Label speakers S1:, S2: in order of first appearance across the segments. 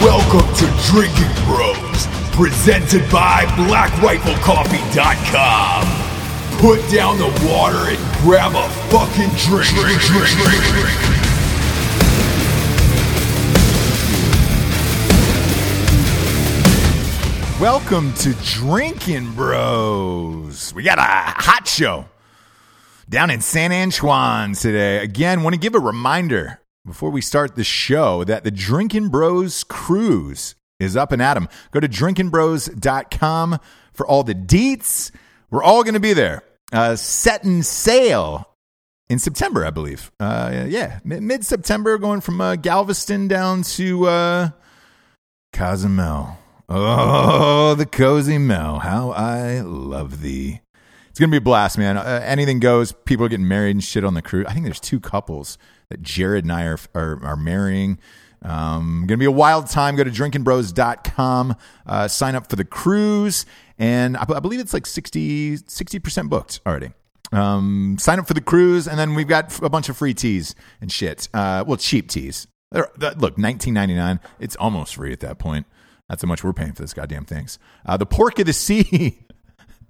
S1: Welcome to Drinking Bros, presented by BlackRifleCoffee.com. Put down the water and grab a fucking drink. drink, drink, drink, drink. Welcome to Drinking Bros. We got a hot show down in San Antoine today. Again, want to give a reminder before we start the show that the Drinking Bros cruise is up and at 'em. Go to drinkingbros.com for all the deets. We're all going to be there. Uh, setting sail in September, I believe. Uh, yeah, mid September, going from uh, Galveston down to uh, Cozumel. Oh, the Cozumel. How I love thee. It's gonna be a blast, man. Uh, anything goes. People are getting married and shit on the cruise. I think there's two couples that Jared and I are are, are marrying. Um, gonna be a wild time. Go to drinkingbros.com, uh, sign up for the cruise, and I, I believe it's like 60 percent booked already. Um, sign up for the cruise, and then we've got a bunch of free teas and shit. Uh, well, cheap teas. They're- that- Look, 19.99. It's almost free at that point. That's how much we're paying for this goddamn things. Uh, the pork of the sea.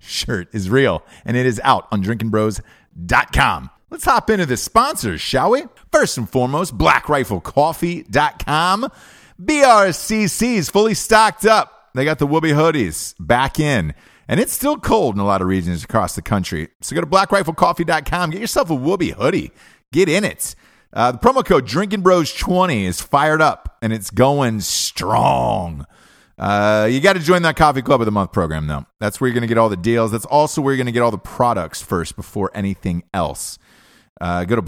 S1: shirt is real and it is out on drinkingbros.com. Let's hop into the sponsors, shall we? First and foremost, blackriflecoffee.com. BRCC is fully stocked up. They got the Whoopi hoodies back in, and it's still cold in a lot of regions across the country. So go to blackriflecoffee.com, get yourself a Whoopi hoodie, get in it. Uh, the promo code Drinking Bros 20 is fired up and it's going strong. Uh, you got to join that Coffee Club of the Month program, though. That's where you're going to get all the deals. That's also where you're going to get all the products first before anything else. Uh, go to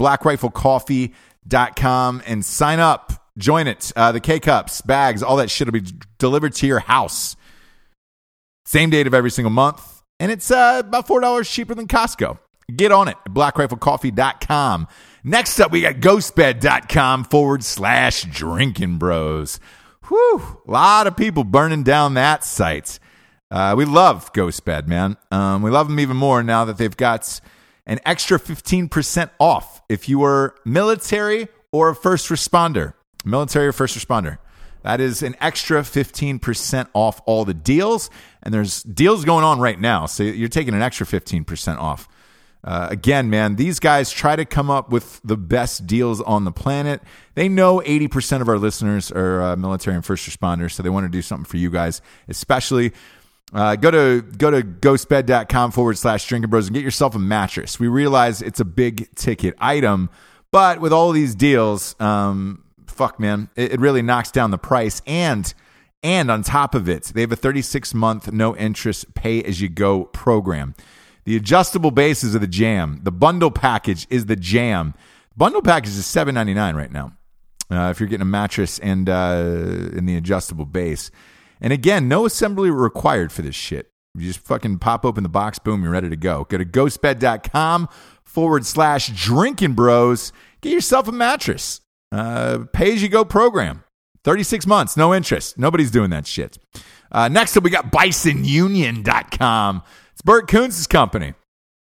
S1: blackriflecoffee.com and sign up. Join it. Uh, the K cups, bags, all that shit will be d- delivered to your house. Same date of every single month. And it's uh, about $4 cheaper than Costco. Get on it at blackriflecoffee.com. Next up, we got ghostbed.com forward slash drinking bros. Whew, a lot of people burning down that site. Uh, we love Ghostbed, man. Um, we love them even more now that they've got an extra 15% off if you were military or a first responder. Military or first responder. That is an extra 15% off all the deals. And there's deals going on right now. So you're taking an extra 15% off. Uh, again, man, these guys try to come up with the best deals on the planet. They know 80% of our listeners are uh, military and first responders, so they want to do something for you guys, especially. Uh, go to go to ghostbed.com forward slash drinking bros and get yourself a mattress. We realize it's a big ticket item, but with all these deals, um, fuck man, it, it really knocks down the price. And and on top of it, they have a 36 month no interest pay as you go program. The adjustable bases are the jam. The bundle package is the jam. Bundle package is seven ninety nine right now uh, if you're getting a mattress and uh, in the adjustable base. And again, no assembly required for this shit. You just fucking pop open the box, boom, you're ready to go. Go to ghostbed.com forward slash drinking bros. Get yourself a mattress. Uh, pay as you go program. 36 months, no interest. Nobody's doing that shit. Uh, next up, we got bisonunion.com. It's Bert Kuntz's company.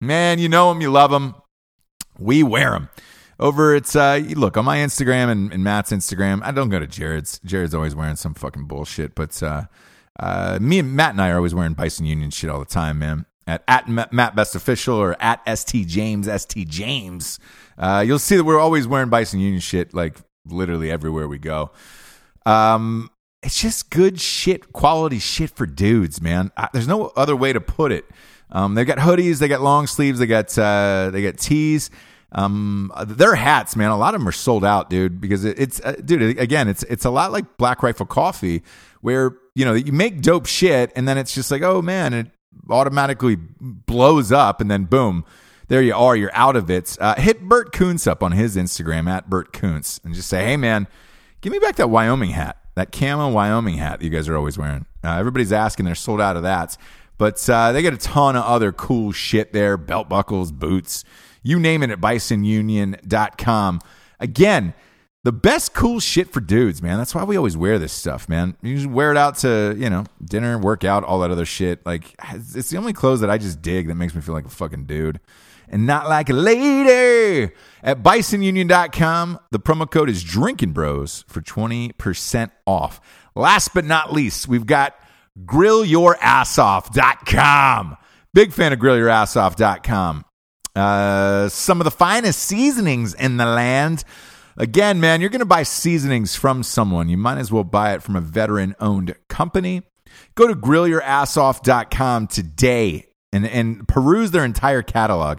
S1: Man, you know him, you love him we wear them. Over it's uh, look on my Instagram and, and Matt's Instagram. I don't go to Jared's. Jared's always wearing some fucking bullshit. But uh, uh, me and Matt and I are always wearing Bison Union shit all the time, man. At at Ma- Matt Best Official or at St James St James, uh, you'll see that we're always wearing Bison Union shit like literally everywhere we go. Um, it's just good shit, quality shit for dudes, man. I, there's no other way to put it. Um, they've got hoodies, they got long sleeves, they got uh, they got tees. Um, uh, their hats, man. A lot of them are sold out, dude. Because it, it's, uh, dude. Again, it's it's a lot like Black Rifle Coffee, where you know you make dope shit, and then it's just like, oh man, it automatically blows up, and then boom, there you are, you're out of it. Uh, hit Bert Koontz up on his Instagram at Bert Koontz, and just say, hey man, Give me back that Wyoming hat, that camo Wyoming hat that you guys are always wearing. Uh, everybody's asking; they're sold out of that. But uh, they got a ton of other cool shit there: belt buckles, boots, you name it at BisonUnion.com. Again, the best cool shit for dudes, man. That's why we always wear this stuff, man. You just wear it out to you know dinner, workout, all that other shit. Like it's the only clothes that I just dig that makes me feel like a fucking dude. and not like a lady. At bisonunion.com, the promo code is Drinking Bros for 20% off. Last but not least, we've got grillyourassoff.com. Big fan of grillyourassoff.com. Uh, some of the finest seasonings in the land. Again, man, you're going to buy seasonings from someone. You might as well buy it from a veteran owned company. Go to grillyourassoff.com today and, and peruse their entire catalog.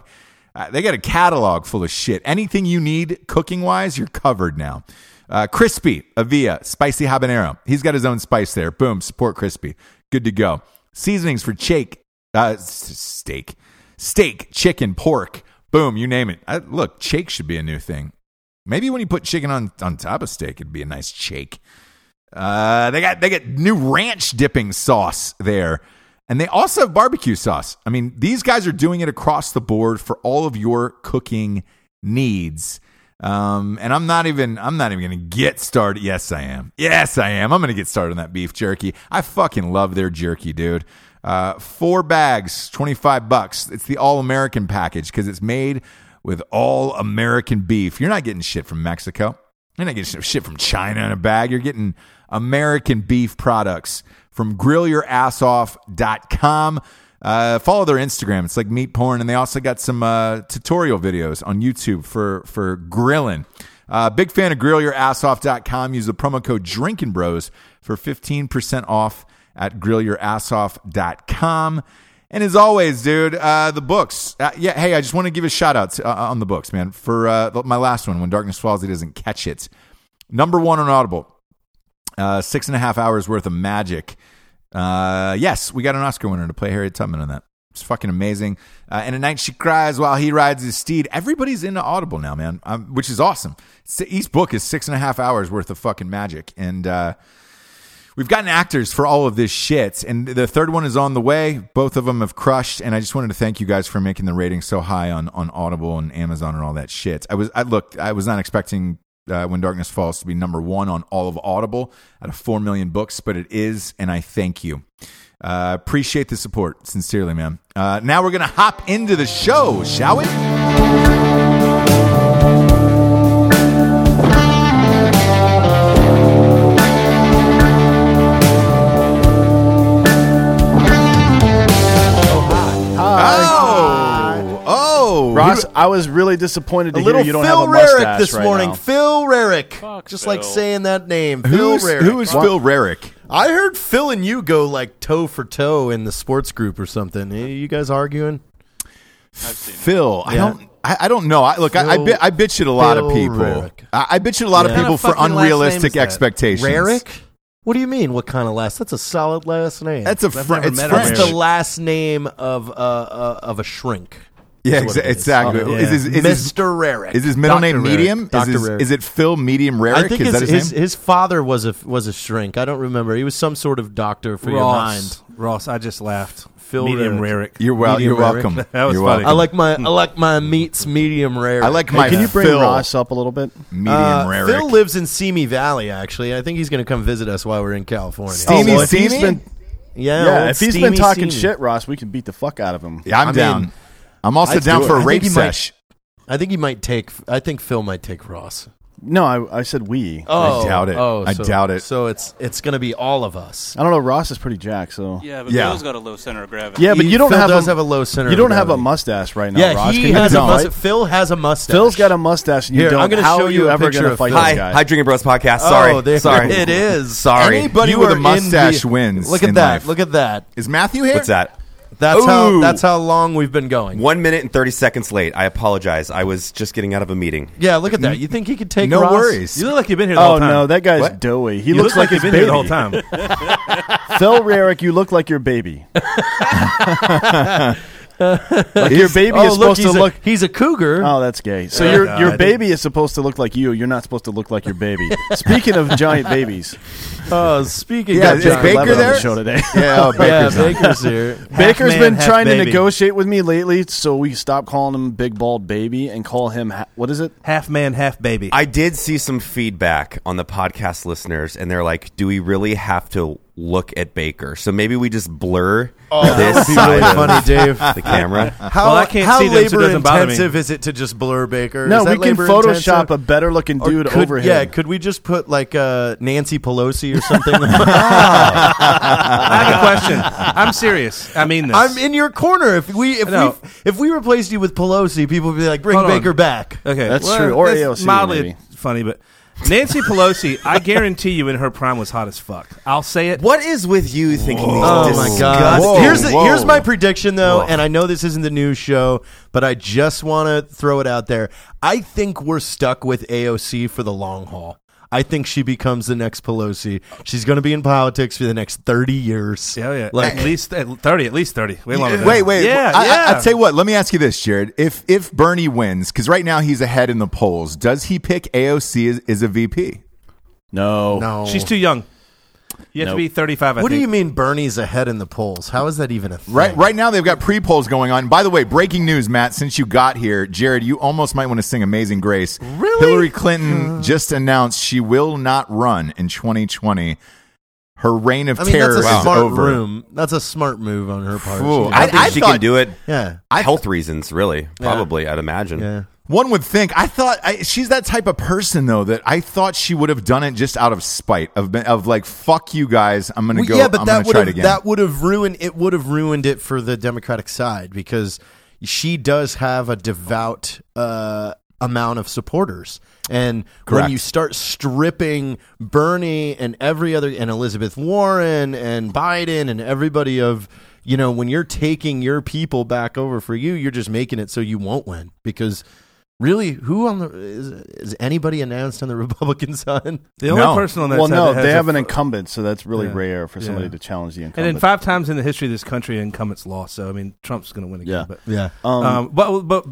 S1: Uh, they got a catalog full of shit. Anything you need cooking wise, you're covered now. Uh, Crispy Avia, spicy habanero. He's got his own spice there. Boom, support Crispy. Good to go. Seasonings for shake, uh, s- steak, steak, chicken, pork. Boom, you name it. I, look, shake should be a new thing. Maybe when you put chicken on on top of steak, it'd be a nice shake. Uh, they got they got new ranch dipping sauce there, and they also have barbecue sauce. I mean, these guys are doing it across the board for all of your cooking needs. Um, and I'm not even I'm not even gonna get started. Yes, I am. Yes, I am. I'm gonna get started on that beef jerky. I fucking love their jerky, dude. Uh, four bags, twenty five bucks. It's the all American package because it's made with all American beef. You're not getting shit from Mexico. You're not getting shit from China in a bag. You're getting American beef products from grillyourassoff.com. Uh, follow their Instagram. It's like meat porn. And they also got some uh, tutorial videos on YouTube for, for grilling. Uh, big fan of grillyourassoff.com. Use the promo code Drinking Bros for 15% off at grillyourassoff.com. And as always, dude, uh, the books. Uh, yeah, hey, I just want to give a shout out to, uh, on the books, man, for uh, my last one, When Darkness Falls, It Doesn't Catch It. Number one on Audible, uh, six and a half hours worth of magic. Uh, yes, we got an Oscar winner to play Harriet Tubman on that. It's fucking amazing. Uh, and at night she cries while he rides his steed. Everybody's into Audible now, man, um, which is awesome. S- Each book is six and a half hours worth of fucking magic. And, uh, We've gotten actors for all of this shit, and the third one is on the way. Both of them have crushed, and I just wanted to thank you guys for making the rating so high on on Audible and Amazon and all that shit. I was I looked, I was not expecting uh, When Darkness Falls to be number one on all of Audible out of four million books, but it is, and I thank you. Uh, appreciate the support, sincerely, man. Uh, now we're gonna hop into the show, shall
S2: Oh,
S1: we? Oh, oh,
S3: Ross, I was really disappointed to
S2: A
S3: hear
S2: little
S3: you don't
S2: Phil
S3: have a mustache
S2: Rarick this
S3: right
S2: morning.
S3: now.
S2: Phil Rarick. Just like
S4: Phil.
S2: saying that name.
S1: who's,
S2: Phil Rarick.
S1: who is Phil Rarick?
S2: I heard Phil and you go like toe for toe in the sports group or something. Eh, You guys arguing?
S1: Phil, I
S2: Yeah.
S1: don't. I, I don't know. I, look, I I,
S2: Phil-
S1: bi- I bitch you a lot of
S2: Phil
S1: people.
S2: Rarick.
S1: I, I bitch you a lot
S2: Yeah.
S1: of people for unrealistic
S2: uh,
S1: expectations.
S2: Rarick? What do you mean? What kind of last? That's a solid last name.
S1: That's a
S4: I've
S1: fr-
S4: never
S1: it's
S4: met a
S1: French.
S2: That's the last name of uh, uh, of a shrink.
S1: yeah,
S2: That's
S1: exa-
S2: what it is.
S1: exactly.
S2: Yeah.
S1: Is, his, is, his,
S2: Mr. Rarick.
S1: is his middle
S2: Dr.
S1: name
S2: Rarick.
S1: Medium? Is,
S2: Dr.
S1: his,
S2: Rarick.
S1: is it Phil Medium Rarick?
S2: I think
S1: is
S2: his,
S1: that his,
S2: his,
S1: name?
S2: his father was a was a shrink. I don't remember. He was some sort of doctor for your mind.
S4: Ross, Ross, I just laughed.
S2: Phil
S4: Medium
S2: Rarick.
S4: Rarick.
S1: You're well. You're
S2: Medium Rarick.
S1: welcome.
S4: That was
S1: you're
S4: funny.
S1: welcome.
S2: I like my I like my meats medium rare.
S1: I like
S3: Hey,
S1: my
S3: can you bring
S1: Phil
S3: Ross up a little bit?
S1: medium
S2: Uh,
S1: Rarick.
S2: Phil lives in Simi Valley. Actually, I think he's going to come visit us while we're in California.
S1: Steamy
S3: well, if he's
S1: Steamy?
S3: been,
S2: yeah,
S3: yeah,
S2: old
S3: if he's
S2: Steamy
S3: been talking
S2: Simi.
S3: shit, Ross, we can beat the fuck out of him.
S1: yeah, I'm
S2: I mean,
S1: down. I'm also
S3: I'd
S1: down
S3: do
S1: for
S3: it.
S1: a
S3: I
S1: rape
S2: think he might-
S1: sesh.
S2: I think he might take. I think Phil might take Ross.
S3: No, I, I said we.
S2: Oh,
S1: doubt it.
S2: Oh,
S1: I
S2: so-
S1: doubt it.
S2: So it's it's going to be all of us.
S3: I don't know. Ross is pretty jacked, so
S4: Yeah, but
S1: Yeah.
S4: Phil's got a low center of gravity.
S3: yeah, but
S2: He-
S3: you don't
S2: Phil
S3: have
S2: does
S3: a,
S2: have a low center.
S3: you
S2: of
S3: don't have a
S2: gravity.
S3: mustache right now.
S2: Yeah,
S3: Ross.
S2: he
S3: Can you
S2: has a
S3: tell,
S2: mustache.
S3: right?
S2: Phil has a mustache.
S3: Phil's got a mustache. And you
S2: Here, I'm
S3: don't.
S2: gonna
S3: How
S2: show
S3: are
S2: you
S3: you
S2: a
S3: ever
S2: picture
S3: gonna
S2: of
S3: fight
S2: Phil.
S3: this
S2: Hi,
S3: guy?
S5: Hi, Drinking Bros podcast.
S1: Uh,
S2: Oh,
S5: Sorry,
S2: there
S5: sorry.
S2: it is.
S5: Sorry.
S2: Anybody
S1: You with
S2: were
S1: a
S2: in
S1: mustache
S2: the-
S1: wins
S2: Look at
S1: in
S2: that.
S1: life.
S2: Look at that.
S1: Is Matthew here?
S5: What's that?
S2: That's how
S5: Ooh.
S2: that's how long we've been going.
S5: One minute and thirty seconds late. I apologize. I was just getting out of a meeting.
S2: Yeah, look at that. You think he could take
S1: No
S2: Ross?
S1: worries.
S4: You look like you've been here the
S3: Oh
S4: whole time.
S3: no, that guy's
S1: What?
S3: doughy. He
S4: you
S3: looks
S4: look like,
S3: his
S4: you've been
S3: baby.
S4: here the whole time.
S3: Phil Rarick, you look like your baby. like your baby
S2: oh,
S3: is
S2: look,
S3: supposed
S2: he's,
S3: to
S2: a,
S3: look.
S2: he's a cougar.
S3: Oh, that's gay. So
S4: Oh,
S3: your
S4: God.
S3: your baby is supposed to look like you. You're not supposed to look like your baby. Speaking of giant babies, Uh,
S2: Oh, speaking
S1: Yeah,
S2: of
S1: is
S2: John
S1: Baker
S3: Levin on
S1: there?
S3: the show today.
S1: Yeah, oh,
S2: yeah,
S1: Baker's on.
S2: Baker's here.
S3: Baker's
S4: man,
S3: been
S4: half
S3: trying to
S4: baby.
S3: negotiate with me lately, so we stop calling him Big Bald Baby and call him ha- what is it?
S4: half man, half baby.
S5: I did see some feedback on the podcast listeners, and they're like, "Do we really have to look at Baker. So maybe we just blur
S2: Oh, that
S5: this
S2: would be
S5: side
S2: really
S5: of
S2: funny, Dave.
S5: the camera.
S2: How,
S4: Well, I can't
S2: how
S4: see them, so it
S2: labor
S4: doesn't bother me.
S2: intensive is it to just blur Baker?
S3: No,
S2: Is that
S3: we can
S2: labor
S3: Photoshop
S2: intensive?
S3: a better looking
S2: Or
S3: dude
S2: could-
S3: over him.
S2: Yeah, could we just put like uh, Nancy Pelosi or something?
S4: I have a question. I'm serious. I mean this.
S2: I'm in your corner. If we if
S4: No.
S2: we if we replaced you with Pelosi, people would be like, "Bring
S4: Hold on.
S2: Baker back."
S4: Okay,
S3: That's true. Or AOC,
S4: mildly
S3: maybe.
S4: funny, but Nancy Pelosi, I guarantee you, in her prime, was hot as fuck. I'll say it.
S5: What is with you thinking
S2: Oh
S5: these
S2: my god!
S5: disgusting?
S2: here's the,
S1: Whoa.
S2: here's my prediction though,
S5: Whoa.
S2: and I know this isn't the news show, but I just want to throw it out there. I think we're stuck with AOC for the long haul. I think she becomes the next Pelosi. She's going to be in politics for the next thirty years.
S4: Yeah, yeah.
S2: Like-
S4: at least at thirty. At least thirty. Way longer. than
S1: Wait,
S4: that.
S1: wait.
S4: Yeah,
S1: I,
S4: yeah.
S1: I, will tell you what. Let me ask you this, Jared. If if Bernie wins, because right now he's ahead in the polls, does he pick AOC as, as a VP?
S3: No.
S2: No,
S4: She's too young. You have
S3: Nope.
S4: to be thirty-five. I
S2: What do
S4: think.
S2: you mean Bernie's ahead in the polls? How is that even a thing?
S1: Right, right now they've got pre polls going on. By the way, breaking news, Matt. Since you got here, Jared, you almost might want to sing "Amazing Grace." Really? Hillary Clinton just announced she will not run in 2020. Her reign of
S2: I mean,
S1: terror
S2: that's a
S1: is
S2: smart
S1: over.
S2: room. That's a smart move on her part.
S1: Phew.
S2: She-
S5: I,
S1: I-
S5: think
S1: I
S5: she
S1: thought-
S5: can do it.
S2: yeah,
S5: Health reasons, really, probably. I'd imagine.
S2: yeah.
S1: One would think. I thought I, she's that type of person, though, that I thought she would have done it just out of spite of been, of like, "Fuck you guys, I'm gonna
S2: Well,
S1: go.
S2: yeah, but
S1: I'm
S2: that
S1: gonna
S2: would
S1: try it
S2: have
S1: again."
S2: that would have ruined it. Would have ruined it for the Democratic side because she does have a devout uh, amount of supporters, and
S1: Correct.
S2: when you start stripping Bernie and every other and Elizabeth Warren and Biden and everybody of you know when you're taking your people back over for you, you're just making it so you won't win because. Really, who on the is, is anybody announced on the Republican side?
S4: The only
S1: No.
S4: person on that
S3: Well,
S4: side
S3: no,
S4: that has
S3: they
S4: a-
S3: have an incumbent, so that's really
S4: Yeah.
S3: rare for somebody
S4: Yeah.
S3: to challenge the
S4: And
S3: incumbent.
S4: then five times in the history of this country, incumbents lost. So I mean, Trump's going to win again.
S3: Yeah.
S4: But
S2: Yeah,
S3: um,
S4: Um, but but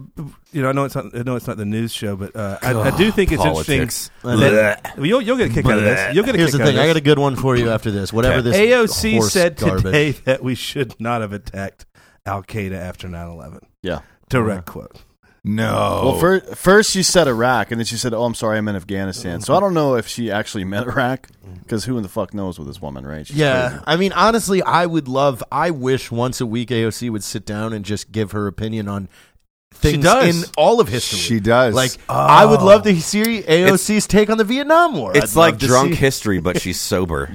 S4: you know, I know it's not, I know it's not the news show, but uh, I, I do think it's
S5: Politics.
S4: interesting. That, well, you'll you'll get a kick out of this. You'll get a
S2: Here's the
S4: kick
S2: thing.
S4: out
S2: I
S4: of
S2: got a
S4: this.
S2: good one for you after this. Whatever this
S4: AOC
S2: horse
S4: said
S2: garbage.
S4: today that we should not have attacked Al Qaeda after 9-11.
S3: yeah.
S4: Direct quote.
S1: no.
S3: Well, fir- first she said Iraq, and then she said, "Oh, I'm sorry, I'm in Afghanistan." So I don't know if she actually meant Iraq, because who in the fuck knows with this woman, right? She's
S2: Yeah,
S3: crazy.
S2: I mean, honestly, I would love. I wish once a week AOC would sit down and just give her opinion on things
S4: does.
S2: in all of history.
S1: She does.
S2: Like, I would love to see AOC's take on the Vietnam War.
S5: It's
S2: I'd
S5: like
S2: love to
S5: drunk
S2: see-
S5: history, but she's sober.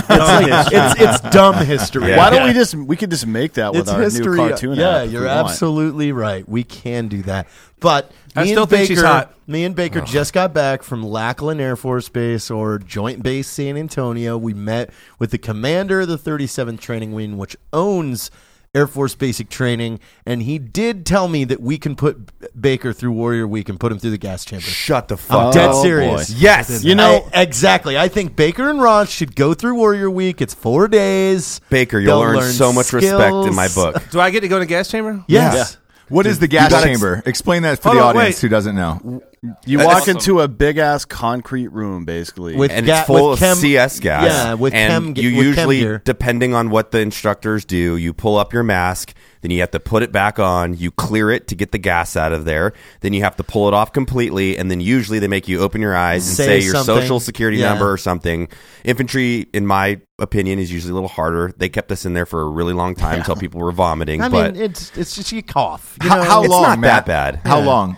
S4: It's
S2: it's it's dumb history.
S5: Yeah.
S3: Why don't we just we could just make that with
S2: It's
S3: our
S2: history.
S3: new cartoon?
S2: yeah,
S3: app if
S2: you're
S3: we want.
S2: absolutely right. We can do that. But
S4: I
S2: me
S4: still
S2: and
S4: think
S2: Baker,
S4: she's hot.
S2: me and Baker just got back from Lackland Air Force Base or Joint Base San Antonio. We met with the commander of the 37th Training Wing, which owns Air Force Basic Training, and he did tell me that we can put Baker through Warrior Week and put him through the gas chamber.
S5: Shut the
S2: I'm
S5: fuck.
S3: Oh,
S2: dead
S3: boy.
S2: serious.
S5: Yes,
S3: You know,
S2: I- exactly. I think Baker and Ron should go through Warrior Week. It's four days.
S5: Baker, you'll
S2: They'll
S5: learn, so much respect in my
S2: skills.
S5: book.
S4: Do I get to go in a gas chamber?
S2: Yes.
S1: what is the gas
S5: gotta ex-
S1: chamber? Explain that for
S4: Hold
S1: the
S4: on,
S1: audience
S4: wait.
S1: who doesn't know.
S3: you walk into a big ass concrete room, basically.
S2: With-
S5: and
S2: Ga-
S5: it's full
S2: with
S5: of
S2: chem-
S5: CS gas.
S2: yeah, with chem
S5: and
S2: ge-
S5: you
S2: with chem
S5: usually,
S2: gear.
S5: depending on what the instructors do, you pull up your mask, then you have to put it back on, you clear it to get the gas out of there, then you have to pull it off completely, and then usually they make you open your eyes and
S2: Say
S5: say, your
S2: something.
S5: social security
S2: Yeah.
S5: number or something. Infantry, in my opinion, is usually a little harder. They kept us in there for a really long time until people were vomiting,
S2: I
S5: but
S2: mean, it's it's just you cough. You
S1: How,
S2: know?
S1: how
S5: it's
S1: long?
S5: not
S1: Matt?
S5: that bad.
S1: How
S5: Yeah.
S1: long?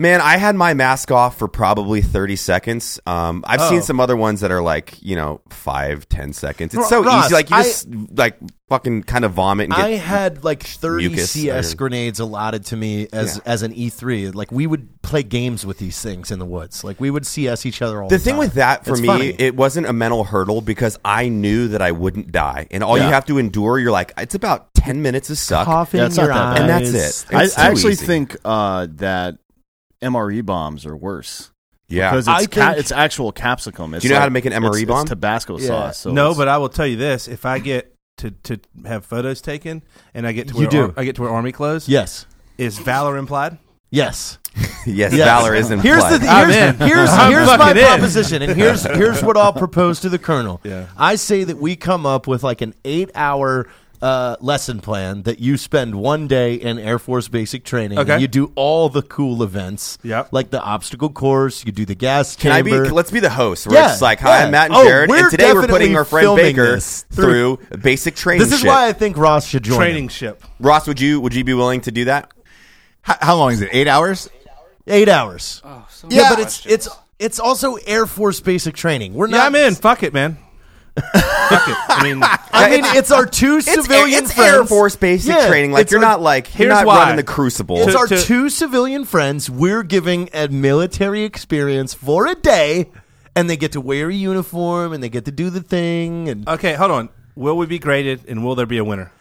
S5: Man, I had my mask off for probably 30 seconds. Um, I've
S4: Oh.
S5: seen some other ones that are like, you know, five, ten seconds. It's so
S2: Ross,
S5: easy. Like, you
S2: I-
S5: just, like, fucking kind of vomit and get.
S2: I had like thirty
S5: mucus
S2: CS
S5: or-
S2: grenades allotted to me as as an E three. Like we would play games with these things in the woods. Like we would CS each other all the,
S5: the thing
S2: time.
S5: with that for
S2: It's
S5: me,
S2: funny.
S5: it wasn't a mental hurdle because I knew that I wouldn't die. And all
S3: Yeah.
S5: you have to endure, you're like, it's about 10 minutes of suck.
S2: coughing
S3: Yeah, it's
S2: your
S3: not that
S2: eyes.
S3: bad.
S5: And that's it.
S3: I,
S5: It's
S3: I
S5: too
S3: actually
S5: easy.
S3: think uh, that MRE bombs are worse
S5: Yeah.
S3: because
S2: I
S3: it's ca-
S2: think-
S3: it's actual capsicum. It's
S5: Do you know how
S3: like-
S5: to make an
S3: it's-
S5: MRE
S3: it's
S5: bomb?
S3: Tabasco
S2: Yeah.
S3: sauce. So
S4: no,
S3: it's-
S4: but I will tell you this: if I get to, to have photos taken and I get to
S2: You
S4: wear
S2: do.
S4: ar- I get to wear army clothes.
S2: yes,
S4: is valor implied?
S2: yes.
S5: yes,
S2: Yes.
S5: Valor is implied.
S2: Here's the th-
S4: I'm
S2: here's
S4: in.
S2: here's,
S4: I'm
S2: here's my
S4: fucking in.
S2: proposition, and here's here's what I'll propose to the colonel.
S4: Yeah.
S2: I say that we come up with like an eight hour uh, lesson plan that you spend one day in Air Force basic training.
S4: Okay.
S2: And you do all the cool events.
S4: Yep.
S2: Like the obstacle course, you do the gas
S5: Can I be?
S2: chamber.
S5: Let's be the host. We're
S2: Yeah,
S5: just like, hi,
S2: yeah.
S5: I'm Matt and
S2: Oh,
S5: Jared,
S2: we're
S5: and today we're
S2: definitely
S5: putting our friend
S2: filming
S5: Baker
S2: this through-
S5: through, basic training.
S2: this is
S5: shit.
S2: why I think Ross should join.
S4: Training
S2: him.
S4: ship.
S5: Ross, would you would you be willing to do that?
S1: How, how long is it? Eight hours?
S2: eight hours. yeah,
S1: many
S2: but it's it's it's also Air Force basic training. We're not.
S4: Yeah, I'm in. Fuck it, man. Fuck it. I mean,
S2: I mean, it's our two civilian
S5: it's
S2: friends.
S5: Air Force basic
S2: Yeah,
S5: training. Like
S2: it's
S5: you're not like you're
S4: Here's
S5: not
S4: why.
S5: running the crucible.
S2: It's
S4: To-
S2: our
S4: to-
S2: two civilian friends. We're giving a military experience for a day, and they get to wear a uniform and they get to do the thing. And
S4: okay, hold on. Will we be graded, and will there be a winner?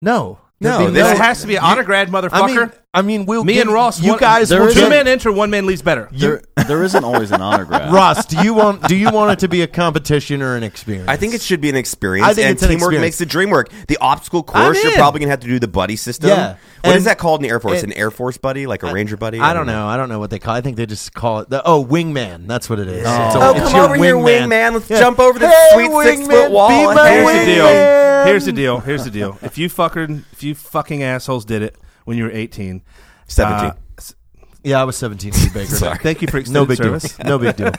S2: no,
S5: No,
S2: There'd be
S5: this
S4: There has to be an honor grad, motherfucker.
S2: I mean, I mean, we'll
S4: Me
S2: give-
S4: and Ross,
S2: You
S4: one-
S2: guys,
S3: There
S2: will
S3: is
S4: two
S3: Jim-
S2: give-
S4: men enter, one man leaves better.
S3: There, there isn't always an honor grad.
S2: Ross, do you want do you want it to be a competition or an experience?
S5: I think it should be an experience.
S2: I think
S5: and
S2: it's an
S5: teamwork
S2: experience.
S5: makes the dream work. The obstacle course, you're
S2: in.
S5: probably gonna have to do the buddy system. What
S2: Yeah.
S5: is
S2: And-
S5: that called in the Air Force?
S2: and-
S5: an Air Force buddy, like a Ranger buddy?
S2: I don't know. I don't know what they call. it. I think they just call it the oh wingman. That's what it is. It's
S5: Oh,
S2: it's
S5: come
S2: your
S5: over here, wingman. Let's jump over this
S2: Hey,
S5: sweet six-foot
S2: wingman,
S5: wall
S2: be
S5: and
S2: my
S5: hang
S4: Here's
S5: with
S4: the
S5: me.
S4: deal.
S2: Wingman.
S4: Here's the deal. Here's the deal. If you fucker, if you fucking assholes did it when you were 18,
S5: Seventeen.
S4: uh, s-
S2: Yeah, I was 17 when Baker.
S5: Sorry.
S4: thank you for extended
S2: No big
S4: service.
S2: deal. No big deal.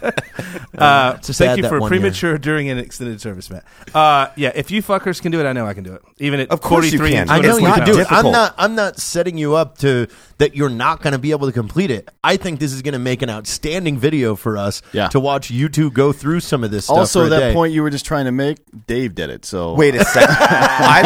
S4: Uh,
S2: Just add
S4: thank you
S2: that
S4: for
S2: one
S4: premature during an extended service, Matt. Uh, yeah, if you fuckers can do it, I know I can do it. Even at
S5: Of course you
S4: 43
S5: can.
S4: and
S2: I know
S5: It's
S2: you
S5: not
S4: 24
S2: can do it. I'm
S5: difficult.
S2: not. I'm not setting you up to that. You're not going to be able to complete it. I think this is going to make an outstanding video for us
S3: Yeah.
S2: to watch you two go through some of this. Stuff for
S3: Also,
S2: a
S3: that
S2: day.
S3: point you were just trying to make, Dave did it. So
S5: Wait a second. I've,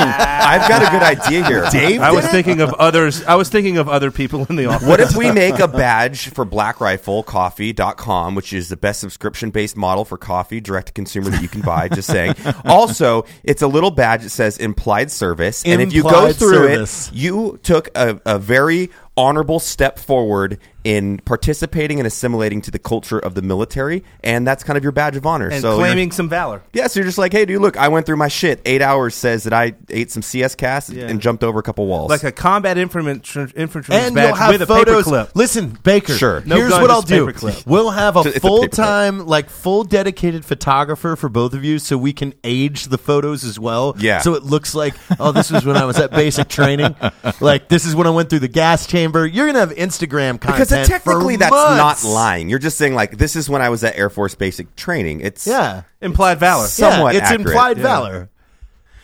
S5: I've got a good idea here. Dave,
S4: I was thinking of others. I was thinking of other people in the office.
S5: What if we make a badge for blackriflecoffee.com, which is the best subscription based model for coffee direct to consumer that you can buy? Just saying. Also, it's a little badge that says implied service. and if you go
S2: Implied
S5: through
S2: service.
S5: it, you took a, a very honorable step forward in participating and assimilating to the culture of the military. And that's kind of your badge of honor.
S4: and
S5: so you're-
S4: claiming some valor?
S5: yeah, so you're just like, hey, dude, look, I went through my shit. Eight hours says that I ate some CS cast and jumped over a couple walls.
S4: like a combat infantry infantryman's
S2: and you'll
S4: badge
S2: have
S4: with a
S2: photos.
S4: paperclip.
S2: Listen, Baker.
S5: Sure.
S4: No
S2: here's
S4: gun,
S2: what
S4: just
S2: I'll do.
S4: paperclip.
S2: We'll have a
S5: It's a paperclip.
S2: full time, like full dedicated photographer for both of you, so we can age the photos as well.
S5: Yeah.
S2: So it looks like, oh, this was when I was at basic training. Like this is when I went through the gas chamber. You're gonna have Instagram content
S5: Because technically,
S2: for
S5: that's
S2: months.
S5: not lying. You're just saying like, this is when I was at Air Force Basic Training. It's
S2: Yeah.
S4: Implied valor.
S5: So- Somewhat
S2: yeah, it's
S5: accurate.
S2: implied
S5: Yeah.
S2: valor.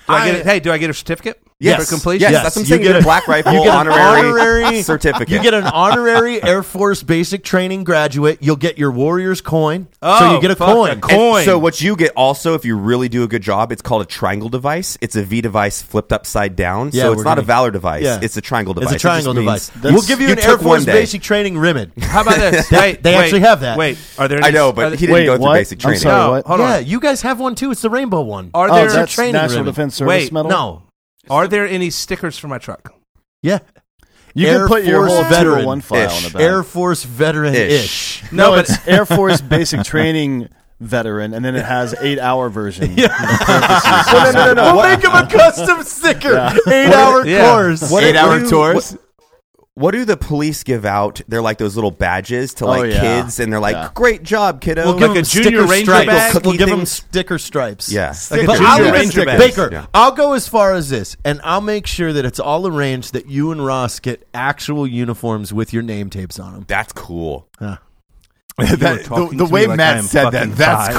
S4: Do I get
S2: I-
S4: a, hey, do I get a certificate
S5: Yes.
S4: for completion?
S5: Yes,
S2: Yes,
S5: that's what I'm
S2: you
S5: saying. You
S2: get
S5: get a
S2: a-
S5: Black Rifle
S2: You get an
S5: honorary,
S2: honorary
S5: certificate.
S2: You get an honorary Air Force Basic Training graduate. You'll get your Warriors coin. so
S4: Oh,
S2: you get a
S4: fuck,
S2: coin.
S4: a
S5: And
S4: coin.
S5: So what you get also, if you really do a good job, it's called a triangle device. It's a V device flipped upside down.
S2: Yeah,
S5: so it's
S2: we're
S5: not a
S2: gonna-
S5: Valor device.
S2: Yeah.
S5: It's a triangle
S2: It's
S5: device.
S2: a
S5: It just
S2: triangle
S5: means-
S2: device.
S3: that's-
S2: We'll give you,
S5: You
S2: an Air
S5: took one
S2: Force
S5: day.
S2: Basic Training ribbon.
S4: How about this? wait,
S2: they
S4: wait,
S2: actually have that.
S4: Wait, are there? Any,
S5: I know,
S4: are
S5: but
S4: there-
S5: he didn't
S3: Wait,
S5: go through
S3: what?
S5: basic
S3: I'm
S5: training.
S3: sorry.
S4: No,
S3: what?
S4: hold
S2: yeah,
S4: on.
S2: you guys have one too. It's the rainbow one.
S4: Are
S3: oh,
S4: there
S3: that's
S2: training
S3: National
S2: ribbon.
S3: Defense Service
S4: Wait,
S3: Medal.
S2: no,
S4: Are there any stickers for my truck?
S2: yeah,
S3: you
S2: Air
S3: can put your
S2: Force
S3: whole
S2: veteran.
S3: veteran one file on
S5: Ish.
S3: the back.
S2: Air Force veteran ish.
S3: no,
S4: No, but-
S3: it's Air Force Basic Training Veteran, and then it has eight hour version. yeah.
S5: no, no, no, no.
S2: We'll
S5: What-
S2: make him a custom sticker. Eight hour
S4: Yeah.
S2: course.
S5: What-
S1: Eight hour
S5: do-
S1: tours?
S5: What do the police give out? They're like those little badges
S2: Oh,
S5: to like
S3: yeah.
S5: kids, and they're like,
S3: Yeah.
S5: "Great job, kiddo!"
S4: We'll
S5: Like
S4: give a
S2: Give 'em
S4: junior
S2: sticker
S4: ranger
S2: stripes.
S4: bag.
S2: We'll
S5: Cookie
S2: give them
S5: things.
S2: sticker stripes.
S5: Yeah.
S4: Like a
S2: but
S4: junior
S2: I'll
S4: ranger
S2: even-
S4: badge.
S2: Baker,
S5: Yeah.
S2: I'll go as far as this, and I'll make sure that it's all arranged that you and Ross get actual uniforms with your name tapes on them.
S5: That's cool.
S1: That- the
S4: talking
S1: the
S4: to
S1: way
S4: me like I
S1: Matt
S4: am
S1: said
S4: fucking
S1: that, that's
S4: five.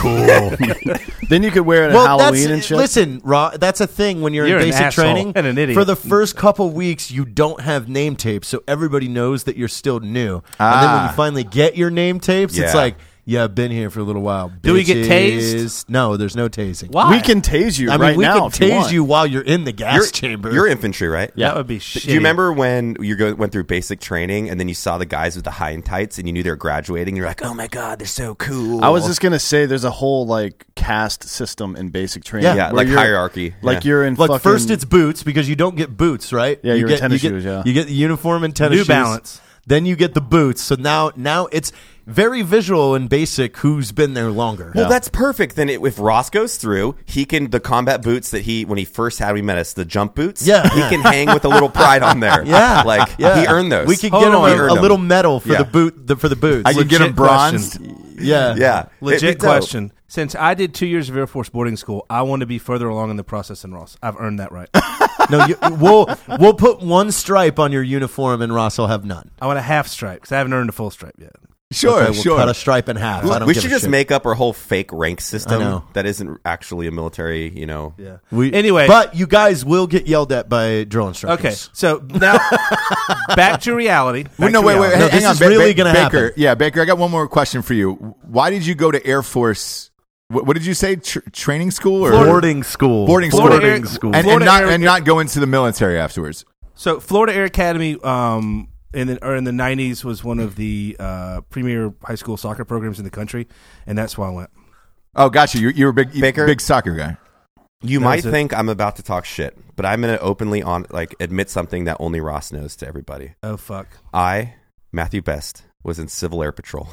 S1: cool.
S3: then you could wear it at Halloween
S2: that's,
S3: and shit.
S2: Listen, Ra, that's a thing when you're,
S4: You're
S2: in
S4: an
S2: basic
S4: asshole
S2: training.
S4: and an idiot.
S2: For the first couple weeks, you don't have name tapes, so everybody knows that you're still new. And then when
S1: Ah.
S2: you finally get your name tapes,
S5: Yeah.
S2: it's like, yeah, I've been here for a little while.
S4: Do we get
S2: bitches."
S4: tased?
S2: No, there's no tasing.
S4: Why?
S3: we can tase you
S2: I mean,
S3: right
S2: we
S3: now.
S2: can
S3: if you
S2: tase
S3: want.
S2: you while you're in the gas
S5: You're,
S2: chamber.
S5: you're infantry, right?
S4: That would be shit.
S5: Do you remember when you go, went through basic training and then you saw the guys with the high end tights and you knew they were graduating? You're like, oh my god, they're so cool.
S3: I was just gonna say, there's a whole like caste system in basic training.
S2: Yeah.
S5: Yeah,
S3: where
S5: like
S3: you're-
S5: hierarchy.
S3: Like
S5: Yeah.
S3: you're in
S2: Look,
S3: fucking-
S2: first it's boots because you don't get boots, right?
S3: Yeah,
S2: you
S3: you're
S2: get
S3: tennis
S2: you get-
S3: shoes, yeah.
S2: you get the uniform and tennis
S4: New
S2: shoes.
S4: Balance.
S2: Then you get the boots. So now, now it's very visual and basic. Who's been there longer?
S5: Well, that's perfect. Then it, if Ross goes through, he can the combat boots that he when he first had we met us the jump boots.
S2: Yeah.
S5: he can hang with a little pride on there.
S2: Yeah,
S5: like
S2: yeah.
S5: he earned those.
S2: We could
S4: Hold
S2: get him
S4: on. He
S2: a,
S5: earned
S2: a
S5: them.
S2: little medal for
S5: Yeah.
S2: the boot the, for the boots.
S1: I could get
S4: Legit
S1: him bronzed.
S2: yeah,
S5: yeah, It'd be
S4: Legit
S5: dope.
S4: question. Since I did two years of Air Force boarding school, I want to be further along in the process than Ross. I've earned that right.
S2: No, you, we'll we'll put one stripe on your uniform, and Ross will have none.
S4: I want a half stripe because I haven't earned a full stripe yet.
S1: Sure,
S2: Okay, we'll
S1: sure.
S2: cut a stripe in half. I don't
S5: we
S2: give
S5: should
S2: a
S5: just
S2: shit.
S5: make up our whole fake rank
S2: know.
S5: system that isn't actually a military. You know,
S4: Yeah.
S2: We,
S4: anyway,
S2: but you guys will get yelled at by drill instructors.
S4: okay. So now back to reality. Back
S1: Well, no,
S4: to
S1: wait, wait, hang,
S4: reality.
S2: No, this
S1: hang on.
S2: is really gonna
S1: Baker,
S2: happen.
S1: Yeah, Baker, I got one more question for you. Why did you go to Air Force? What, what did you say? Tr- training school or
S2: boarding school,
S1: Boarding school.
S4: Florida Air- school.
S1: And, and
S4: Florida
S1: not
S4: Air-
S1: and not go into the military afterwards.
S4: So Florida Air Academy, um, in the, or in the '90s, was one of the uh, premier high school soccer programs in the country, and that's why I went.
S1: Oh, gotcha. You you were a big you-
S5: Baker?
S1: big soccer guy.
S5: you
S4: That
S5: might
S4: was it.
S5: think I'm about to talk shit, but I'm going to openly on like admit something that only Ross knows to everybody.
S4: Oh fuck!
S5: I, Matthew Best, was in Civil Air Patrol.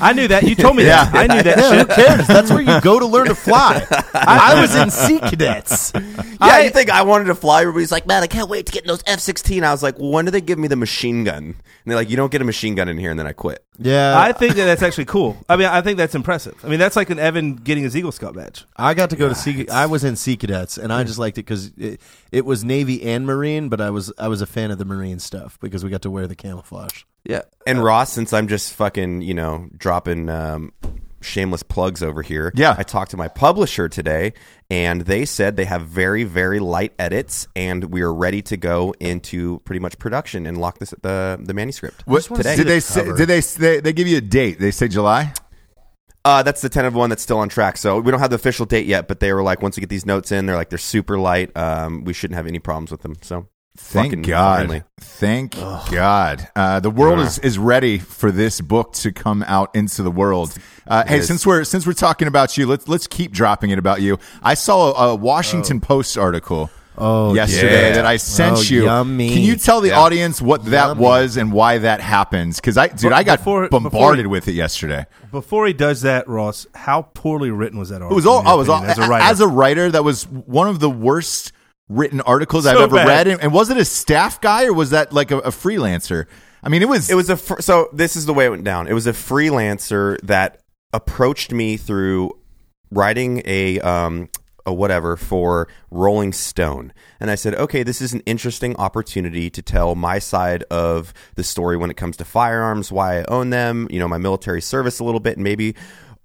S4: I knew that. You told me that. I knew that.
S2: Yeah, who
S4: shit.
S2: cares? That's where you go to learn to fly. I was in Sea Cadets.
S5: yeah, you think I wanted to fly? Everybody's like, man, I can't wait to get in those F-16. I was like, when do they give me the machine gun? And they're like, you don't get a machine gun in here, and then I quit.
S2: Yeah,
S4: I think that that's actually cool. I mean, I think that's impressive. I mean, that's like an Evan getting his Eagle Scout badge.
S2: I got to go to sea. I was in Sea Cadets, and I just liked it because it, it was Navy and Marine. But I was I was a fan of the Marine stuff because we got to wear the camouflage.
S4: Yeah.
S5: And Ross, since I'm just fucking, you know, dropping um, shameless plugs over here,
S1: Yeah.
S5: I talked to my publisher today, and they said they have very, very light edits, and we are ready to go into pretty much production and lock this the the manuscript
S1: What,
S5: today.
S1: did they say, did they, they they give you a date? They say July.
S5: Uh, that's the tentative one that's still on track. So we don't have the official date yet, but they were like, once we get these notes in, they're like, they're super light. Um, we shouldn't have any problems with them. So
S1: Thank
S5: Fucking
S1: God.
S5: finally.
S1: Thank God. Uh, the world is, is ready for this book to come out into the world. Uh, hey,
S5: is.
S1: since we're since we're talking about you, let's let's keep dropping it about you. I saw a, a Washington Post article
S2: Oh,
S1: yesterday
S5: yeah.
S1: that I sent
S2: Oh,
S1: you.
S2: yummy.
S1: Can you tell the
S5: Yeah.
S1: audience what that was and why that happens? Because I dude, I got
S4: before- before-
S1: bombarded with it yesterday.
S4: Before he does that, Ross, how poorly written was that article?
S1: It was all.
S4: in your
S1: I was all,
S4: opinion,
S1: as a writer. that was one of the worst written articles I've
S4: So
S1: ever
S4: bad.
S1: read. And, and was it a staff guy or was that like a, a freelancer? I mean, it was.
S5: it was a fr- so this is the way it went down. It was a freelancer that approached me through writing a um a whatever for Rolling Stone, and I said, okay, this is an interesting opportunity to tell my side of the story when it comes to firearms, why I own them, you know, my military service a little bit, and maybe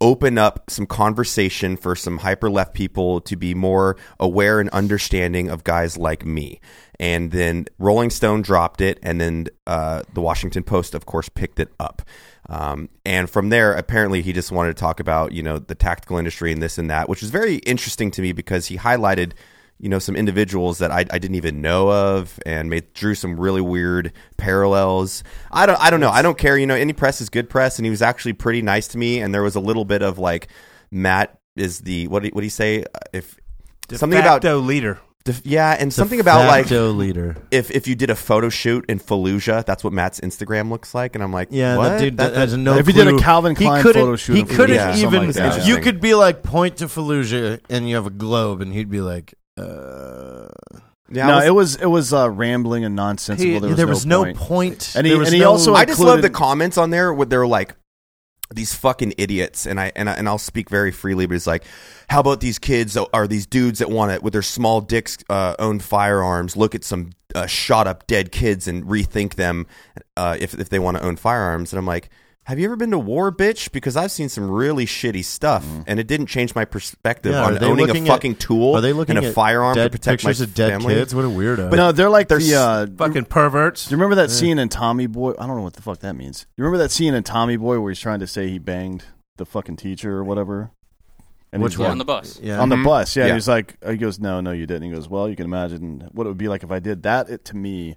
S5: open up some conversation for some hyper left people to be more aware and understanding of guys like me. And then Rolling Stone dropped it, and then uh, the Washington Post, of course, picked it up. Um, and from there, apparently, he just wanted to talk about you know the tactical industry and this and that, which is very interesting to me because he highlighted you know some individuals that I, I didn't even know of and made drew some really weird parallels i don't i don't know i don't care you know any press is good press and he was actually pretty nice to me and there was a little bit of like matt is the what do what do you say if
S4: De
S5: something
S4: facto
S5: about
S4: leader.
S5: def- yeah and something about like
S2: Facto leader.
S5: if if you did a photo shoot in Fallujah, that's what Matt's Instagram looks like, and I'm like,
S2: Yeah,
S5: what?
S2: that dude
S5: That-
S2: that, has no.
S3: If he did a
S2: clue.
S3: Calvin
S2: He
S3: Klein
S2: couldn't-
S3: photo shoot
S2: he
S3: in Fallujah
S2: couldn't
S5: or something
S2: even.
S3: like that.
S2: you
S5: Interesting.
S2: could be like point to Fallujah, and you have a globe, and he'd be like, uh,
S5: yeah, I
S3: no,
S5: was-
S3: it was it was uh, rambling and nonsensical.
S4: He-
S3: there was, no, point. And
S2: And
S3: he-
S2: he, was
S3: and he
S2: no-
S3: also-
S5: I just love the
S3: included-
S5: comments on there where they're like these fucking idiots and I and I, and I'll speak very freely but it's like how about these kids that- are these dudes that want to with their small dicks uh, own firearms look at some uh, shot up dead kids and rethink them uh, if if they want to own firearms and I'm like have you ever been to war bitch because I've seen some really shitty stuff and it didn't change my perspective
S2: Mm. Yeah, are
S5: on
S2: they
S5: owning a
S2: looking at-
S5: fucking tool
S2: Are they looking
S5: and a
S2: at
S5: firearm
S2: dead
S5: to protect my
S2: pictures of dead
S5: family
S2: kids? What a weirdo!
S3: But no, they're like
S5: they're
S3: the. Uh, do
S4: Fucking perverts.
S3: you remember that scene in Tommy Boy? I don't know what the fuck that means. You remember that scene in Tommy Boy where he's trying to say he banged the fucking teacher or whatever? And
S2: Which
S3: he's
S2: one?
S3: like-
S6: on the bus.
S2: yeah,
S3: on the bus. Yeah,
S5: Yeah.
S3: he was like, uh, he goes, no, no, you didn't. He goes, well, you can imagine what it would be like if I did that. It to me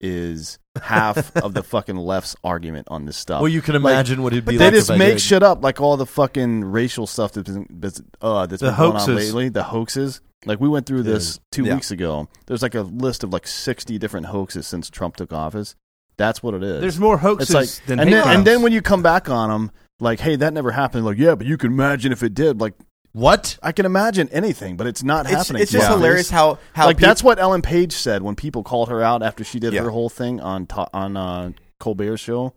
S3: is half of the fucking left's argument on this stuff.
S2: well, you can
S3: Like,
S2: imagine what it'd be.
S3: but
S2: like
S3: they just
S2: if I
S3: make
S2: did.
S3: shit up, like all the fucking racial stuff that's been, that's, uh, that's
S4: The
S3: been going on
S4: hoaxes.
S3: lately. The hoaxes. Like we went through this two
S5: Yeah.
S3: weeks ago. There's like a list of like 60 different hoaxes since Trump took office. That's what it is.
S4: There's more
S3: It's
S4: hoaxes
S3: like,
S4: than
S3: and
S4: hate
S3: then,
S4: crimes.
S3: and then when you come back on them, like, hey, that never happened. Like, yeah, but you can imagine if it did. Like,
S2: What?
S3: I can imagine anything, but it's not
S5: it's,
S3: happening.
S5: it's just
S3: Yeah.
S5: hilarious how how
S3: like
S5: peop-
S3: that's what Ellen Page said when people called her out after she did
S5: Yeah.
S3: her whole thing on to- on uh, Colbert's show.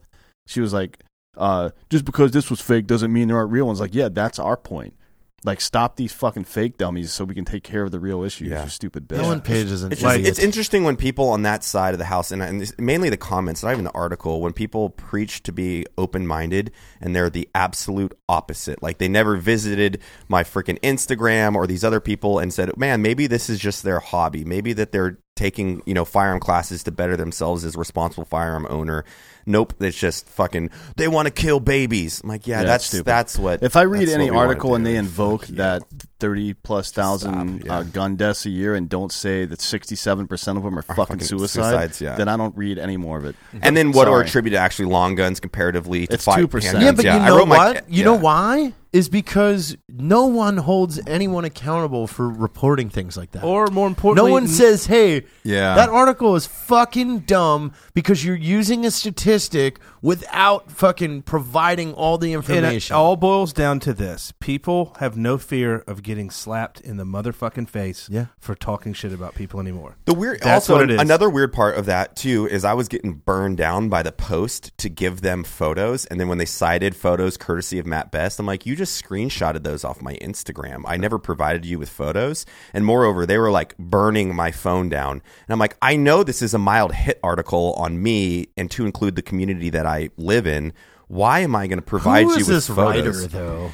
S3: She was like, uh, "Just because this was fake doesn't mean there aren't real ones." Like, yeah, that's our point. Like, stop these fucking fake dummies so we can take care of the real issues,
S5: Yeah.
S3: you stupid bitch.
S2: Ellen Page is an
S5: It's,
S2: idiot.
S5: just, it's interesting when people on that side of the house, and, and it's mainly the comments, not even the article, when people preach to be open minded and they're the absolute opposite. Like they never visited my freaking Instagram or these other people and said, man, maybe this is just their hobby. Maybe that they're taking, you know, firearm classes to better themselves as responsible firearm owner. Nope, it's just fucking, they want to kill babies. I'm like, yeah,
S3: Yeah, it's
S5: that's
S3: stupid.
S5: that's what.
S3: If I
S5: that's
S3: read
S5: what
S3: any
S5: we wanna
S3: article and
S5: do.
S3: they invoke
S5: Fuck you.
S3: that thirty plus thousand
S5: yeah.
S3: uh, gun deaths a year and don't say that sixty seven percent of them are, fucking,
S5: fucking
S3: suicide,
S5: suicides, yeah.
S3: then I don't read any more of it.
S5: And then what are
S3: Sorry.
S5: attributed to actually long guns comparatively to
S3: It's
S5: fight
S3: 2%.
S5: handguns?
S2: yeah, but you
S5: I
S2: know
S5: wrote my-
S2: what? you know
S5: yeah.
S2: why? Is because no one holds anyone accountable for reporting things like that.
S4: Or more
S2: no
S4: importantly,
S2: one says, "Hey,
S1: Yeah.
S2: that article is fucking dumb because you're using a statistic without fucking providing all the
S4: And uh, oh,
S2: information."
S4: it all boils down to this: people have no fear of getting slapped in the motherfucking face
S2: Yeah.
S4: for talking shit about people anymore.
S5: The weird,
S4: That's
S5: also
S4: what it is.
S5: another weird part of that too is I was getting burned down by the post to give them photos, and then when they cited photos courtesy of Matt Best, I'm like, you just screenshotted those off my Instagram. I never provided you with photos, and moreover, they were like burning my phone down, and I'm like, I know this is a mild hit article on me, and to include the community that I live in. Why am I going to provide
S2: Who
S5: you
S2: is
S5: with
S2: this writer
S5: photos?
S2: though?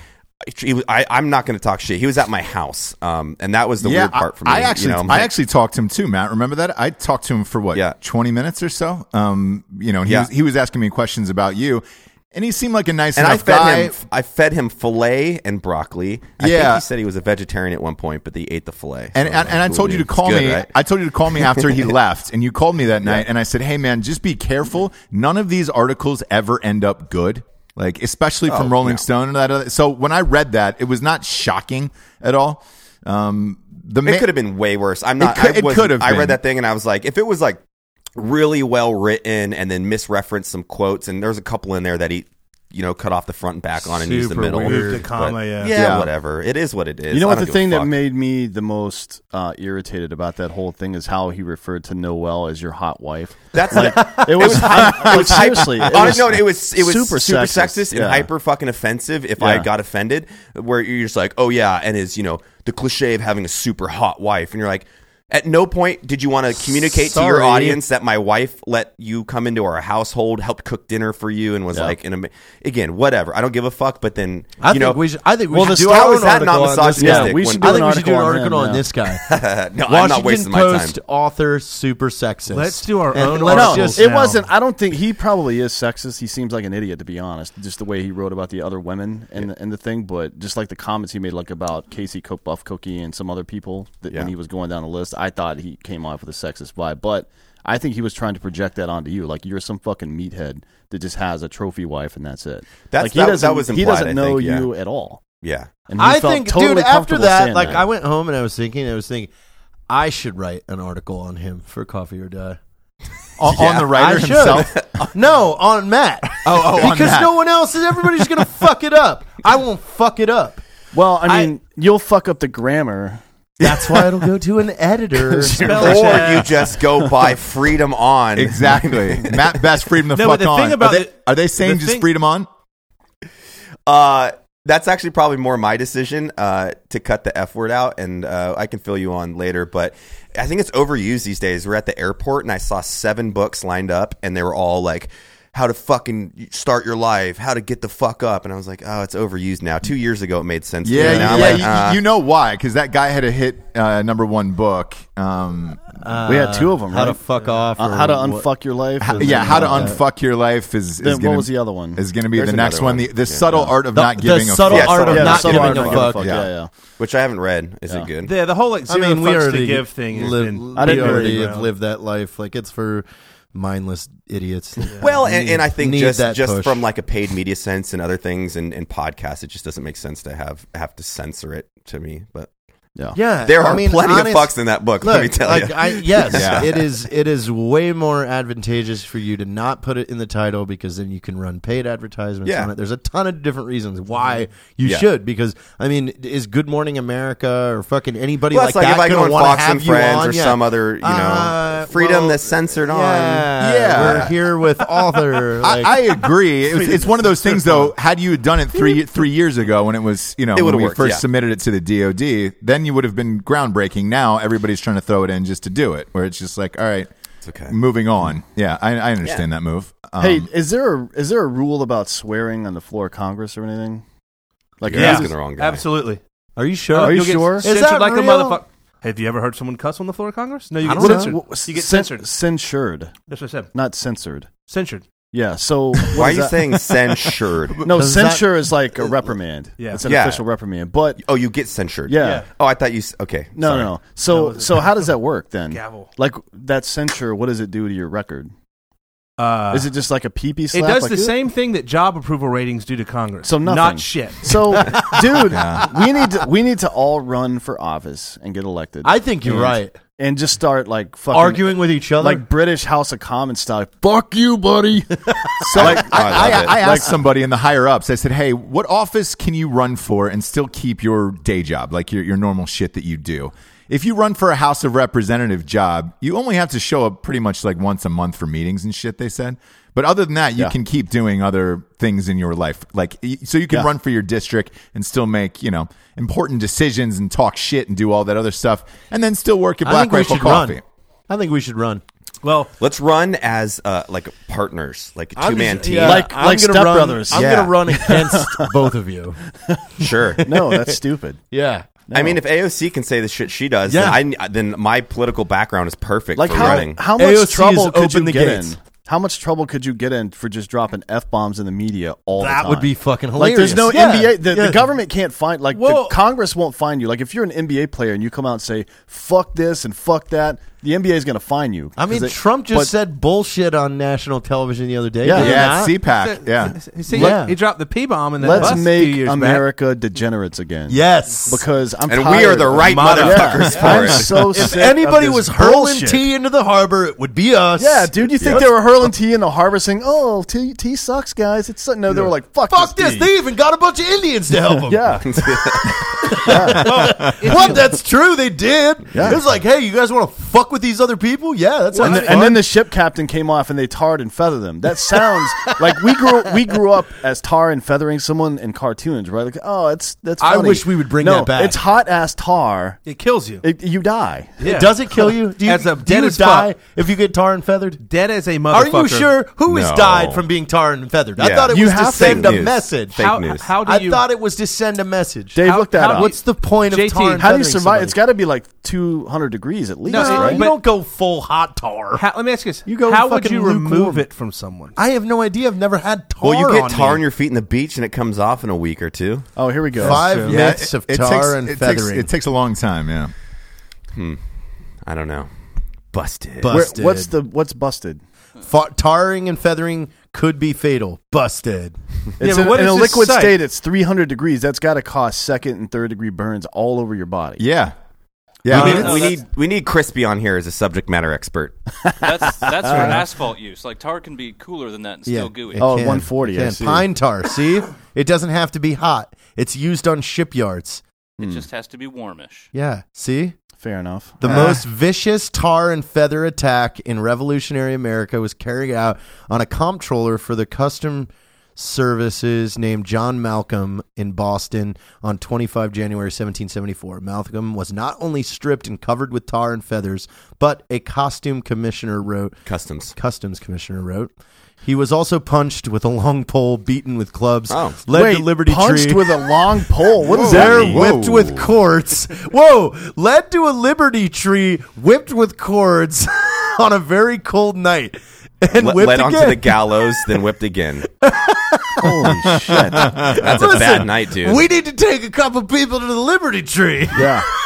S5: He was- I, am not going to talk shit. He was at my house, um, and that was the weird
S1: I-
S5: part for me.
S1: I actually,
S5: you know, I'm
S1: I
S5: like-
S1: actually talked to him too, Matt. Remember that? I talked to him for what,
S5: Yeah.
S1: twenty minutes or so. Um, you know, and he
S5: Yeah.
S1: was, he was asking me questions about you, and he seemed like a nice
S5: and I
S1: enough
S5: fed
S1: guy.
S5: him. I fed him filet and broccoli. I
S1: Yeah.
S5: think he said he was a vegetarian at one point, but he ate the filet.
S1: And,
S5: So,
S1: and, and I
S5: cool
S1: told you to
S5: dude. Oh, It's
S1: call
S5: good,
S1: me.
S5: right?
S1: I told you to call me after he left, and you called me that night. And I said, "Hey, man, just be careful. None of these articles ever end up good. Like, especially from Rolling
S5: no.
S1: Stone and that." Other. So when I read that, it was not shocking at all. Um, the
S5: it could have been way worse. I'm not.
S1: could-
S5: I
S1: it
S5: was,
S1: could have
S5: I
S1: been.
S5: read that thing and I was like, if it was like really well written and then misreferenced some quotes, and there's a couple in there that he, you know, cut off the front and back on and used the
S2: Super
S5: middle.
S2: weird.
S4: Moved the comma,
S5: But,
S4: yeah.
S5: yeah.
S1: Yeah.
S5: whatever. It is what it is.
S3: You know
S5: I
S3: what?
S5: don't
S3: The
S5: give a
S3: thing that
S5: fuck.
S3: made me the most uh, irritated about that whole thing is how he referred to Noel as your hot wife.
S5: that's like.
S3: It was, like,
S5: was hype-
S3: seriously. It was
S5: Honest- no, it was it was super, sexist, and
S3: yeah.
S5: hyper fucking offensive. If I
S3: Yeah.
S5: got offended, where you're just like, oh yeah, and is you know the cliche of having a super hot wife, and you're like. At no point did you want to communicate to your
S2: Sorry.
S5: audience that my wife let you come into our household, helped cook dinner for you, and was like, in a, again, whatever. I don't give a fuck. But then,
S2: I
S5: you
S2: think
S5: know,
S2: we should. I think we
S3: Well,
S2: should
S3: the
S2: do
S3: style
S2: our
S5: is
S2: own
S5: that
S2: article on this
S5: non-misogynistic
S2: guy.
S5: Yeah, we should
S2: I
S3: do
S2: think
S3: an
S2: we should do an
S3: article on
S2: article
S3: him,
S2: on
S3: yeah.
S2: this guy.
S5: no, I'm not
S2: Washington
S5: wasting my time.
S2: Post author, super sexist.
S4: Let's do our
S2: And
S4: own
S2: let's
S4: article
S2: just-
S3: it
S4: now.
S3: wasn't. I don't think he probably is sexist. He seems like an idiot, to be honest. Just the way he wrote about the other women and and the thing, but just like the comments he made, like about Casey Co- Buff Cookie and some other people that
S5: Yeah.
S3: when he was going down the list, I thought he came off with a sexist vibe, but. I think he was trying to project that onto you, like you're some fucking meathead that just has a trophy wife and that's it.
S5: That's-
S3: like he
S5: that- that
S3: doesn't,
S5: was
S3: he
S5: implied,
S3: doesn't
S5: I
S3: know
S5: think, yeah.
S3: you at all.
S5: Yeah,
S3: And he
S2: I
S3: felt
S2: think,
S3: totally
S2: dude. After
S3: comfortable
S2: that,
S3: saying
S2: like I went home and I was thinking, I was thinking, I should write an article on him for Coffee or Die.
S1: on, on the
S2: I
S1: writer
S2: should.
S1: himself.
S2: no, on Matt.
S1: oh, on
S2: because
S1: Matt.
S2: no one else is. Everybody's gonna fuck it up. I won't fuck it up.
S3: Well,
S2: I-
S3: I mean, you'll fuck up the grammar.
S2: That's why it'll go to an editor.
S4: Spell
S5: or
S4: check.
S5: you just go buy freedom on
S1: Exactly. Matt Best, freedom the
S4: No,
S1: fuck
S4: but the
S1: on.
S4: thing about
S1: are, they,
S4: it-
S1: are they saying
S4: the
S1: just
S4: thing-
S1: freedom on?
S5: Uh, that's actually probably more my decision uh, to cut the F word out, and uh, I can fill you on later. But I think it's overused these days. We're at the airport, and I saw seven books lined up, and they were all like, how to fucking start your life, how to get the fuck up. And I was like, oh, it's overused now. Two years ago, it made sense. to me.
S1: Yeah, yeah.
S5: Now I'm
S1: yeah,
S5: like,
S1: you,
S5: uh,
S1: you know why? Because that guy had a hit uh, number one book. Um,
S3: we had two of them,
S2: How to
S3: right?
S2: fuck off?
S3: Uh,
S2: or
S3: how to
S2: what-
S3: unfuck your life? and
S1: yeah,
S3: then,
S1: how to
S3: uh,
S1: unfuck your life is,
S3: Then
S1: is
S3: what
S1: gonna,
S3: was the other one?
S1: Is going to be
S5: There's
S1: the next
S5: another
S1: one.
S5: one.
S1: The, the
S5: Yeah.
S1: subtle art of
S2: The,
S1: not
S2: the
S1: giving a
S2: subtle
S1: fuck.
S5: Yeah,
S2: art of
S5: subtle-
S3: yeah,
S2: not
S3: the subtle
S2: giving
S3: art
S2: a
S3: of not
S2: fuck.
S3: giving
S1: Yeah.
S3: Yeah, yeah.
S5: which I haven't read. Is it good?
S4: The, the whole like
S2: I
S4: zero
S2: mean, we
S4: fucks
S2: already
S4: to give thing. has
S2: Live,
S4: been
S3: I
S2: we
S3: didn't
S4: beaten
S2: already
S4: to the
S2: have
S4: ground.
S2: lived that life. Like it's for mindless idiots.
S5: Well, and, and I think
S2: Need
S5: just
S2: that
S5: just
S2: push.
S5: from like a paid media sense and other things and, and podcasts, it just doesn't make sense to have have to censor it to me. But
S2: yeah,
S5: there
S2: I
S5: are
S2: mean,
S5: plenty
S2: honest-
S5: of fucks in that book.
S2: Look,
S5: let me tell
S2: like,
S5: you.
S2: I, yes,
S1: Yeah.
S2: it is. It is way more advantageous for you to not put it in the title because then you can run paid advertisements
S5: Yeah.
S2: on it. There's a ton of different reasons why you
S5: Yeah.
S2: should. Because I mean, is Good Morning America or fucking anybody
S5: Plus,
S2: like, that
S5: if I go
S2: gonna
S5: on
S2: wanna
S5: Fox
S2: have
S5: and
S2: you
S5: Friends
S2: on?
S5: or
S2: Yeah.
S5: some other, you know,
S2: Uh, yeah,
S5: freedom
S2: well,
S5: that's censored on.
S2: yeah,
S1: Yeah.
S2: We're here with author. like,
S1: I, I agree. It was, it's one of those things, though. Had you done it three three years ago, when it was you know
S5: It
S1: when
S5: would've
S1: we
S5: worked,
S1: first
S5: yeah.
S1: submitted it to the DoD, then you would have been groundbreaking. Now everybody's trying to throw it in just to do it, where it's just like, all right, it's
S5: okay.
S1: moving on. Yeah, I, I understand that move. Um,
S3: Hey, is there a, is there a rule about swearing on the floor of Congress or anything? Like,
S5: You're
S3: is
S5: asking
S3: this-
S5: the wrong guy.
S4: Absolutely.
S2: are you sure?
S3: Are you
S4: You'll get
S3: sure? Is
S4: Censored
S2: that
S4: like
S2: real?
S4: a motherfucker. Have you ever heard someone cuss on the floor of Congress? No, you
S2: I
S4: get
S2: don't know.
S4: censored.
S3: What- what-
S4: You get
S3: cen-
S4: censored.
S3: Censured,
S4: That's what I said.
S3: not censored.
S4: Censured.
S3: Yeah. So what
S5: Why are
S3: is
S5: you
S3: that?
S5: saying censured?
S3: No,
S2: Does that-
S3: censure is like a reprimand.
S4: Uh, Yeah.
S3: It's an
S5: Yeah.
S3: official reprimand. But
S5: oh, you get censured.
S3: yeah.
S4: Yeah.
S5: Oh, I thought you. s- Okay.
S3: No,
S5: sorry.
S3: no, no. So
S4: That was a-
S3: so how does that work then?
S4: Gavel.
S3: Like that censure, what does it do to your record?
S4: Uh,
S3: is it just like a pee pee
S4: it
S3: slap?
S4: does
S3: like,
S4: the
S3: "Ugh"?
S4: same thing that job approval ratings do to Congress.
S3: So nothing.
S4: Not shit.
S3: So, dude, we need to, we need to all run for office and get elected.
S2: I think
S5: Mm.
S2: you're
S3: And-
S2: right.
S3: And just start like fucking
S2: Arguing with each other,
S3: like British House of Commons style. Fuck you, buddy. so like,
S5: I love
S1: I,
S5: it.
S1: I asked somebody in the higher ups. I said, "Hey, what office can you run for and still keep your day job, like your your normal shit that you do? If you run for a House of Representative job, you only have to show up pretty much like once a month for meetings and shit." They said, but other than that, you
S3: Yeah.
S1: can keep doing other things in your life, like y- so you can
S3: Yeah.
S1: run for your district and still make you know important decisions and talk shit and do all that other stuff, and then still work at
S2: I
S1: Black
S2: think we
S1: Rifle
S2: should
S1: Coffee.
S2: run. I think we should run.
S4: Well,
S5: Let's run as uh, like partners, like a two man team.
S3: yeah. Like-
S2: I'm
S3: like
S2: gonna
S3: Step
S2: run-
S3: Brothers.
S2: I'm
S5: Yeah.
S2: gonna run against both of you.
S5: Sure.
S3: no, that's stupid.
S2: Yeah.
S5: I mean, if AOC can say the shit she does,
S2: Yeah.
S5: then, I, then my political background is perfect
S3: Like
S5: for
S3: how
S5: running.
S3: how much
S2: AOC
S3: trouble
S2: has
S3: could you
S2: opened the
S3: get
S2: gates.
S3: in? How much trouble could you get in for just dropping f bombs in the media all the
S2: That
S3: time?
S2: would be fucking
S3: Like there's no
S2: hilarious. Yeah,
S3: NBA. The,
S2: yeah.
S3: the government can't find. Like
S4: Well-
S3: the Congress won't find you. Like if you're an NBA player and you come out and say fuck this and fuck that, the NBA is going to find you.
S2: I mean,
S3: 'Cause it-
S2: Trump just
S3: but-
S2: said bullshit on national television the other day.
S3: Yeah.
S2: did he
S1: Yeah,
S2: not?
S1: CPAC. Yeah,
S4: See,
S2: Yeah.
S4: he dropped the P bomb in that
S3: Let's
S4: bus a few
S3: make
S4: years
S3: America degenerates again.
S2: Yes.
S3: because I'm
S5: and we are
S3: tired
S5: the
S3: of-
S5: right
S4: Mother-
S5: motherfuckers for
S3: I'm
S5: it.
S3: so
S2: if
S3: sick
S2: anybody
S3: of this
S2: was hurling
S3: bullshit.
S2: tea into the harbor, it would be us.
S3: Yeah, dude, you think they were hurling tea in the harbor saying, "Oh, tea, tea sucks, guys." It's so-" no, they were like, "Fuck,
S2: Fuck this! They even got a bunch of Indians to help them.
S3: yeah,
S2: What? That's true. They did.
S3: Yeah.
S2: It was like, hey, you guys want to fuck with these other people? Yeah, that's
S3: and, then- and then the ship captain came off and they tarred and feathered them. That sounds like we grew we grew up as tar and feathering someone in cartoons, right? Like, oh, it's that's.
S2: I
S3: funny.
S2: wish we would bring
S3: no,
S2: that back.
S3: It's hot ass tar.
S4: Back. It kills you.
S3: It, you die.
S4: Yeah.
S2: Does it kill you? Do you,
S4: As a
S2: do
S4: dead
S2: you
S4: as
S2: die
S4: fuck.
S2: if you get tar and feathered?
S4: Dead as a
S2: Are
S4: motherfucker.
S2: you sure? Who has
S5: No.
S2: died from being tar and feathered? I
S5: Yeah.
S2: thought it
S5: You
S2: was to
S5: have-
S2: send
S5: Fake
S2: a
S5: news.
S2: message.
S5: Fake
S4: How,
S5: news.
S4: how do
S2: I
S4: you?
S2: thought it was to send a message.
S3: Dave,
S4: How-
S3: look that
S4: how-
S3: up.
S2: What's the point of
S4: JT,
S2: tar and
S3: How do you
S2: feathering
S3: survive?
S2: somebody?
S3: It's got to be like two hundred degrees at least,
S4: No, it-
S3: right?
S2: you
S4: but-
S2: don't go full hot tar.
S4: How, let me ask you this:
S3: You go
S4: How would
S3: fucking
S4: you
S3: lukewarm.
S4: remove it from someone?
S2: I have no idea. I've never had tar.
S5: Well, you
S2: on
S5: get tar
S2: me.
S5: on your feet in the beach, and it comes off in a week or two.
S3: oh, here we go.
S2: five
S4: true.
S2: minutes of tar
S1: takes-
S2: and
S1: it takes-
S2: feathering.
S1: it takes a long time. Yeah.
S5: I don't know. Busted.
S2: But-
S3: Where,
S2: Busted.
S3: what's the what's busted?
S2: Fa- tarring and feathering could be fatal. Busted.
S3: It's
S4: but
S3: in,
S4: what
S3: in a
S4: is this
S3: liquid
S4: site?
S3: state. It's three hundred degrees. That's got to cause second and third degree burns all over your body.
S1: Yeah. Yeah.
S5: we
S1: I mean,
S5: need,
S1: it's-
S5: uh, we, need, we need Crispy on here as a subject matter expert.
S6: That's that's for asphalt use. Like tar can be cooler than that and still gooey.
S2: it
S3: Oh,
S2: can.
S3: 140,
S2: It
S3: I
S2: can.
S3: see.
S2: Pine tar. See, it doesn't have to be hot. It's used on shipyards.
S6: It just has to be warmish.
S2: Yeah. See,
S3: Fair enough.
S2: the
S5: Ah.
S2: most vicious tar and feather attack in revolutionary America was carried out on a comptroller for the custom services named John Malcolm in Boston on 25 January 1774. Malcolm was not only stripped and covered with tar and feathers, but a costume commissioner wrote
S5: Customs.
S2: customs commissioner wrote. He was also punched with a long pole, beaten with clubs,
S5: Oh.
S2: led to Liberty
S3: punched
S2: Tree.
S3: with a long pole. What does
S2: there,
S3: that mean?
S2: whipped with cords. Whoa! Led to a Liberty Tree, whipped with cords on a very cold night, and
S5: Le-
S2: whipped
S5: led
S2: again.
S5: onto the gallows, then whipped again.
S3: Holy shit!
S5: That's a
S2: Listen,
S5: bad night, dude.
S2: We need to take a couple people to the Liberty Tree.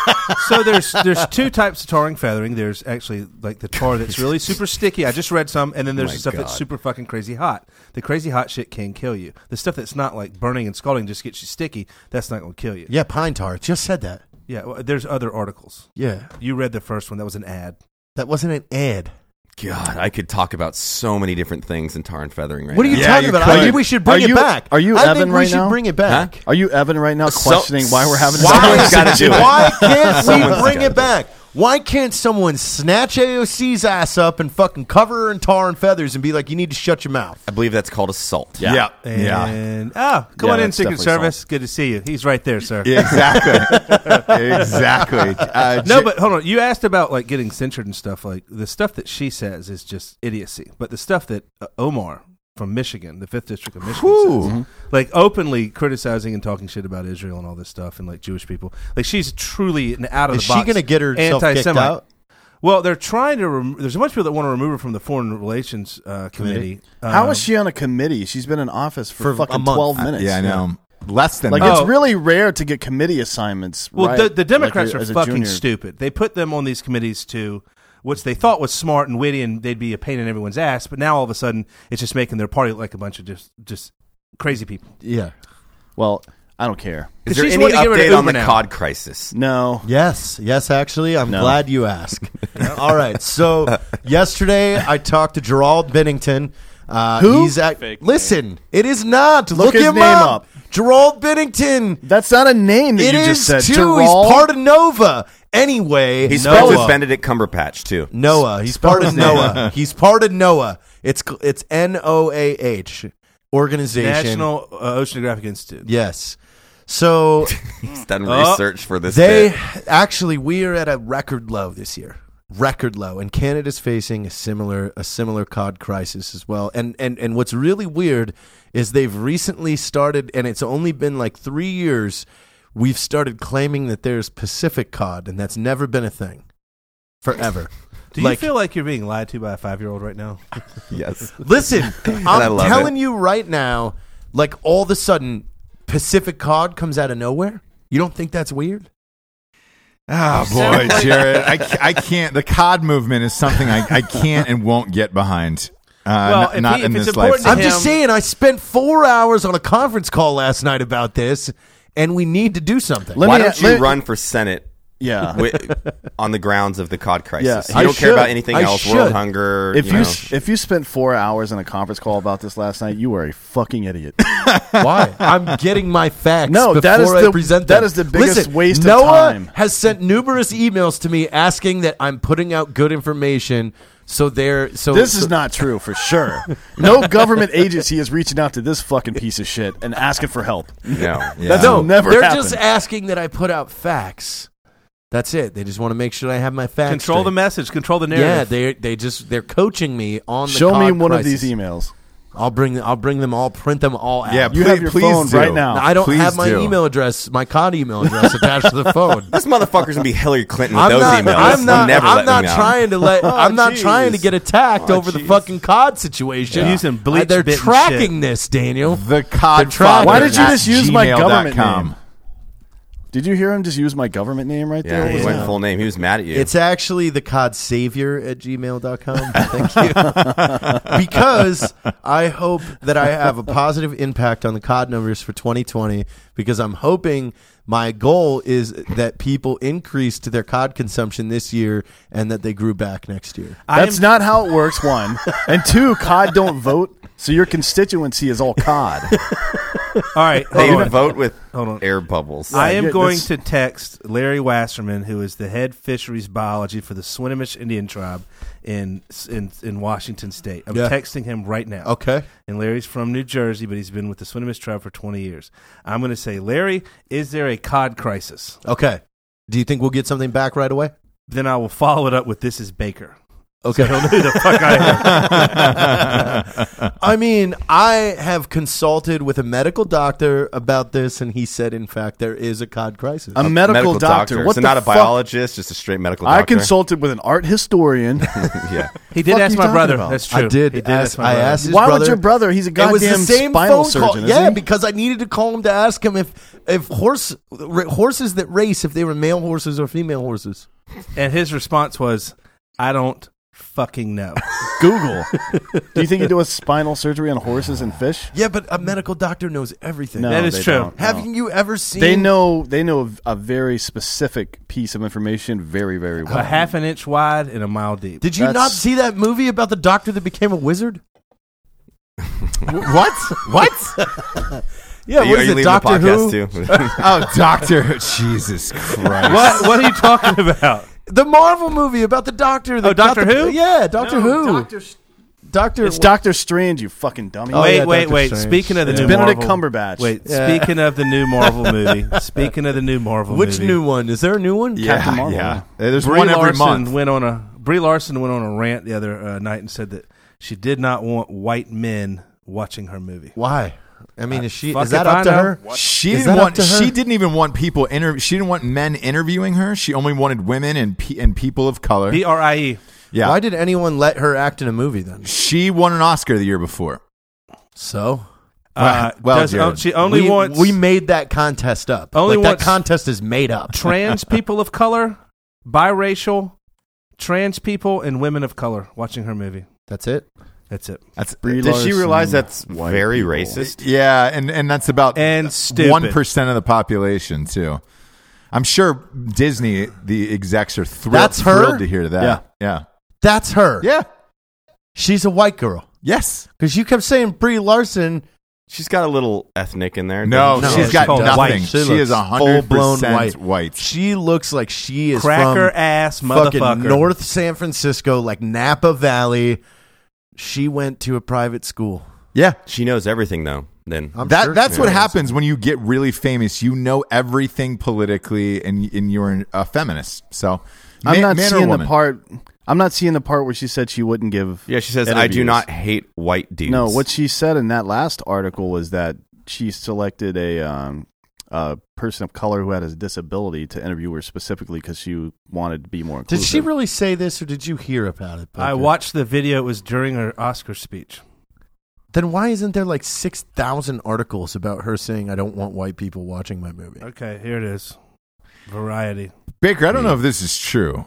S3: Yeah,
S4: so there's there's two types of tarring feathering. There's actually like the tar that's really super sticky. I just read some, and then there's
S5: My
S4: the stuff
S5: God.
S4: that's super fucking crazy hot. The crazy hot shit can kill you. The stuff that's not like burning and scalding just gets you sticky. That's not going to kill you.
S2: Yeah, pine tar. Just said that.
S4: Yeah. Well, there's other articles.
S2: Yeah,
S4: You read the first one. That was an ad.
S2: that wasn't an ad.
S5: God, I could talk about so many different things in tar and feathering right
S2: What are
S5: now.
S2: you
S1: Yeah,
S2: talking
S1: you
S2: about?
S1: could.
S2: I think we should bring
S3: Are
S2: it
S3: you-
S2: back.
S3: are you
S2: I
S3: Evan
S2: think we
S3: right
S2: should
S3: now?
S2: bring it back.
S3: are you Evan right now
S5: So-
S3: questioning why we're having?
S5: Why?
S3: this
S5: Someone's gotta do it.
S2: Why can't
S5: Someone's
S2: we bring
S5: gotta do
S2: it
S5: it.
S2: back? Why can't someone snatch AOC's ass up and fucking cover her in tar and feathers and be like, you need to shut your mouth?
S5: I believe that's called assault.
S3: Yeah.
S1: Yeah. Yeah.
S4: And oh, come
S3: Yeah,
S4: on in,
S3: that's
S4: Secret
S3: definitely
S4: Service. Good to see you. He's right there, sir.
S1: Exactly. exactly. Uh,
S4: No,
S1: J-
S4: but hold on. You asked about like getting censored and stuff. Like the stuff that she says is just idiocy. But the stuff that uh, Omar from Michigan, the Fifth District of Michigan, says,
S2: Mm-hmm.
S4: like openly criticizing and talking shit about Israel and all this stuff and like Jewish people. Like she's truly an out of
S2: Is
S4: the
S2: she
S4: box.
S2: going to get herself kicked
S4: anti-Semite.
S2: out?
S4: Well, they're trying to. Rem- There's a bunch of people that want to remove her from the Foreign Relations uh, Committee. Um,
S3: How is she on a committee? She's been in office
S2: For
S3: for,
S2: a
S3: fucking
S2: month.
S3: twelve minutes.
S1: yeah, I know. Less than
S3: Like
S1: that.
S4: Oh.
S3: it's really rare to get committee assignments.
S4: Well,
S3: right,
S4: the, the Democrats
S3: like, as a
S4: are fucking
S3: junior.
S4: stupid. They put them on these committees to which they thought was smart and witty, and they'd be a pain in everyone's ass. But now all of a sudden, it's just making their party look like a bunch of just just crazy people.
S2: Yeah.
S3: Well, I don't care.
S5: Is
S4: 'Cause
S5: there
S4: she's
S5: any
S4: wanting to get rid of
S5: update on
S4: Uber
S5: the
S4: now.
S5: COD crisis?
S3: No.
S2: Yes, yes, actually. I'm
S3: No.
S2: glad you ask. All right. So yesterday I talked to Gerald Bennington. Uh,
S3: Who?
S2: He's at,
S6: Fake name.
S2: listen, it is not. Look,
S3: his
S2: him
S3: name
S2: up.
S3: up.
S2: Gerald Bennington.
S3: That's not a name that
S2: It
S3: you
S2: is
S3: just said.
S2: too.
S3: Gerald?
S2: He's part of Nova. Anyway,
S5: He's
S2: Noah.
S5: spelled with Benedict Cumberpatch too.
S4: Mm.
S2: Noah. He's part of
S3: his name.
S2: Noah. He's part of Noah. It's cl- it's N O A H organization.
S4: National uh, Oceanographic Institute.
S2: Yes. So
S5: He's done
S4: Oh.
S5: research for this.
S2: They
S5: bit.
S2: actually we are at a record low this year. Record low, and Canada's facing a similar a similar cod crisis as well. And and and what's really weird is they've recently started, and it's only been like three years. We've started claiming that there's Pacific cod, and that's never been a thing, forever.
S4: Do
S2: Like-
S4: you feel like you're being lied to by a five year old right now?
S5: yes.
S2: Listen,
S5: I
S2: I'm
S5: love
S2: telling
S5: it.
S2: you right now, like all of a sudden, Pacific cod comes out of nowhere. You don't think that's weird?
S1: Oh boy, Jared, I, ca- I can't. The COD movement is something I, I can't and won't get behind. Uh,
S4: Well,
S1: n-
S4: if
S1: not
S4: he-
S1: in
S4: if it's
S1: this
S4: important to
S1: lifetime.
S2: I'm just
S4: him.
S2: saying, I spent four hours on a conference call last night about this, and we need to do something.
S3: Let
S5: Why
S3: me-
S5: don't you
S3: let-
S5: run for Senate
S3: Yeah.
S5: wi- on the grounds of the COD crisis?
S3: Yeah.
S5: you
S2: I
S5: don't care about
S2: should.
S5: anything
S2: I
S5: else.
S2: should.
S5: World hunger.
S3: If
S5: you,
S3: you
S5: know.
S3: s- if you spent four hours in a conference call about this last night, you were a fucking idiot.
S2: Why? I'm getting my facts.
S3: No,
S2: before
S3: that is
S2: I
S3: the-
S2: present
S3: that
S2: them.
S3: is the biggest
S2: Listen,
S3: waste of
S2: Noah
S3: time.
S2: has sent numerous emails to me asking that I'm putting out good information, so they're so
S3: this
S2: so-
S3: is not true for sure. No government agency is reaching out to this fucking piece of shit and asking for help.
S5: no, yeah.
S3: That's
S2: no.
S3: never
S2: they're
S3: happened.
S2: just asking that I put out facts. That's it. They just want to make sure I have my facts.
S4: Control the
S2: straight.
S4: message. Control the
S2: Yeah,
S4: narrative.
S2: they they just they're coaching me on the
S3: Show me
S2: COD
S3: one of
S2: crisis.
S3: these emails.
S2: I'll bring I'll bring them all, print them all out.
S1: yeah,
S3: You
S1: please,
S3: have your
S1: please
S3: phone
S1: do.
S3: right now.
S2: I don't
S1: Please
S2: have my
S1: do.
S2: email address, my COD email address attached to the phone.
S5: this motherfucker's gonna be Hillary Clinton with
S2: I'm
S5: those
S2: not,
S5: emails.
S2: I'm
S5: He'll
S2: not,
S5: never
S2: I'm
S5: let
S2: not
S5: me out.
S2: trying to let. I'm not
S3: jeez.
S2: trying to get attacked over the fucking COD situation. Uh,
S4: Yeah. Using bleach
S2: They're
S4: bit and
S2: tracking
S4: shit.
S2: this, Daniel.
S1: The COD.
S2: trying.
S3: Why did you
S1: at
S3: just use my government
S1: gmail.com.
S3: name? Did you hear him just use my government name right
S5: Yeah,
S3: there?
S5: he
S3: Was
S5: went
S3: that-
S5: full name. He was mad at you.
S2: It's actually the COD savior at gmail.com. Thank you. because I hope that I have a positive impact on the COD numbers for 2020 because I'm hoping my goal is that people increased their COD consumption this year and that they grew back next year.
S3: That's not how it works. One and two. Cod don't vote, so your constituency is all cod.
S4: All right.
S5: they
S4: hold on.
S5: vote with
S4: Hold on.
S5: air bubbles.
S4: I am
S3: yeah,
S4: going
S3: that's-
S4: to text Larry Wasserman, who is the head fisheries biology for the Swinomish Indian tribe in in, in Washington State. I'm
S2: Yeah.
S4: texting him right now.
S2: Okay.
S4: And Larry's from New Jersey, but he's been with the Swinomish tribe for 20 years. I'm going to say, Larry, is there a cod crisis?
S2: Okay. Do you think we'll get something back right away?
S4: Then I will follow it up with, "This is Baker."
S2: Okay.
S4: Who the fuck I am?
S2: I mean, I have consulted with a medical doctor about this, and he said, in fact, there is a cod crisis.
S3: A medical, doctor. What
S5: so
S3: the
S5: not a
S3: fuck?
S5: biologist, just a straight medical doctor.
S3: I consulted with an art historian.
S5: yeah.
S4: He did
S3: Fuck
S4: ask
S3: you
S4: my
S3: talking
S4: brother.
S3: about?
S4: That's true.
S2: I did.
S4: He did
S2: ask,
S4: ask my
S2: I
S4: brother.
S2: asked his
S3: Why
S2: brother.
S3: would your brother? He's a
S2: It
S3: goddamn
S2: was the same
S3: spinal
S2: phone
S3: surgeon.
S2: call.
S3: isn't
S2: Yeah,
S3: he?
S2: because I needed to call him to ask him if if horse r- horses that race if they were male horses or female horses.
S4: And his response was, "I don't fucking know."
S3: Google. do you think you do a spinal surgery on horses and fish?
S2: Yeah, but a medical doctor knows everything.
S3: No,
S4: That is
S3: they
S4: true.
S3: don't, no.
S2: Have you ever seen?
S3: They know. They know a very specific piece of information very, very well.
S4: a half an inch wide and a mile deep.
S2: Did you
S3: That's-
S2: not see that movie about the doctor that became a wizard?
S1: What? What?
S2: Yeah,
S5: Are you,
S2: what
S5: are
S2: is
S5: you
S2: it,
S5: leaving
S2: Doctor
S5: the
S2: Who?
S5: podcast too?
S1: oh, doctor. Jesus Christ.
S4: What? What are you talking about?
S2: The Marvel movie about the Doctor. that
S4: Oh, Doctor
S2: got the-
S4: Who?
S2: Yeah, Doctor Who.
S7: Doctor
S2: Doctor.
S3: It's Doctor Strange, you fucking dummy.
S2: Oh,
S4: wait,
S2: yeah,
S4: wait,
S2: Doctor
S4: wait.
S2: Strange.
S4: Speaking of the
S3: It's
S4: new
S3: Benedict
S4: Marvel,
S3: Cumberbatch.
S4: Wait,
S2: Yeah.
S4: speaking of the new Marvel movie. Speaking of the new Marvel
S2: Which
S4: movie.
S2: new one? Is there a new one?
S3: Captain Marvel.
S1: Yeah. There's
S4: Brie
S1: one every
S4: Larson
S1: month.
S4: went on a Brie Larson went on a rant the other uh, night and said that she did not want white men watching her movie.
S2: Why? I mean, is she?
S4: fuck
S2: Is that
S4: if I
S2: up to
S4: know.
S2: her?
S1: She
S2: Is
S1: didn't
S2: that up
S1: want.
S2: to her?
S1: She didn't even want people. Inter- she didn't want men interviewing her. She only wanted women and pe- and people of color.
S4: B R I E.
S1: yeah,
S2: Why did anyone let her act in a movie then?
S1: she won an Oscar the year before.
S2: So
S4: Uh,
S1: Well,
S4: does-
S1: Jared,
S4: oh, she only
S2: we,
S4: wants
S2: we made that contest up.
S4: Only
S2: Like, that
S4: wants-
S2: contest is made up.
S4: trans people of color, biracial, trans people, and women of color watching her movie.
S2: That's it.
S4: That's it.
S1: That's
S3: Brie
S5: Did she
S3: Larson,
S5: realize that's
S3: white
S5: very
S3: people.
S5: racist?
S1: yeah, and and that's about
S4: And stupid.
S1: one percent of the population too. I'm sure Disney the execs are thrilled,
S2: That's her?
S1: thrilled to hear that. Yeah,
S2: That's her.
S1: yeah, yeah.
S2: She's a white girl.
S1: Yes.
S2: Because you kept saying Brie Larson.
S5: She's got a little ethnic in there.
S1: No,
S5: doesn't she?
S1: Oh, she's
S4: it's
S1: got
S4: called
S1: nothing.
S2: white.
S1: She,
S2: She
S1: is
S2: looks
S1: hundred
S2: full-blown
S1: percent
S2: white.
S1: white.
S2: She looks like she is
S4: Cracker
S2: from
S4: ass
S2: fucking
S4: motherfucker.
S2: North San Francisco, like Napa Valley. She went to a private school.
S1: Yeah,
S5: She knows everything though. Then
S2: I'm
S1: that
S2: sure
S1: that's
S2: she
S1: what
S2: is.
S1: happens when you get really famous. You know everything politically, and and you're a feminist. So
S3: I'm
S1: ma-
S3: not
S1: man or
S3: seeing the
S1: woman?
S3: part. I'm not seeing the part where she said she wouldn't give.
S5: yeah, she says I do
S3: interviews."
S5: not hate white dudes.
S3: No, what she said in that last article was that she selected a um, a person of color who had a disability to interview her specifically because she wanted to be more.
S2: Did
S3: Inclusive.
S2: she really say this, or did you hear about it?
S4: I
S2: Booker?
S4: watched the video. It was during her Oscar speech.
S2: Then why isn't there like six thousand articles about her saying, "I don't want white people watching my movie"?
S4: Okay, here it is. Variety.
S1: Baker. I don't know if this is true.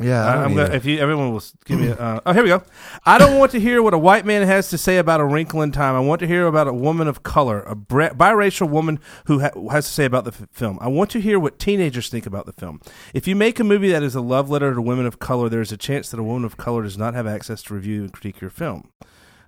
S2: Yeah, I
S4: I,
S2: don't
S4: am gonna,
S2: either.
S4: if you everyone will s- give me. A, uh, oh, here we go. I don't want to hear what a white man has to say about a wrinkle in time. I want to hear about a woman of color, a bra- biracial woman who ha- has to say about the f- film. I want to hear what teenagers think about the film. If you make a movie that is a love letter to women of color, there is a chance that a woman of color does not have access to review and critique your film.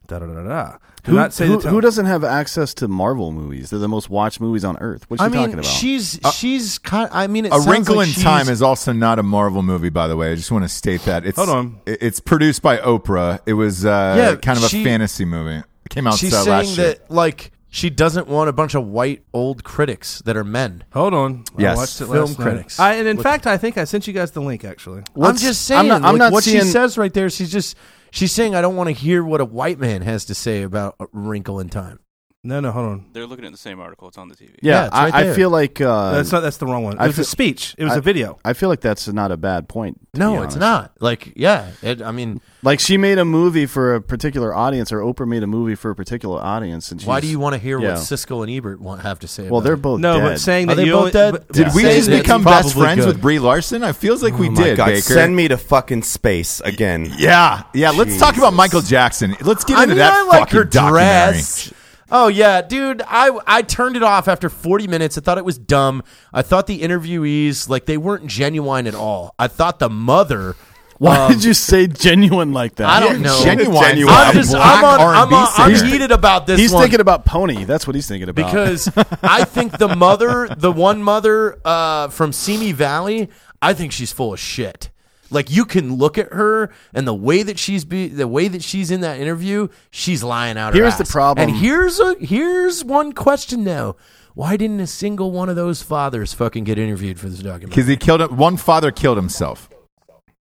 S4: Da da da da. da. Do
S3: Who,
S4: not say
S3: who,
S4: the
S3: who
S4: does
S3: doesn't have access to Marvel movies? They're the most watched movies on earth. What's she
S2: I mean,
S3: talking about?
S2: she's she's. Kind, I mean, it
S1: A
S2: sounds
S1: Wrinkle
S2: like
S1: in
S2: she's-
S1: Time is also not a Marvel movie, by the way. I just want to state that. It's,
S4: Hold on.
S1: it- It's produced by Oprah. It was uh,
S2: Yeah,
S1: kind of a
S2: she-
S1: fantasy movie. It came out
S2: She's
S1: uh, last
S2: saying
S1: year.
S2: that like she doesn't want a bunch of white old critics that are men.
S4: Hold on.
S1: Yes.
S4: I watched it
S2: Film
S4: last night.
S2: critics.
S4: I, and in
S2: What-
S4: fact, I think I sent you guys the link actually.
S3: What's-
S2: I'm just saying.
S3: I'm not, I'm
S2: like,
S3: not
S2: what
S3: seeing,
S2: she says right there. She's just she's saying I don't want to hear what a white man has to say about a Wrinkle in Time.
S4: No, no, hold on.
S6: They're looking at the same article. It's on the TV.
S3: Yeah,
S2: Yeah, it's right
S3: I, I
S2: there.
S3: feel like uh,
S4: that's not. That's the wrong one. It
S3: I
S4: was a
S3: feel-
S4: speech. It was a
S3: I-
S4: video.
S3: I feel like that's not a bad point. to be
S2: No, it's
S3: honest.
S2: not. Like, yeah, it, I mean,
S3: Like she made a movie for a particular audience, or Oprah made a movie for a particular audience, and she's,
S2: why do you want to hear
S3: yeah.
S2: what Siskel and Ebert want have to say?
S3: Well,
S2: about
S3: they're
S2: it?
S3: both
S4: No,
S3: dead.
S4: but saying
S2: Are
S4: that
S2: they
S4: you
S2: both
S4: only,
S2: dead?
S4: but-
S1: Did we
S2: Say
S1: just
S2: that's
S1: become best
S2: probably
S1: friends
S2: good.
S1: with Brie Larson? I feels like we
S5: Oh my
S1: did,
S5: God,
S1: Baker.
S5: Send me to fucking space again.
S1: yeah, yeah. Let's talk about
S5: Jesus.
S1: Michael Jackson. Let's get
S2: I
S1: into
S2: mean,
S1: that
S2: I like
S1: fucking
S2: her
S1: documentary.
S2: dress. Oh yeah, dude. I I turned it off after 40 minutes. I thought it was dumb. I thought the interviewees like they weren't genuine at all. I thought the mother.
S3: Why did you say genuine like that?
S2: Um, I don't know.
S1: Genuine.
S5: Genuine.
S1: black
S2: I'm just
S1: black
S2: I'm on, I'm,
S1: R&B
S2: on, I'm
S1: singer.
S2: heated about this.
S3: He's
S2: one.
S3: thinking about Pony. That's what he's thinking about.
S2: because I think the mother, the one mother uh, from Simi Valley, I think she's full of shit. Like you can look at her and the way that she's be, the way that she's in that interview, she's lying out. her
S3: Here's the
S2: ass.
S3: problem.
S2: And here's a here's one question though: Why didn't a single one of those fathers fucking get interviewed for this documentary?
S1: Because he killed him. One father killed himself.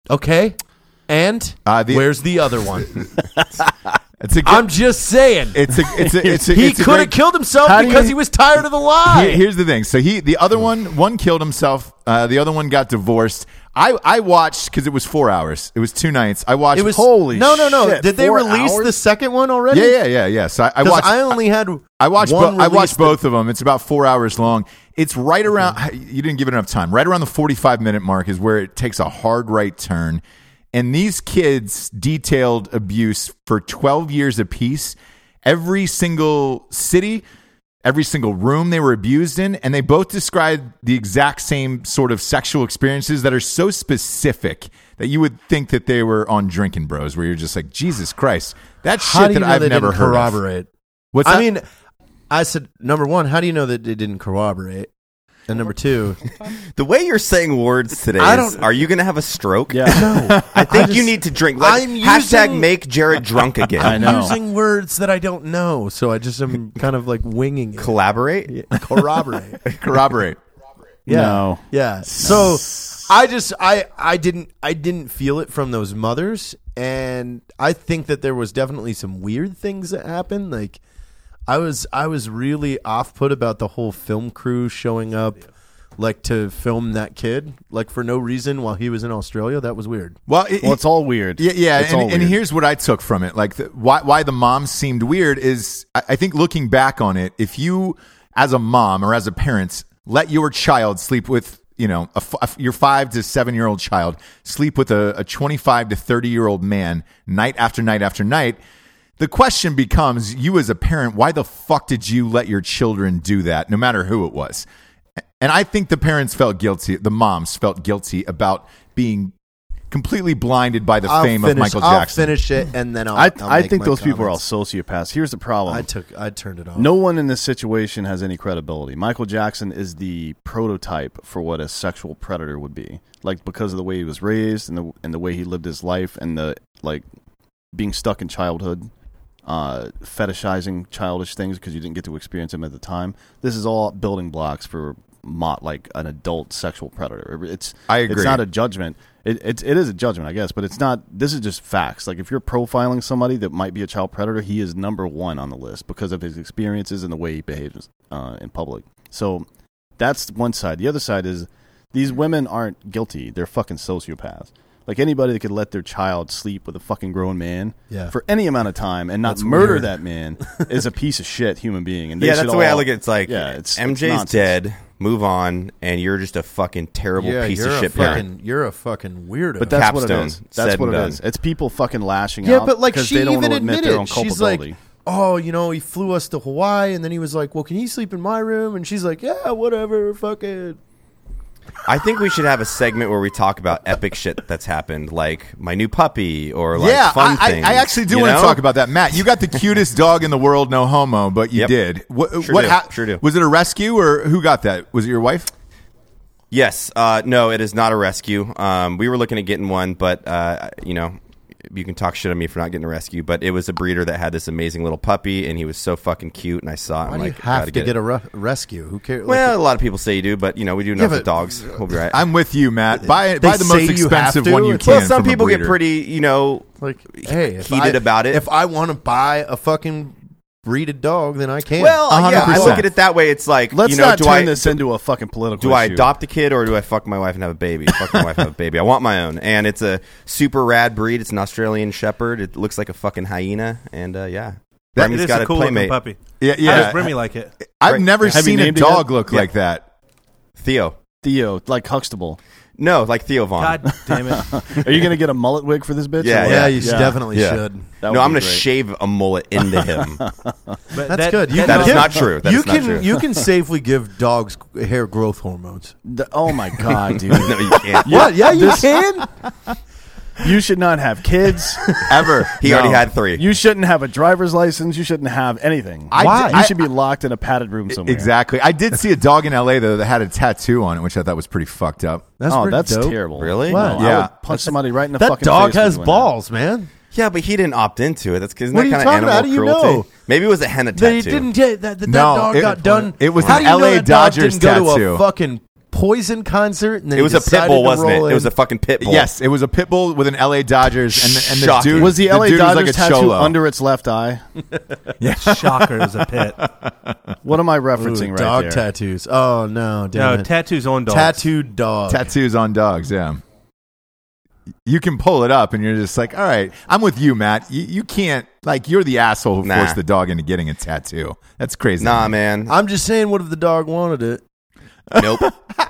S2: Okay, and
S1: Uh, the-
S2: where's the other one?
S1: It's a.
S2: I'm just saying.
S1: it's a. It's a. It's a.
S2: he
S1: it's a
S2: could
S1: great-
S2: have killed himself
S3: How do
S2: because
S3: you-
S2: he was tired of the lie.
S1: Here- here's the thing. So he, the other one, one killed himself. Uh, the other one got divorced. I, I watched because it was four hours. It was two nights. I watched.
S2: It was
S3: Holy
S2: no, no, no.
S3: shit,
S2: Did they
S3: four
S2: release
S3: hours?
S2: the second one already?
S1: yeah, yeah, yeah, yeah. So I, I
S2: 'Cause
S1: watched.
S2: I only had.
S1: I watched.
S2: One
S1: Bo- I
S2: release
S1: watched both of them. It's about four hours long. It's right around. You didn't give it enough time. Right around the forty-five minute mark is where it takes a hard right turn, and these kids detailed abuse for twelve years apiece. Every single city, every single room they were abused in, and they both described the exact same sort of sexual experiences that are so specific that you would think that they were on Drinking Bros, where you're just like, Jesus Christ, that's
S2: How
S1: shit
S2: do you
S1: that
S2: know
S1: I've
S2: they
S1: never
S2: didn't
S1: heard. of.
S2: corroborate?
S1: What's
S2: I
S1: that?
S2: mean, I said number one. How do you know that they didn't corroborate? And number two,
S5: The way you're saying words today,
S2: I
S5: is,
S2: don't-
S5: are you going to have a stroke?
S3: Yeah.
S5: I think
S2: just-
S5: you need to drink. Like,
S2: I'm
S5: hashtag
S2: using-
S5: make Jared drunk again.
S3: I know.
S2: using words that I don't know, so I just am kind of like winging it.
S5: Collaborate.
S2: corroborate.
S1: Corroborate.
S2: Yeah.
S3: No.
S2: Yeah. So I just I I didn't I didn't feel it from those mothers and I think that there was definitely some weird things that happened like I was I was really off put about the whole film crew showing up like to film that kid like for no reason while he was in Australia that was weird.
S1: Well, it,
S3: Well, it's all weird.
S1: Yeah, yeah.
S3: It's
S1: and,
S3: all
S1: and
S3: weird.
S1: here's what I took from it: like the, why why the mom seemed weird is I, I think looking back on it, if you as a mom or as a parent let your child sleep with you know a f a f your five to seven year old child sleep with a, a 25 to 30 year old man night after night after night the question becomes you as a parent why the fuck did you let your children do that no matter who it was and I think the parents felt guilty, the moms felt guilty about being completely blinded by the
S2: I'll
S1: fame
S2: finish,
S1: of Michael
S2: I'll
S1: Jackson.
S2: finish it and then I'll
S3: I,
S2: I'll
S3: I
S2: make
S3: think
S2: my
S3: those people are all
S2: comments.
S3: sociopaths. Here's the problem.
S2: I took I turned it off.
S3: No one in this situation has any credibility. Michael Jackson is the prototype for what a sexual predator would be. Like because of the way he was raised and the and the way he lived his life and the like being stuck in childhood, uh, fetishizing childish things because you didn't get to experience them at the time. This is all building blocks for mot like an adult sexual predator. It's
S1: I agree.
S3: It's not a judgment. It, it's it is a judgment, I guess, but it's not. This is just facts. Like if you're profiling somebody that might be a child predator, he is number one on the list because of his experiences and the way he behaves uh, in public. So that's one side. The other side is these women aren't guilty. They're fucking sociopaths. Like anybody that could let their child sleep with a fucking grown man
S2: Yeah.
S3: for any amount of time and not
S2: That's
S3: murder
S2: weird.
S3: that man is a piece of shit human being. And they
S5: yeah,
S3: should
S5: that's the way I
S3: all-
S5: look at it. It's like
S3: yeah, it's it's
S5: MJ's
S3: nonsense.
S5: dead. Move on, and you're just a fucking terrible
S2: yeah,
S5: piece
S2: you're
S5: of
S2: a
S5: shit parent.
S2: fucking, you're a fucking weirdo.
S3: But that's what it
S5: Capstone,
S3: is.
S5: said
S3: That's what
S5: and
S3: it is.
S5: done.
S3: It's people fucking lashing
S2: Yeah,
S3: out.
S2: but like
S3: 'cause
S2: she
S3: they don't
S2: even
S3: wanna admit their own
S2: admitted, she's like,
S3: culpability.
S2: "Oh, you know, he flew us to Hawaii, and then he was like, well, can he sleep in my room?'" And she's like, "Yeah, whatever, fuck it."
S5: I think we should have a segment where we talk about epic shit that's happened, like my new puppy or like
S1: yeah,
S5: fun
S1: I,
S5: things.
S1: I, I actually do
S5: you
S1: want to
S5: know?
S1: talk about that, Matt. You got the cutest dog in the world, no homo, but you
S5: Yep.
S1: did. What,
S5: Sure
S1: what
S5: do.
S1: hap-
S5: Sure do.
S1: Was it a rescue or who got that? Was it your wife?
S5: Yes. Uh, no, it is not a rescue. Um, we were looking at getting one, but uh, you know, you can talk shit on me for not getting a rescue. But it was a breeder that had this amazing little puppy, and he was so fucking cute. And I saw it.
S2: Why
S5: I'm
S2: do
S5: like,
S2: you have
S5: gotta
S2: to
S5: get,
S2: get,
S5: it.
S2: a re- rescue? Who cares? Like,
S5: Well, a lot of people say you do, but you know, we do enough
S2: but
S5: with dogs. We'll be right.
S1: I'm with you, Matt. Buy, buy the
S2: say
S1: most
S2: you
S1: expensive
S2: have to.
S1: one you
S2: It's-
S1: can.
S5: well, some
S1: from a
S5: people get
S1: breeder.
S5: pretty, you know,
S2: like, hey, if
S5: heated
S2: I-
S5: about it.
S2: If I want to buy a fucking breed a dog, then I can.
S5: Well, uh, yeah, I
S3: 100%.
S5: look at it that way. It's like,
S3: Let's
S5: you know,
S3: not
S5: do
S3: turn
S5: I
S3: this into a fucking political.
S5: do I
S3: issue.
S5: adopt a kid or do I fuck my wife and have a baby? Fuck my wife and have a baby. I want my own, and it's a super rad breed. It's an Australian Shepherd. It looks like a fucking hyena, and uh, yeah,
S1: That-
S5: Remy's
S4: it is
S5: got
S4: a cool looking
S5: playmate.
S4: puppy.
S1: Yeah,
S4: How does
S1: yeah.
S4: Remy like it?
S1: I've never
S3: Have you
S1: seen a
S3: named it yet?
S1: dog look
S5: Yeah.
S1: like that.
S5: Theo.
S3: Theo uh, like Huxtable?
S5: No, like Theo Vaughn.
S4: God damn it!
S3: Are you gonna get a mullet wig for this bitch?
S5: Yeah,
S3: Or
S2: yeah,
S3: what?
S2: you should- definitely
S5: Yeah.
S2: should.
S3: That
S5: no,
S3: would
S5: I'm
S3: be
S5: gonna
S3: great.
S5: shave a mullet into him.
S4: But
S2: That's
S4: that-
S2: good. You
S4: that
S2: can
S5: that is
S4: dog-
S2: give-
S5: not true. That
S2: you
S5: is not
S2: can
S5: true.
S2: you can safely give dogs hair growth hormones.
S3: The- oh my god, dude!
S5: no, you can't.
S2: What? Yeah, you can.
S3: You should not have kids.
S5: Ever. He already
S3: No.
S5: had three.
S3: You shouldn't have a driver's license. You shouldn't have anything.
S1: I Why? did-
S3: You
S1: I-
S3: should be locked in a padded
S5: E,
S3: room somewhere.
S1: Exactly. I did see a dog in LA though that had a tattoo on it, which I thought was pretty fucked up.
S2: That's
S3: oh,
S2: pretty
S3: that's
S2: dope.
S3: terrible.
S5: Really?
S3: No,
S5: What?
S3: I would
S1: Yeah.
S3: punch somebody right in the
S2: That
S3: fucking
S2: dog
S3: face when
S2: has
S3: you went out.
S2: balls, man.
S5: yeah, but he didn't opt into it. That's isn't
S2: What
S5: that
S2: are you
S5: kind of
S2: talking
S5: animal
S2: about? How do you
S5: cruelty?
S2: know?
S5: Maybe it was a henna
S2: They
S5: tattoo.
S2: didn't get that. That, that
S1: No,
S2: dog
S1: it-
S2: got done.
S1: it was
S2: How
S1: an
S2: do you know
S1: LA
S2: that dog didn't
S1: Dodgers
S2: go to
S1: tattoo.
S2: a fucking poison concert and then
S5: It was a pit bull, wasn't it? It was a
S2: fucking.
S5: fucking pit bull.
S1: Yes, it was a pit bull with an LA Dodgers, and the, and the
S5: Shocking.
S1: dude
S3: Was the LA
S1: dude was
S3: Dodgers
S1: like a
S3: tattoo
S1: cholo.
S3: under its left eye?
S4: Shocker is a pit.
S3: What am I referencing right
S2: dog
S3: there?
S2: tattoos. Oh no, damn
S4: No,
S2: it.
S4: tattoos on dogs.
S2: tattooed dog.
S1: tattoos on dogs? Yeah, you can pull it up, and you're just like, all right, I'm with you, Matt. You, you can't like you're the asshole who
S5: Nah.
S1: forced the dog into getting a tattoo. That's crazy.
S5: Nah, man.
S2: I'm just saying, what if the dog wanted it?
S5: nope.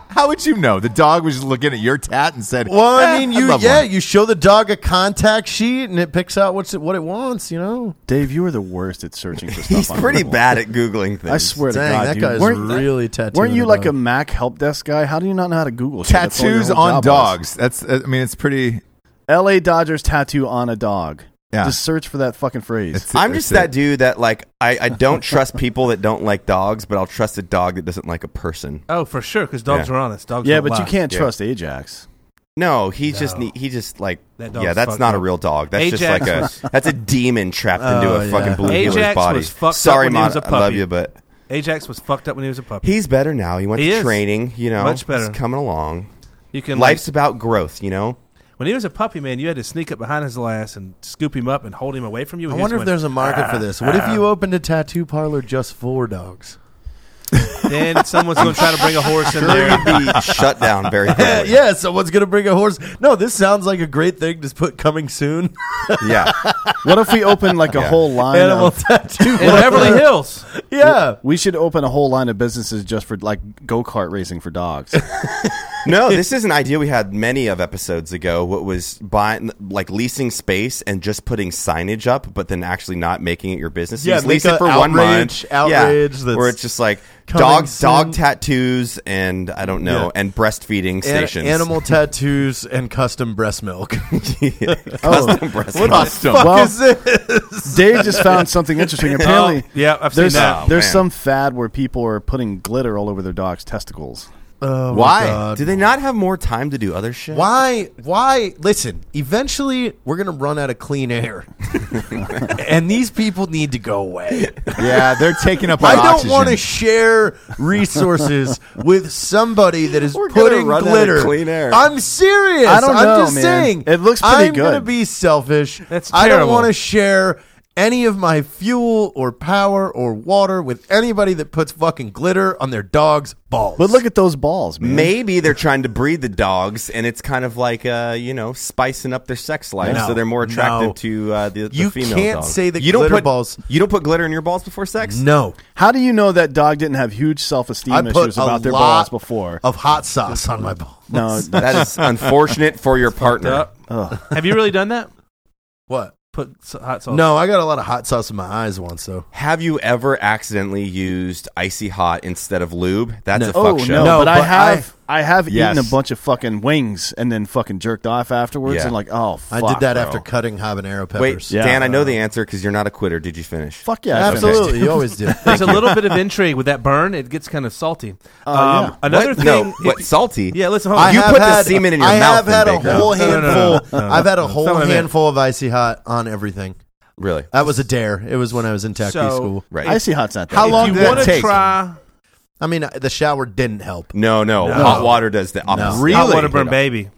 S1: How would you know? The dog was just looking at your tat and said,
S2: Well, I
S1: "Eh,
S2: mean,
S1: I'd
S2: you
S1: love
S2: yeah,
S1: one."
S2: you show the dog a contact sheet and it picks out what's it, what it wants. You know,
S3: Dave, you are the worst at searching for stuff.
S5: He's
S3: on
S5: pretty
S3: Google.
S5: bad at googling things.
S3: I swear
S2: Dang,
S3: to God,
S2: that
S3: dude.
S2: guy's
S3: Weren't-
S2: really tattooed.
S3: Weren't you
S2: the
S3: like a
S2: dog.
S3: Mac help desk guy? How do you not know how to Google shit? That's all your
S1: tattoos
S3: whole
S1: on uh,
S3: job was.
S1: dogs. That's I mean, it's pretty.
S3: L.A. Dodgers tattoo on a dog.
S1: Yeah.
S3: Just search for that fucking phrase.
S1: It's-
S5: I'm
S1: it's
S5: just
S1: it.
S5: that dude that like I, I don't trust people that don't like dogs, but I'll trust a dog that doesn't like a person.
S4: Oh, for sure, because dogs
S5: Yeah.
S4: are honest. Dogs.
S3: yeah,
S4: don't
S3: but you
S4: lie.
S3: can't
S5: Yeah.
S3: trust Ajax.
S5: No, he just
S4: No.
S5: need, he just like
S4: That dog's
S5: yeah, that's
S4: fucked
S5: not a
S4: up.
S5: real dog. That's
S4: Ajax
S5: just
S4: was-
S5: like a that's a demon trapped into
S4: Oh,
S5: a fucking
S4: yeah.
S5: blue
S4: Ajax
S5: healer's body.
S4: was fucked up
S5: Sorry,
S4: when he
S5: Mon,
S4: was a
S5: I love
S4: puppy.
S5: you, but
S4: Ajax was fucked up when he was a puppy.
S5: he's better now. He went
S4: He
S5: to
S4: is.
S5: training. You know,
S4: Much
S5: He's
S4: better.
S5: coming along.
S4: you can like,
S5: Life's about growth. You know.
S4: when he was a puppy, man. You had to sneak up behind his ass and scoop him up and hold him away from you.
S2: I
S4: and he
S2: wonder if
S4: just
S2: there's a market for this. What if you opened a tattoo parlor just for dogs?
S4: went, then someone's going to try to bring a horse in
S5: There
S4: there.
S5: would be shut down very quickly.
S2: yeah, someone's gonna bring a horse. No, this sounds like a great thing to put coming soon.
S5: yeah.
S3: What if we open like a
S5: Yeah.
S3: whole line?
S2: Animal
S3: Of,
S2: tattoo.
S4: In Beverly Hills,
S2: yeah.
S3: we should open a whole line of businesses just for like go kart racing for dogs. Oh.
S5: No, this is an idea we had many of episodes ago. What was buying, like leasing space and just putting signage up, but then actually not making it your business. You
S2: Yeah,
S5: just
S2: make
S5: lease it
S2: a
S5: for one
S2: outrage-
S5: month.
S2: outrage
S5: yeah,
S2: that's
S5: where it's just like
S2: coming
S5: dog
S2: soon.
S5: dog tattoos and I don't know and breastfeeding
S2: An-
S5: stations.
S2: animal tattoos and custom breast milk.
S5: custom breast milk.
S1: Custom.
S3: well,
S2: it?
S3: Dave just found something interesting. Apparently,
S4: Oh, yeah, I've seen
S3: there's
S4: that.
S5: Oh,
S3: there's
S5: man.
S3: some fad where people are putting glitter all over their dog's testicles.
S2: Oh, my
S5: Why
S2: God.
S5: do they not have more time to do other shit?
S2: Why? Why? Listen. Eventually, we're gonna run out of clean air, and these people need to go away.
S1: yeah, they're taking up. Our
S2: I don't
S1: oxygen.
S2: want to share resources with somebody that is
S5: We're gonna
S2: putting
S5: run out of
S2: glitter.
S5: clean air.
S2: I'm serious.
S3: I don't
S2: I'm
S3: know,
S2: just
S3: man.
S2: saying.
S3: It looks pretty
S2: I'm
S3: good.
S2: gonna be selfish.
S4: That's
S2: I don't
S4: terrible.
S2: want to share any of my fuel or power or water with anybody that puts fucking glitter on their dog's balls.
S3: But look at those balls, man.
S5: Maybe they're trying to breed the dogs, and it's kind of like uh, you know spicing up their sex life,
S2: No,
S5: so they're more attractive
S2: no.
S5: to uh, the, the
S2: You
S5: female.
S2: can't
S5: dog.
S2: say that
S5: you don't
S2: glitter
S5: put
S2: balls-
S5: You don't put glitter in your balls before sex.
S2: no.
S3: How do you know that dog didn't have huge self
S2: I
S3: esteem
S2: put
S3: issues
S2: a
S3: about their balls
S2: lot
S3: before?
S2: of hot sauce on my balls.
S3: no,
S5: that is unfortunate for your partner.
S4: Yep. have you really done that?
S2: What?
S4: Put s- hot sauce.
S2: No, I got a lot of hot sauce in my eyes once though.
S5: Have you ever accidentally used icy hot instead of lube? That's
S2: No.
S5: a fuck
S3: oh
S5: show.
S3: no,
S2: No,
S3: but, I
S2: but
S3: have I, have
S1: Yes.
S3: eaten a bunch of fucking wings and then fucking jerked off afterwards
S5: Yeah.
S3: and like oh fuck,
S2: I did that
S3: bro.
S2: after cutting habanero peppers.
S5: Wait,
S3: Yeah.
S5: Dan, I know the answer because you're not a quitter. Did you finish?
S3: Fuck yeah, I finished.
S2: Absolutely, you always do.
S4: There's a little bit of intrigue with that burn. It gets kind of salty. um,
S3: yeah.
S4: Another
S5: What?
S4: thing.
S5: no, what
S4: it-
S5: salty?
S4: yeah, listen. Hold
S2: I
S4: on.
S5: You
S2: have
S5: put the
S2: had-
S5: semen in your
S2: I
S5: mouth
S2: have had
S5: then,
S2: a
S5: Big Dog.
S2: whole
S4: No, no, no, no,
S2: handful.
S4: no, no,
S2: I've had a
S4: no.
S2: whole
S4: Some of it.
S2: handful of icy hot on everything.
S5: really?
S2: That was a dare. It was when I was in tech
S4: So-
S2: school.
S5: Right.
S3: I see hot's not that.
S1: How
S3: bad.
S1: long
S4: you
S1: did that
S4: want to
S1: take?
S4: try
S2: I mean, I- the shower didn't help.
S5: no, no, Hot water does the opposite.
S1: Really?
S4: hot water burn, baby?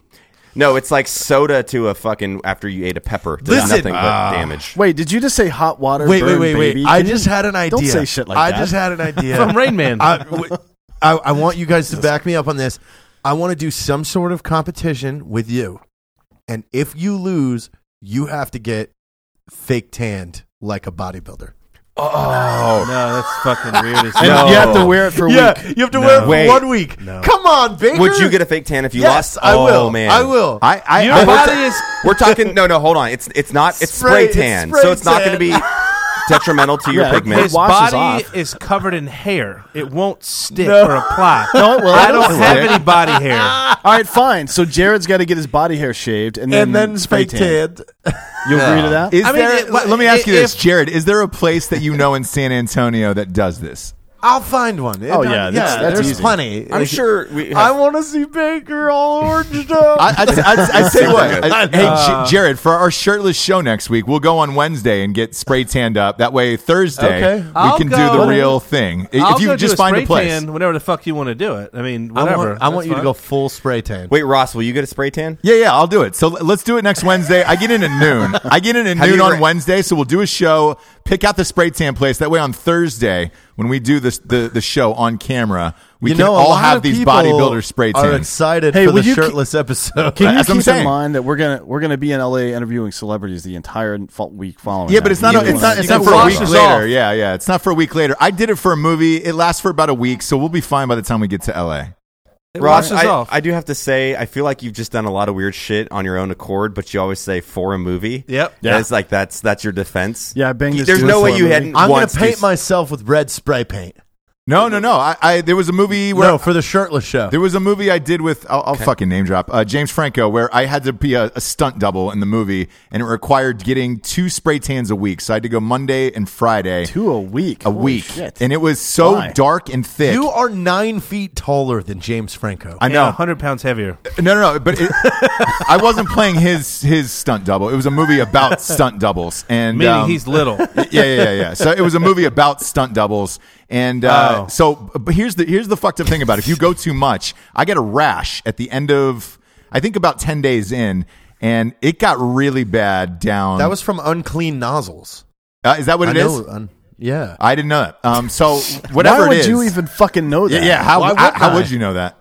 S5: No, it's like soda to a fucking after you ate a pepper. Does
S2: Listen.
S5: nothing but damage.
S3: Wait, did you just say hot water?
S2: Wait, wait,
S3: burn,
S2: wait, wait!
S3: baby?
S2: I
S3: Can you-
S2: just had an idea.
S3: Don't say shit like
S2: I
S3: that.
S2: just had an idea
S4: From Rain Man.
S2: I, w- I, I want you guys to back me up on this. I want to do some sort of competition with you, and if you lose, you have to get fake tanned like a bodybuilder.
S4: No, that's fucking weird. As
S3: And
S4: hell.
S3: you have to wear it for a
S2: Yeah,
S3: week.
S2: you have to wear it for
S5: Wait.
S2: one week.
S4: No.
S2: Come on, Baker.
S5: Would you get a fake tan if you
S2: yes,
S5: lost?
S2: I
S5: oh,
S2: will.
S5: man.
S2: I will.
S1: I, I,
S4: Your
S1: I-
S4: body is
S5: We're talking. No, no, hold on. It's it's not. It's
S2: Spray-
S5: spray,
S2: it's
S5: tan,
S2: spray
S5: so it's not going
S2: tan.
S5: to be detrimental to your
S3: Yeah, it-
S5: pigment.
S4: his
S3: it washes
S4: body
S3: off.
S4: is covered in hair. It won't stick
S2: No.
S4: or apply.
S3: No, it will.
S4: I don't
S3: It'll
S4: have
S3: stick.
S4: any body hair.
S3: All right, fine. So Jared's got to get his body hair shaved and then,
S2: and then
S3: spray
S2: fake
S3: tan.
S2: tanned.
S3: You agree to that?
S1: Is
S4: I mean,
S1: there,
S4: it-
S1: let, let me ask you
S4: if-
S1: this, Jared. Is there a place that you know in San Antonio that does this?
S2: I'll find one.
S3: Oh, yeah, that's- that's
S2: there's
S3: easy.
S2: plenty.
S5: I'm sure we.
S2: I want to see Baker all orange up.
S1: I, I, I, I tell you what. I- hey, J- Jared, for our shirtless show next week, we'll go on Wednesday and get spray tanned up. That way, Thursday
S3: Okay.
S1: we
S4: I'll
S1: can
S4: go-
S1: do the real thing. I-
S4: I'll
S1: if you
S4: go do
S1: just
S4: a
S1: find
S4: spray
S1: a place,
S4: tan whenever the fuck you want to do it. I mean,
S2: I
S4: whatever.
S2: want, I want
S4: That's
S2: you to
S4: fine.
S2: go full spray tan.
S5: wait, Ross, will you get a spray tan?
S1: yeah, yeah, I'll do it. So l- let's do it next Wednesday. I get in at noon. I get in at
S5: Have
S1: noon
S5: you
S1: on
S5: ever-
S1: Wednesday, so we'll do a show. Pick out the spray tan place. That way, on Thursday when we do this the the show on camera, we
S2: you
S1: can
S2: know, a
S1: all
S2: lot
S1: have
S2: of
S1: these
S2: people
S1: bodybuilder spray
S2: Are
S1: tans.
S2: excited
S3: Hey,
S2: for
S3: will
S2: the
S3: you ke-
S2: shirtless episode?
S3: Can you
S1: That's what I'm
S3: keep
S1: saying.
S3: in mind that we're gonna we're gonna be in LA interviewing celebrities the entire fo- week following?
S1: Yeah,
S3: that.
S1: but it's not.
S3: You
S1: A, it's
S3: wanna-
S1: not. It's
S3: you
S1: not
S3: can
S1: for a
S3: wash
S1: week
S3: yourself.
S1: later. Yeah, yeah. It's not for a week later. I did it for a movie. It lasts for about a week, so we'll be fine by the time we get to LA.
S4: It
S5: Ross,
S4: washes
S5: I,
S4: off.
S5: I do have to say, I feel like you've just done a lot of weird shit on your own accord, but you always say for a movie.
S4: Yep.
S5: Yeah. It's like that's that's your defense.
S3: Yeah, I banged this
S5: There's
S3: dude
S5: no
S3: for
S5: way
S3: a
S5: you
S3: movie.
S5: hadn't.
S2: I'm going
S5: once
S2: to paint
S5: just-
S2: myself with red spray paint.
S1: No, no, no. I, I there was a movie where
S2: no, for the shirtless show.
S1: There was a movie I did with I'll, I'll fucking name drop uh, James Franco where I had to be a, a stunt double in the movie, and it required getting two spray tans a week. So I had to go Monday and Friday,
S3: Two a week.
S1: a
S3: Holy
S1: week,
S3: shit.
S1: and it was so
S3: Why?
S1: dark and thick.
S2: You are nine feet taller than James Franco.
S1: I
S4: No,
S1: know.
S4: hundred pounds heavier.
S1: No, no, no. But it, I wasn't playing his his stunt double. It was a movie about stunt doubles, and
S4: Meaning
S1: um,
S4: he's little.
S1: yeah, yeah, yeah, yeah. So it was a movie about stunt doubles, and uh,
S4: Oh.
S1: so but here's the here's the fucked up thing about it. If you go too much, I get a rash at the end of I think about ten days in, and it got really bad down.
S2: that was from unclean nozzles.
S1: uh, is that what
S2: I
S1: it is?
S2: know, un- yeah.
S1: I didn't know that. Um, so whatever
S3: Why would
S1: it is,
S3: you even fucking know
S1: yeah,
S3: that?
S1: yeah, How
S2: Why would
S1: how, how
S2: I?
S1: would you know that?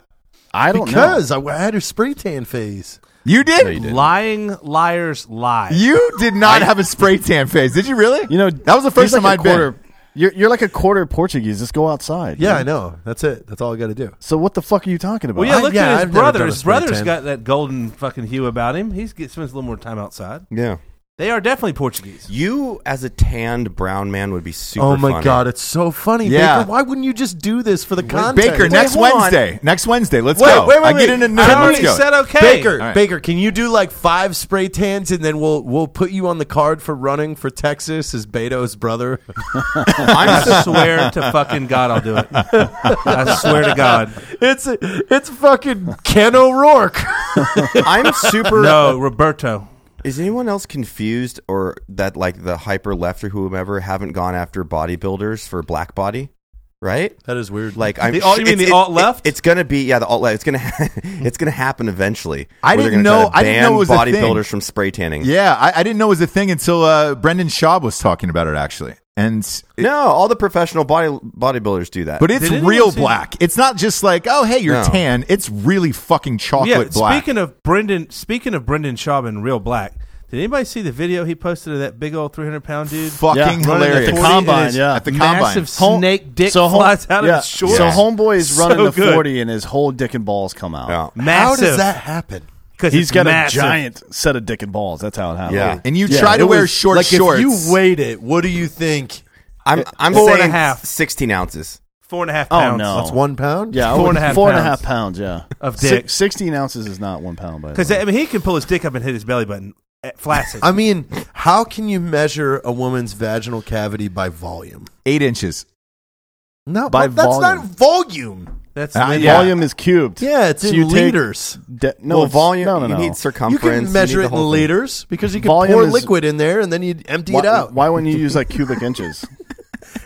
S3: I don't
S2: because I had a spray tan phase.
S1: You did.
S3: know. You didn't.
S4: Lying liars lie.
S1: You did not have a spray tan face, did you? Really?
S3: You know
S1: that was the first
S3: he's
S1: time
S3: like a
S1: I'd been.
S3: quarter- You're you're like a quarter Portuguese. Just go outside.
S2: Yeah, I
S3: dude.
S2: know. That's it. That's all I got to do.
S3: So what the fuck are you talking about?
S4: Well, yeah,
S2: I-
S4: look
S2: yeah,
S4: at his
S2: I've never
S4: brother.
S2: done a
S4: His
S2: spray
S4: brother's
S2: tan.
S4: got that golden fucking hue about him. He spends a little more time outside.
S5: Yeah.
S4: They are definitely Portuguese.
S5: You as a tanned brown man would be super.
S2: oh my
S5: funny.
S2: god, it's so funny,
S1: Yeah.
S2: Baker. Why wouldn't you just do this for the context?
S1: Baker, next
S5: hold on.
S1: Wednesday. Next Wednesday. Let's
S2: Wait,
S1: go.
S2: wait, wait,
S1: I get
S2: wait.
S1: in a
S2: I
S1: noon.
S4: I
S1: Let's
S4: already
S1: go.
S4: said okay.
S2: Baker,
S1: All right.
S2: Baker, can you do like five spray tans and then we'll we'll put you on the card for running for Texas as Beto's brother?
S5: I'm
S4: I swear to fucking God, I'll do it. I swear to God.
S2: it's it's fucking Ken O'Rourke.
S5: I'm super.
S4: No, Roberto.
S5: Is anyone else confused or that like the hyper left or whomever haven't gone after bodybuilders for black body? Right?
S2: That is weird.
S5: Like I'm
S4: The alt- you mean
S5: it's- it-
S4: the alt-left?
S5: it- it's gonna be yeah, the alt left. It's gonna ha- it's gonna happen eventually.
S1: I
S5: where they're
S1: didn't
S5: gonna
S1: know- I
S5: try to
S1: didn't know
S5: ban
S1: it was a thing.
S5: bodybuilders from spray tanning.
S1: Yeah, I, I didn't know it was a thing until uh, Brendan Schaub was talking about it actually, and it-
S5: No, all the professional body bodybuilders do that.
S1: but it's
S4: Did anyone
S1: real
S4: see-
S1: black. It's not just like oh hey you're
S5: No.
S1: tan. It's really fucking chocolate
S4: Yeah,
S1: black.
S4: speaking of Brendan, speaking of Brendan Schaub in Real Black, did anybody see the video he posted of that big old 300 pound dude?
S1: fucking
S3: Yeah.
S4: running
S1: hilarious.
S4: At the
S3: 40 Combine,
S4: and his
S3: yeah.
S1: At the combine.
S4: massive snake dick
S3: hom-
S4: flies out
S3: yeah.
S4: of his shorts.
S3: So homeboy is
S4: So
S3: running the
S4: good.
S3: forty, and his whole dick and balls come out.
S5: yeah.
S2: How
S4: Massive.
S2: does that happen?
S4: Because
S3: He's
S4: it's
S3: got
S4: massive.
S3: a giant set of dick and balls. That's how it happened.
S5: Yeah.
S1: And you
S3: Yeah,
S1: try to
S3: it
S1: wear
S3: was-
S1: short
S2: like
S1: shorts.
S2: if you weighed it, what do you think?
S5: I'm I'm
S4: Four and
S5: saying
S4: a half.
S5: sixteen ounces.
S4: Four and a half
S3: Oh,
S4: pounds
S3: no.
S2: That's one pound.
S3: Yeah, I
S4: Four and
S3: wouldn't-
S4: a half
S3: four and a
S4: pounds
S3: half pounds. Yeah,
S4: of
S3: Si-
S4: dick.
S3: Sixteen ounces is not one pound. By the
S4: Because
S3: way.
S4: I mean, he can pull his dick up and hit his belly button eh, flaccid.
S2: I mean, how can you measure a woman's vaginal cavity by volume?
S1: Eight inches.
S2: No,
S3: By
S2: but that's not
S3: volume.
S2: volume.
S4: That's
S1: Uh,
S4: the-
S1: yeah.
S3: volume is cubed.
S2: Yeah, it's
S3: So
S2: in
S3: you take
S2: liters.
S3: de- no
S5: well,
S3: it's-
S5: volume.
S3: No, no,
S5: you
S3: no.
S5: need
S2: You
S5: circumference.
S2: can measure
S5: need
S2: it
S5: the
S2: in
S5: whole thing.
S2: liters because you can
S3: Volume
S2: pour
S3: is-
S2: liquid in there and then you empty
S3: why,
S2: it out.
S3: Why wouldn't you use like cubic inches?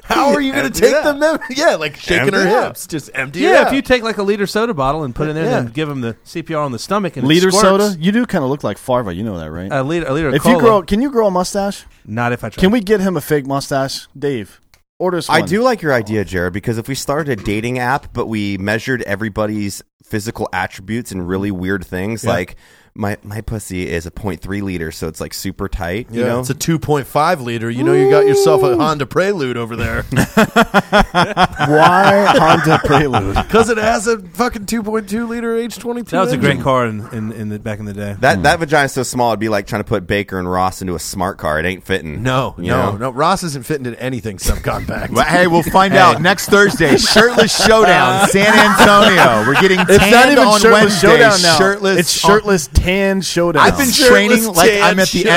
S2: How are you going to take them? Then? Yeah, like shaking her hips, just empty
S4: yeah,
S2: it out.
S4: if you take like a liter soda bottle and put it in there,
S2: Yeah.
S4: and then give him the CPR on the stomach and it
S3: Liter
S4: squirts.
S3: soda. You do kind of look like Farva. You know that, right?
S4: a liter, a liter. Of
S3: if
S4: cola,
S3: you grow, can you grow a mustache?
S4: not if I try.
S3: Can we get him a fake mustache, Dave? Order us.
S5: I
S3: one.
S5: do like your idea, Jared, because if we started a dating app, but we measured everybody's physical attributes and really weird things, like my my pussy is a 0.3 liter, so it's like super tight.
S2: yeah,
S5: you know,
S2: it's a 2.5 liter. You know, you got yourself a Honda Prelude over there
S3: Why Honda Prelude?
S2: because it has a fucking 2.2 liter H22.
S4: That was a great
S2: engine.
S4: car in, in, in the back in the day.
S5: that that vagina's so small, it'd be like trying to put Baker and Ross into a smart car. It ain't fitting.
S2: No,
S5: you
S2: no,
S5: know?
S2: no. Ross isn't fitting into anything subcompact.
S1: Well, hey, we'll find out next Thursday. Shirtless Showdown, San Antonio. We're getting
S3: Uh. It's
S1: tanned
S3: not even
S1: on
S3: shirtless
S1: Wednesday.
S3: showdown now.
S1: Shirtless
S3: it's
S1: on-
S3: shirtless tan showdown.
S1: I've been
S2: Shirtless
S1: training like I'm
S2: tan
S1: at the
S2: show.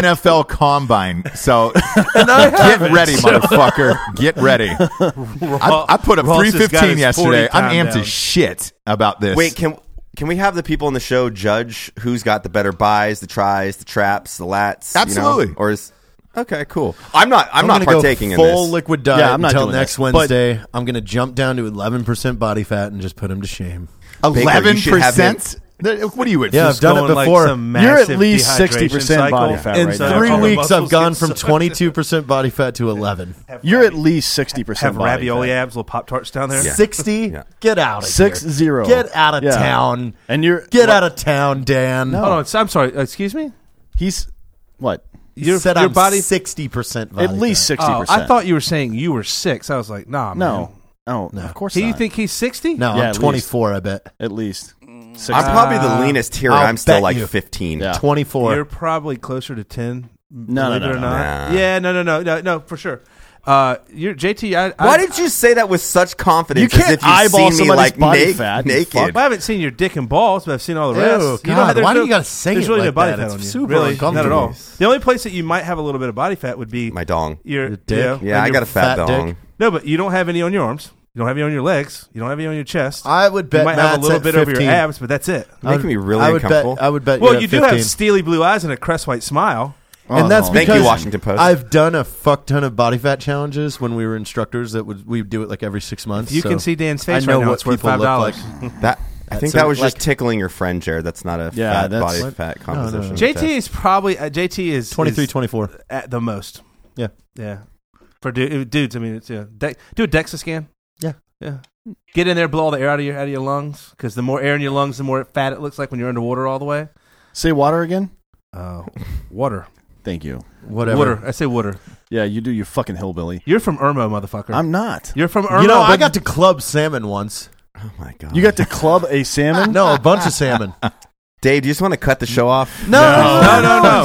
S1: NFL Combine, so get ready, motherfucker. Get ready. I, I put up
S4: Ross has got
S1: 315
S4: his
S1: yesterday.
S4: 40
S1: I'm
S4: time
S1: amped
S4: down.
S1: as shit about this.
S5: Wait, can can we have the people on the show judge who's got the better buys, the tries, the traps, the lats? you know?
S1: Absolutely.
S5: Or is okay, cool. I'm not. I'm,
S2: I'm
S5: not
S2: gonna
S5: partaking
S2: go
S5: in
S2: full
S5: this.
S2: liquid diet
S3: Yeah, I'm not
S2: until
S3: doing
S2: next
S3: that. But-
S2: Wednesday. I'm going to jump down to 11% body fat and just put him to shame.
S5: Baker, you
S1: eleven
S5: should have him-
S1: percent. What are you at?
S2: Yeah, I've done it
S4: Going, like,
S2: before.
S4: some
S3: You're at
S4: massive
S3: least
S4: dehydration
S3: 60%
S4: cycle.
S3: body fat
S2: In
S3: right now.
S2: three
S3: All the
S2: weeks, I've
S4: muscles
S2: gone
S4: get
S2: from
S4: so-
S2: 22% body fat to 11.
S3: You're at least sixty percent.
S4: have ravioli abs, little pop tarts down there.
S2: 60? Get out of
S3: Six
S2: here.
S3: zero.
S2: Get out of
S3: Yeah.
S2: town.
S3: And you're
S2: Get
S3: what-
S2: out of town, Dan.
S3: No.
S4: Hold on, I'm sorry. uh, Excuse me.
S3: He's what?
S2: You
S4: Your,
S2: said
S4: your
S2: I'm
S4: body.
S2: 60% body
S3: At least
S2: fat.
S3: sixty percent.
S4: Oh, I thought you were saying you were six. I was like, nah, man.
S3: no. Oh, no. Of course
S4: Do you
S3: not.
S4: think he's sixty?
S2: No,
S3: Yeah,
S2: I'm
S3: at
S2: 24, I bet.
S3: at least? 60.
S5: I'm probably the leanest here. and
S2: I'll
S5: I'm still
S2: bet
S5: like
S2: you.
S5: 15.
S3: Yeah.
S2: 24.
S4: You're probably closer to ten.
S3: no,
S4: believe
S3: no,
S4: it or
S3: no,
S4: not.
S5: no.
S4: Yeah, no, no, no, no, no, for sure. Uh, you're JT. I, I,
S5: Why did you say that with such confidence?
S3: You can't
S5: as if you've
S3: eyeball
S5: seen me,
S3: somebody's
S5: like,
S3: body
S5: naked,
S3: fat, you
S5: Naked.
S3: fuck.
S4: Well, I haven't seen your dick and balls, but I've seen all the
S2: Ew,
S4: rest.
S2: God,
S4: there's
S2: why do you gotta say
S4: there's
S2: it
S4: really
S2: like
S4: no body
S2: that?
S4: fat
S2: It's
S4: on you.
S2: super
S4: really, not at all.
S2: uncomfortable.
S4: The only place that you might have a little bit of body fat would be
S5: My dong.
S4: your
S2: Your dick.
S4: you know,
S5: Yeah,
S4: on
S5: I
S4: your-
S5: got a fat,
S2: fat
S5: dong.
S2: dick.
S4: No, but you don't have any on your arms. You don't have any on your legs. You don't have any on your chest.
S2: I would bet
S4: you might have a
S2: Matt's
S4: little
S2: at
S4: bit over
S2: 15.
S4: your abs, but that's it.
S5: You're making me really
S2: I would bet.
S5: uncomfortable.
S2: I would bet.
S4: Well,
S2: you're
S4: you
S2: at
S4: do
S2: 15.
S4: have steely blue eyes and a crest white smile.
S3: Oh,
S2: and that's
S5: Thank
S2: because
S5: you, Washington Post.
S2: I've done a fuck ton of body fat challenges when we were instructors. That would we would do it like every six months.
S4: You
S2: so
S4: can see Dan's face
S2: I know
S4: right now.
S2: what
S4: It's worth
S2: people
S4: five
S2: look
S4: dollars.
S5: That I think
S2: So,
S5: that was
S2: like-
S5: just tickling your friend, Jared. That's not a
S3: Yeah,
S5: fat
S3: that's-
S5: body
S3: What?
S5: fat
S2: no, no.
S5: composition.
S4: JT
S5: test.
S4: is probably uh, JT is
S2: 23,
S4: is
S2: 24.
S4: at the most.
S2: Yeah.
S4: yeah. For du- uh, dudes, I mean, it's yeah. De- do a DEXA scan.
S2: Yeah.
S4: yeah. Get in there, blow all the air out of your out of your lungs, because the more air in your lungs, the more fat it looks like when you're underwater all the way.
S3: Say water again.
S4: Uh, water,
S3: Thank you.
S2: Oh. Whatever.
S4: water. I say water.
S3: Yeah, you do. You fucking hillbilly.
S4: You're from Irmo, motherfucker.
S3: I'm not.
S4: you're from Irmo.
S2: You know, I
S4: but-
S2: got to club salmon once.
S5: Oh my god!
S3: You got to club a salmon.
S2: No, a bunch of salmon.
S5: Dave. Do you just want to cut the show off?
S2: No,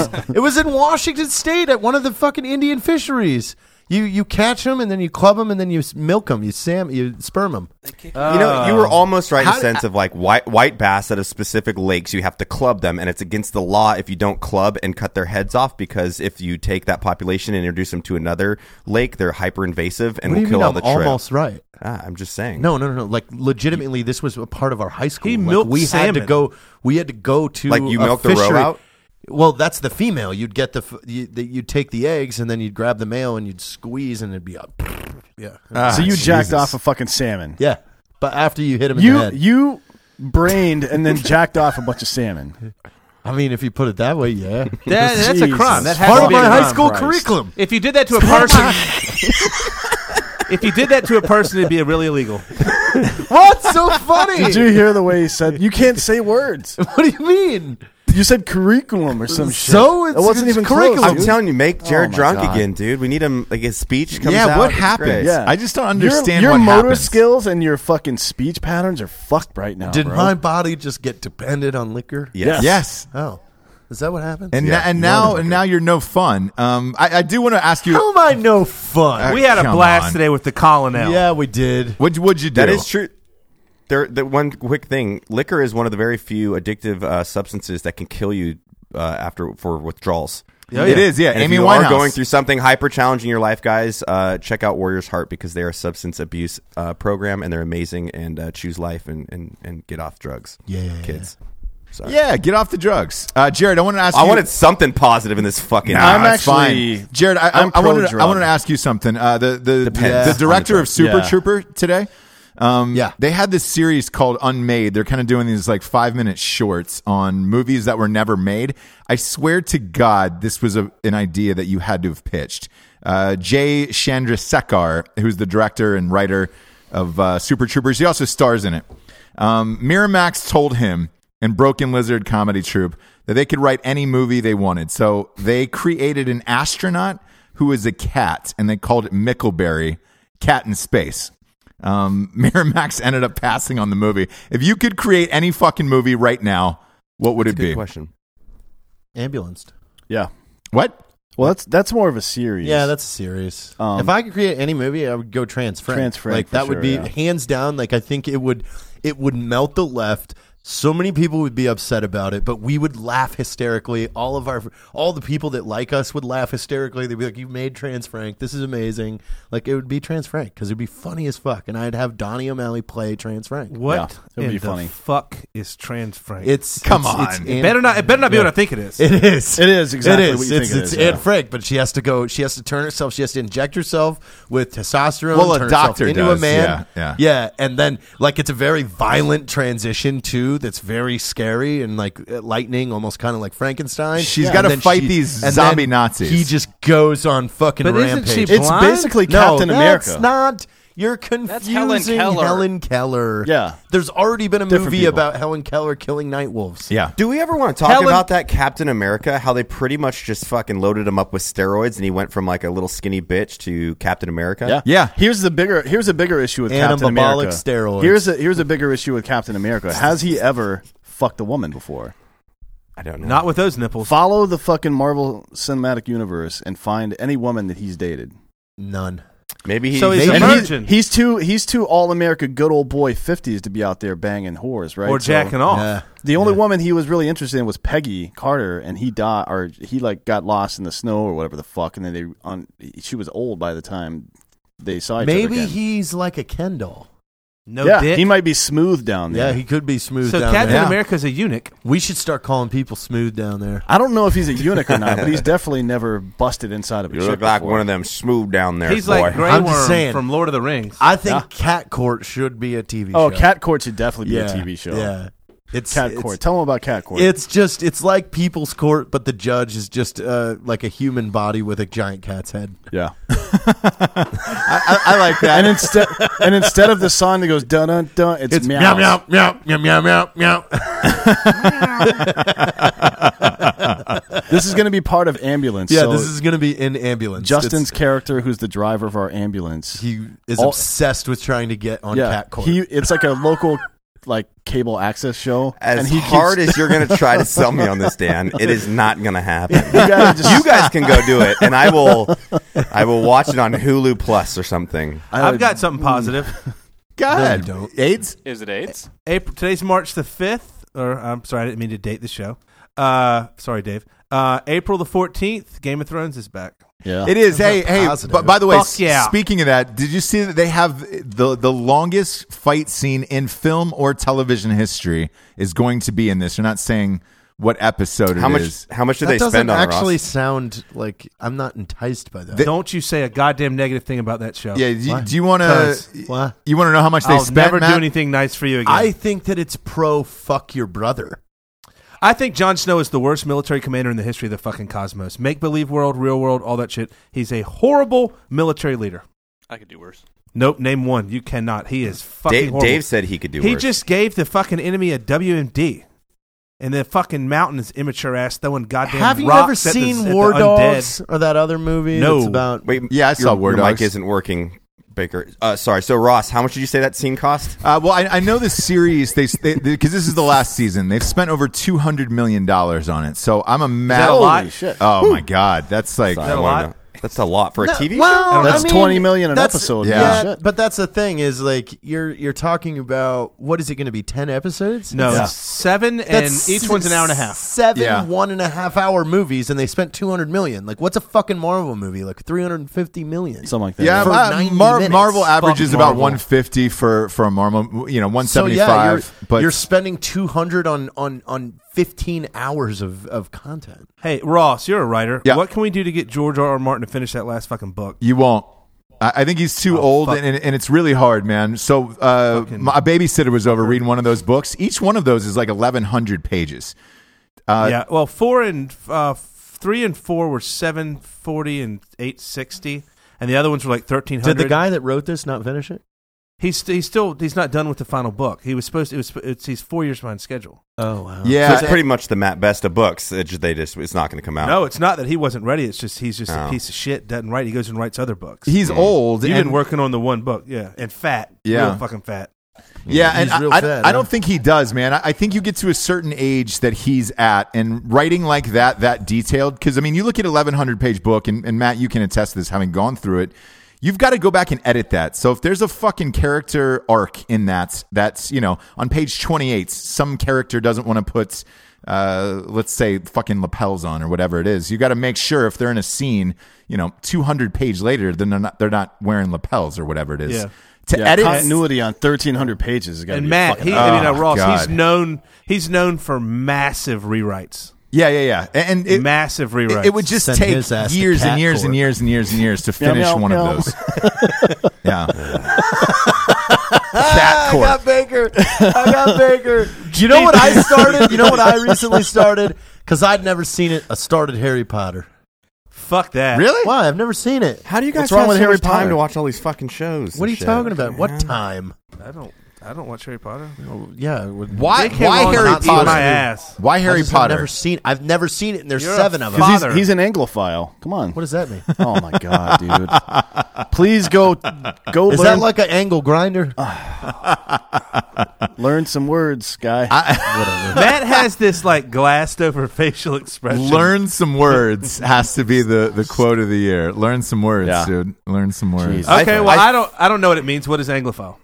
S4: No, no,
S2: It was in Washington State at one of the fucking Indian fisheries. You you catch them and then you club them and then you s- milk them. You sam you sperm them.
S5: You
S4: Uh,
S5: know, you were almost right in
S2: Um, How
S5: the
S2: did-
S5: sense of like white white bass at a specific lakes. You have to club them, and it's against the law if you don't club and cut their heads off because if you take that population and introduce them to another lake, they're hyper invasive and
S2: What do
S5: will
S2: you
S5: kill
S2: mean?
S5: all
S2: I'm
S5: the trout.
S2: almost right.
S5: Ah, I'm just saying.
S2: No, no, no, no. Like legitimately, this was a part of our high school.
S4: He
S2: Like,
S4: milked
S2: we had to
S4: salmon.
S2: go. We had to go to
S5: Like, you
S2: a
S5: milk the roe
S2: fishery.
S5: out?
S2: Well, that's the female. You'd get the f- you, the- you'd take the eggs and then you'd grab the male and you'd squeeze and it'd be up. Yeah,
S3: so you jacked
S5: Jesus.
S3: off a fucking salmon.
S2: yeah. But after you hit him in the
S3: You
S2: head,
S3: you brained and then jacked off a bunch of salmon.
S2: I mean, if you put it that way, yeah.
S4: That- that's a
S3: Jesus
S4: crime. That has
S2: Part
S4: to
S2: of
S4: be
S2: my
S4: a
S2: high
S4: crime.
S2: school
S3: Christ.
S2: curriculum.
S4: If you did that to a person, if you did that to a person, it'd be really illegal.
S2: What's so funny?
S3: Did you hear the way he said? You can't say words.
S2: what do you mean?
S3: You said curriculum or some shit.
S2: So it's-
S3: it wasn't
S2: it's
S3: even
S2: curriculum.
S3: Close,
S5: I'm
S3: dude.
S5: telling you,
S2: Oh
S5: make Jared
S3: my
S5: drunk
S3: God.
S5: again, dude. We need him. Like his speech comes
S1: yeah,
S5: out.
S1: what
S5: It's
S1: happened?
S5: great.
S3: Yeah.
S1: I just don't
S3: Your-
S1: understand
S3: your
S1: what
S3: motor
S1: happens.
S3: skills and your fucking speech patterns are fucked right now.
S2: Did
S3: bro.
S2: my body just get dependent on liquor?
S5: Yes.
S3: Yes.
S1: Yes,
S2: Oh, is that what happened?
S1: and na- and now and now you're no fun. Um, I, I do want to ask you.
S2: How am I no fun?
S1: Uh,
S4: We had a
S1: Come
S4: blast
S1: on.
S4: today with the colonel.
S2: yeah, we did.
S1: What would you do?
S5: That is true. There, the one quick thing: liquor is one of the very few addictive uh, substances that can kill you uh, after for withdrawals.
S1: Oh, It yeah. is, yeah.
S5: And if
S1: Amy
S5: you
S1: Winehouse.
S5: are going through something hyper challenging in your life, guys, uh, check out Warriors Heart because they are a substance abuse uh, program and they're amazing. And uh, choose life and, and, and get off drugs,
S2: Yeah.
S5: kids. Sorry.
S1: Yeah, get off the drugs, uh, Jared. I want to ask.
S5: I
S1: you,
S5: wanted something positive in this fucking.
S1: Nah,
S3: I'm
S1: it's
S3: actually-
S1: fine. Jared. I, I,
S3: I'm
S1: I wanted. To,
S3: pro-drug.
S1: I wanted to ask you something. Uh, the the
S5: Depends
S1: the
S5: on
S1: director
S5: the
S1: of Super
S3: Yeah.
S1: Trooper today. Um,
S2: Yeah.
S1: they had this series called Unmade. They're kind of doing these like five minute shorts on movies that were never made. I swear to God, this was a, an idea that you had to have pitched. Uh, Jay Chandrasekhar, who's the director and writer of uh, Super Troopers, he also stars in it. Um, Miramax told him and Broken Lizard Comedy Troupe that they could write any movie they wanted. So they created an astronaut who is a cat, and they called it Mickleberry Cat in Space. Um, Miramax ended up passing on the movie. If you could create any fucking movie right now, what would it
S5: Good
S1: be?
S5: question.
S2: Ambulanced.
S3: Yeah.
S1: What?
S3: Well, that's that's more of a series.
S2: Yeah, that's serious.
S3: Um,
S2: if I could create any movie, I would go Trans Frank.
S3: Trans Frank
S2: like
S3: for
S2: that would
S3: sure,
S2: be
S3: yeah.
S2: hands down. Like I think it would, it would melt the left. So many people would be upset about it, but we would laugh hysterically. All of our, all the people that like us would laugh hysterically. They'd be like, "You made Trans Frank. This is amazing." Like it would be Trans Frank because it'd be funny as fuck, and I'd have Donnie O'Malley play Trans Frank.
S4: What
S3: Yeah, it'd be
S4: in the
S3: funny.
S4: fuck is trans Frank?
S2: It's
S1: Come
S2: it's-
S1: on.
S2: it's
S1: It
S2: Anne-
S4: better not. It better not be what I think it is.
S2: It is.
S3: It is exactly
S2: It is.
S3: what you
S2: it's,
S3: think it
S2: it's
S3: is,
S2: Anne
S3: yeah.
S2: Frank, but she has to go. She has to turn herself. She has to inject herself with testosterone.
S1: Well, a
S2: turn herself
S1: doctor
S2: into
S1: does,
S2: a man.
S1: yeah, yeah.
S2: and then like it's a very violent transition too. That's very scary and like lightning, almost kind of like Frankenstein.
S1: She's
S2: She's
S1: gotta fight these zombie Nazis.
S2: He just goes on fucking
S4: But isn't
S2: rampage.
S4: she
S3: It's
S4: Blind?
S3: basically
S2: no,
S3: Captain America.
S2: That's not. You're confusing
S6: Helen Keller.
S2: Helen Keller.
S3: Yeah.
S2: there's already been a
S3: Different
S2: movie
S3: people.
S2: about Helen Keller killing night wolves.
S1: Yeah.
S5: Do we ever want to talk
S4: Helen-
S5: about that Captain America? How they pretty much just fucking loaded him up with steroids, and he went from like a little skinny bitch to Captain America.
S3: Yeah.
S1: Yeah.
S3: Here's the bigger here's a bigger issue with Captain
S2: Anabolic
S3: America.
S2: steroids.
S3: Here's a here's a bigger issue with Captain America. Has he ever fucked a woman before?
S5: I don't know.
S4: not with those nipples.
S3: Follow the fucking Marvel Cinematic Universe and find any woman that he's dated.
S2: none.
S5: Maybe he.
S4: So he's
S5: maybe-
S4: a
S3: And he's,
S4: virgin.
S3: he's too he's too all America good old boy fifties to be out there banging whores, right?
S4: or
S3: So-
S4: jacking off.
S2: Yeah.
S3: The only woman he was really interested in was Peggy Carter, and he died, or he like got lost in the snow or whatever the fuck, and then they on she was old by the time they saw each other
S2: Maybe
S3: again.
S2: he's like a Kendall.
S4: No
S3: yeah,
S4: dick.
S3: he might be smooth down there.
S2: Yeah, he could be smooth
S4: so
S2: down
S4: Captain
S2: there.
S1: Yeah.
S4: America's a eunuch.
S2: We should start calling people smooth down there.
S3: I don't know if he's a eunuch or not, but he's definitely never busted inside of a
S5: You
S3: chick
S5: look like
S3: before.
S5: one of them smooth down there.
S4: he's
S5: boy.
S4: like Grey
S2: I'm just
S4: Worm
S2: saying.
S4: from Lord of the Rings.
S2: I think Cat Court should be a TV
S3: Oh,
S2: show.
S3: Cat Court should definitely be
S2: yeah,
S3: a TV show.
S2: Yeah. It's
S3: Cat
S2: it's-
S3: Court. Tell him about Cat Court.
S2: It's just it's like people's court, but the judge is just uh, like a human body with a giant cat's head.
S3: yeah.
S1: I, I like that.
S3: and instead and instead of the song that goes dun dun dun, it's, meow
S2: meow meow meow meow meow.
S3: This is going to be part of ambulance.
S2: Yeah,
S3: so
S2: this is gonna be in ambulance.
S3: Justin's
S2: It's-
S3: character, who's the driver of our ambulance.
S2: he is
S3: All-
S2: obsessed with trying to get on Cat Court.
S3: He, it's like a local like cable access show.
S5: as
S3: and he
S5: hard
S3: keeps,
S5: as you're going to try to sell me on this, Dan, it is not going to happen.
S3: you gotta just,
S5: you guys can go do it, and I will. I will watch it on Hulu Plus or something.
S3: I
S4: I've
S3: would-
S4: got something positive.
S1: God,
S2: No, you don't.
S1: AIDS.
S6: Is it AIDS?
S4: April, today's March the 5th, or I'm sorry, I didn't mean to date the show. Uh, sorry, Dave. Uh, April the 14th, Game of Thrones is back.
S3: Mm, Yeah.
S1: It is. Hey, hey.
S2: positive.
S1: But by the way,
S4: Fuck
S1: s-
S4: yeah.
S1: speaking of that, did you see that they have the the longest fight scene in film or television history is going to be in this? They're not saying what episode
S5: How
S1: it
S5: much?
S1: is.
S5: How much do
S2: that
S5: they
S2: doesn't
S5: spend on it, Ross?
S2: actually sound like I'm not enticed by that.
S4: Don't you say a goddamn negative thing about that show.
S1: Yeah. Do, you- do you want
S4: Cause-
S1: to?
S2: Why?
S1: You want to know how much they
S4: I'll
S1: spent?
S4: never
S1: Matt?
S4: do anything nice for you again.
S2: I
S4: I,
S2: think that it's pro fuck your brother.
S4: think Jon Snow is the worst military commander in the history of the fucking cosmos. Make believe world, real world, all that shit. He's a horrible military leader.
S6: I could do worse.
S4: Nope, name one. You cannot. He is fucking
S5: Dave,
S4: horrible.
S5: Dave said he could do.
S4: he
S5: worse.
S4: just gave the fucking enemy a WMD. And the fucking mountain's immature ass throwing goddamn
S2: Have you ever
S4: rocks at the- at
S2: seen
S4: the
S2: War
S4: undead.
S2: Dogs or that other movie?
S4: No.
S2: that's about
S5: Wait,
S1: Yeah, I
S5: your-
S1: saw War
S5: your mic
S1: Dogs.
S5: isn't working, Baker. Uh, sorry. So Ross, how much did you say that scene cost?
S1: Uh, well, I, I know the series they because this is the last season. They've spent over two hundred million dollars on it, so I'm a mad.
S4: a lot?
S3: Holy shit.
S1: Oh my god, that's like
S5: I wanna
S4: lot?
S5: know. That's a lot for a
S2: No,
S5: TV show.
S2: well,
S3: That's
S2: I mean,
S3: 20 million an
S2: that's-
S3: episode.
S1: Yeah.
S3: Yeah.
S2: but that's the thing is like you're you're talking about what is it going to be ten episodes?
S4: No,
S3: Yeah.
S4: it's seven,
S2: That's
S4: and each one's an hour and a half.
S2: Seven
S1: Yeah.
S2: one and a half hour movies, and they spent two hundred million. Like, what's a fucking Marvel movie? Like three hundred and fifty million.
S3: Something like that.
S1: yeah.
S2: For
S1: uh,
S2: 90
S1: Mar-
S2: minutes.
S1: Marvel averages about
S4: Marvel.
S1: 150 for for a Marvel, you know,
S2: So
S1: 175.
S2: yeah, you're,
S1: but
S2: you're spending two hundred on on on fifteen hours of of content.
S4: Hey, Ross, you're a writer.
S1: Yeah.
S4: What can we do to get George R. R. Martin to finish that last fucking book?
S1: You won't. I, I think he's too old,
S4: fuck.
S1: and, and and it's really hard, man. So uh, my, a babysitter was over reading one of those books. Each one of those is like 1,100 pages.
S5: Uh,
S4: yeah. Well, four and uh, three and four were seven forty and eight sixty, and the other ones were like thirteen
S2: Did
S4: hundred.
S2: the guy that wrote this not finish it?
S4: He's st- he's still he's not done with the final book. He was supposed to. It was it's he's four years behind schedule.
S2: Oh wow.
S5: So
S1: Yeah,
S5: it's pretty much the Matt Best of books. It just, they just it's not going to come out.
S4: No, it's not that he wasn't ready. It's just he's just
S5: Oh.
S4: a piece of shit. Doesn't write. He goes and writes other books.
S1: he's old.
S4: You've
S1: and,
S4: been working on the one book, yeah, and fat,
S1: Yeah.
S4: real fucking fat.
S1: Yeah,
S2: He's
S1: and I-
S2: real
S1: I,
S2: fat,
S1: I
S2: huh?
S1: don't think he does, man. I, I think you get to a certain age that he's at, and writing like that, that detailed. Because I mean, you look at eleven hundred page book, and, and Matt, you can attest to this, having gone through it. You've got to go back and edit that. So if there's a fucking character arc in that, that's you know on page twenty eight, some character doesn't want to put. Uh, let's say fucking lapels on or whatever it is. You got to make sure if they're in a scene, you know, 200 page later, then they're not, they're not wearing lapels or whatever it is.
S4: Yeah.
S1: To
S3: Yeah,
S1: edit
S3: continuity on 1,300 pages is going to
S4: And
S3: be
S4: Matt,
S3: fucking
S4: he, I mean,
S1: Oh,
S4: uh, Ross, he's
S1: God.
S4: known he's known for massive rewrites,
S1: Yeah, yeah, yeah. And it,
S4: massive
S1: it-
S4: rewrites.
S1: it, would just
S2: Send
S1: take
S2: his ass to
S1: years and
S2: cat
S1: years and
S2: court.
S1: years and years and years to finish
S3: meow,
S1: one
S3: meow.
S1: of those. yeah. Cat court.
S2: Baker. I got Baker. Do you know what I started? You know what I recently started? Because I'd never seen it. I started Harry Potter.
S4: fuck that.
S1: Really?
S2: Why? I've never seen it.
S5: How do you guys
S3: What's wrong
S5: have
S3: with
S5: so
S3: Harry
S5: much time
S3: Potter?
S5: to watch all these fucking shows?
S2: What are
S5: and
S2: you
S5: shit?
S2: talking about? What
S5: Yeah.
S2: time?
S4: I don't. I don't watch Harry Potter.
S2: Yeah. it would-
S1: Why?
S4: They came
S1: Why
S4: on
S1: Harry
S4: not to
S1: Potter?
S4: my ass.
S1: Why
S2: I
S1: Harry
S2: just have
S1: Potter?
S2: Never seen. I've never seen it, and there's
S4: You're a
S2: seven of
S4: fuck.
S2: them.
S3: He's,
S4: Father.
S3: he's an Anglophile. Come on.
S2: What does that mean?
S3: Oh my god, dude! Please go, go
S2: Is
S3: learn,
S2: that like an angle grinder?
S3: learn some words, guy.
S4: Matt has this like glassed over facial expression.
S1: Learn some words has to be the, the quote of the year. Learn some words,
S3: Yeah.
S1: dude. Learn some words.
S3: Jeez.
S4: Okay,
S5: I-
S4: well,
S5: I-
S4: I, don't. I don't know what it means. What is anglophile?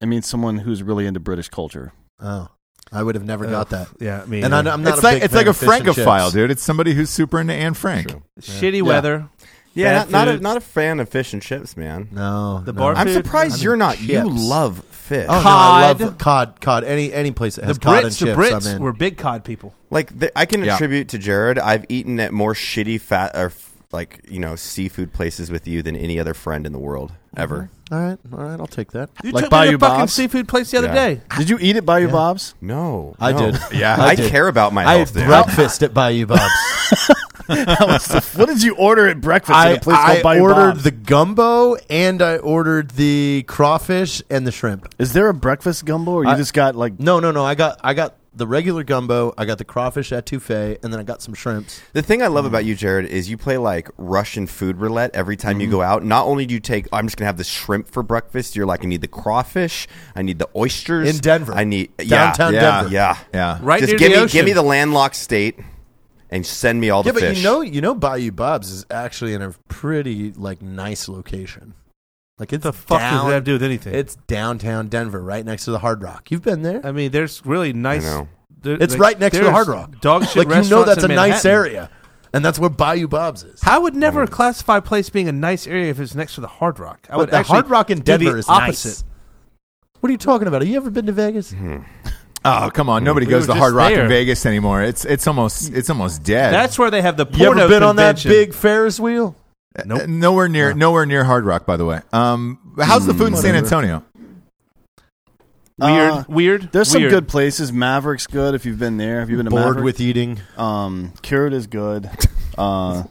S3: I mean, someone who's really into British culture.
S2: oh, I would have never got that.
S4: Yeah, I mean,
S2: And I, I'm not.
S1: It's
S2: a
S1: like
S2: big
S1: it's
S2: fan
S1: like a
S2: of fish and
S1: francophile,
S2: chips.
S1: dude. It's somebody who's super into Anne Frank.
S4: shitty weather.
S5: Yeah, not,
S4: Bad
S5: not a
S4: foods.
S5: not a fan of fish and chips, man.
S2: No,
S4: The
S2: no.
S4: bar-
S5: I'm
S4: Food,
S5: surprised
S2: I
S5: you're
S2: mean,
S5: not. You
S2: chips.
S5: love fish.
S2: Oh no, I love
S4: Cod.
S2: cod. Cod. Any any place that
S4: The
S2: has cod and
S4: Brits, the
S2: chips,
S4: Brits
S2: I'm in.
S4: were big cod people.
S5: Like the, I can
S1: Yeah.
S5: attribute to Jared. I've eaten at more shitty fat or f- like you know seafood places with you than any other friend in the world ever.
S2: all right, all right. I'll take that.
S4: You
S3: Like
S4: took me to
S3: Bayou
S4: a fucking
S3: Bob's?
S4: seafood place the other
S5: Yeah.
S4: day.
S3: Did you eat it by your
S2: Yeah.
S3: Bob's?
S5: No,
S2: I
S5: no.
S2: did.
S5: Yeah,
S2: I
S5: I,
S2: did.
S5: care about my
S2: I
S5: health.
S2: had
S5: dude.
S2: breakfast at Bayou Bob's.
S3: what did you order at breakfast at a place
S2: I
S3: called Bayou
S2: ordered
S3: Bob's?
S2: the gumbo and I ordered the crawfish and the shrimp.
S3: Is there a breakfast gumbo, or you
S2: I-
S3: just got like?
S2: No, no, no. I got I got the regular gumbo. I got the crawfish etouffee, and then I got some shrimps.
S5: The thing I love
S4: Mm-hmm.
S5: about you, Jared, is you play like Russian food roulette every time
S4: Mm-hmm.
S5: you go out. Not only do you take, "Oh, I'm just gonna have the shrimp for breakfast. You're like, I need the crawfish, I need the oysters
S2: In Denver.
S5: I need yeah,
S2: Downtown
S5: yeah,
S2: Denver.
S5: Yeah,
S1: Yeah.
S4: Right
S5: just
S4: near
S5: give
S4: the
S5: me
S4: ocean.
S5: give me the landlocked state and send me all the
S2: yeah, but
S5: fish.
S2: you know, you know, Bayou Bob's is actually in a pretty like nice location. Like it's
S4: The fuck does
S2: down,
S4: that have to do with anything?
S2: It's downtown Denver, right next to the Hard Rock. You've been there.
S4: I mean, there's really nice.
S5: know.
S4: there-
S2: It's
S4: like,
S2: right next to the
S4: there's
S2: Hard Rock.
S4: Dog shit.
S2: like you know,
S4: restaurants
S2: that's a
S4: in Manhattan.
S2: nice area, and that's where Bayou Bob's is.
S4: I would never classify a place being a nice area if it's next to the Hard Rock. I
S2: But
S4: would
S2: the
S4: actually
S2: Hard Rock in
S4: do the
S2: Denver is
S4: opposite.
S2: What are you talking about? Have you ever been to Vegas?
S1: Oh come on! Nobody
S4: We
S1: goes
S4: were
S1: to Hard
S4: just
S1: Rock
S4: there.
S1: in Vegas anymore. It's it's almost it's almost dead.
S4: That's where they have the
S2: You
S4: porno
S2: ever been on that
S4: convention.
S2: big Ferris wheel?
S1: Uh,
S4: Nope.
S1: nowhere near nowhere near Hard Rock. By the way, um, how's
S2: Hmm.
S1: the food in San
S3: whatever.
S1: Antonio?
S4: weird,
S3: Uh,
S4: weird.
S3: There's some
S4: weird.
S3: good places. Maverick's good. If you've been there, have you been to
S2: Bored
S3: Maverick?
S2: with eating.
S3: Um, Cured is good. Uh,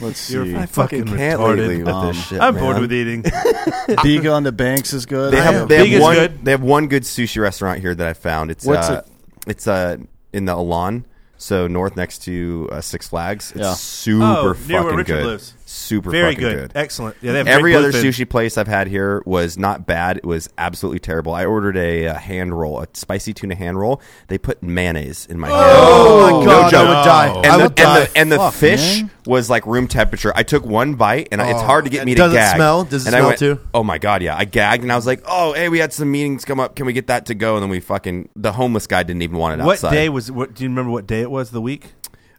S3: let's
S4: You're
S3: see.
S4: fucking
S5: fucking can't
S4: retarded.
S5: lately with
S3: Um,
S5: this shit.
S4: I'm
S5: man.
S4: bored with eating.
S3: Bega on the Banks is good.
S5: They have, they
S4: Big
S5: have
S4: is
S5: one.
S4: good.
S5: They have one good sushi restaurant here that I found. It's
S3: What's
S5: uh, It's uh, in the Alon, so north next to uh, Six Flags. It's
S3: Yeah.
S5: super
S4: Oh, near where
S5: fucking
S4: Richard
S5: good.
S4: lives.
S5: Super
S4: Very
S5: fucking
S4: good.
S5: good.
S4: excellent. Yeah, they have
S5: Every
S4: great
S5: other
S4: bluefin.
S5: sushi place I've had here was not bad. It was absolutely terrible. I ordered a, uh hand roll, a spicy tuna hand roll. They put mayonnaise in my hand.
S3: Oh my God,
S5: no
S3: I
S5: joke.
S3: would die.
S5: And
S3: I
S5: the,
S3: would
S5: and
S3: die.
S5: the, and the
S3: Fuck,
S5: fish
S3: man. Oh.
S5: was like room temperature. I took one bite, and I it's hard to get me to
S2: Does it
S5: gag.
S2: smell? Does it
S5: and I
S2: smell
S5: went,
S2: too?
S5: Oh my god, yeah. I gagged, and I was like, "Oh, hey, we had some meetings come up. Can we get that to go?" And then we fucking the homeless guy didn't even want it
S4: What
S5: outside.
S4: day was? What do you remember? What day it was? The week?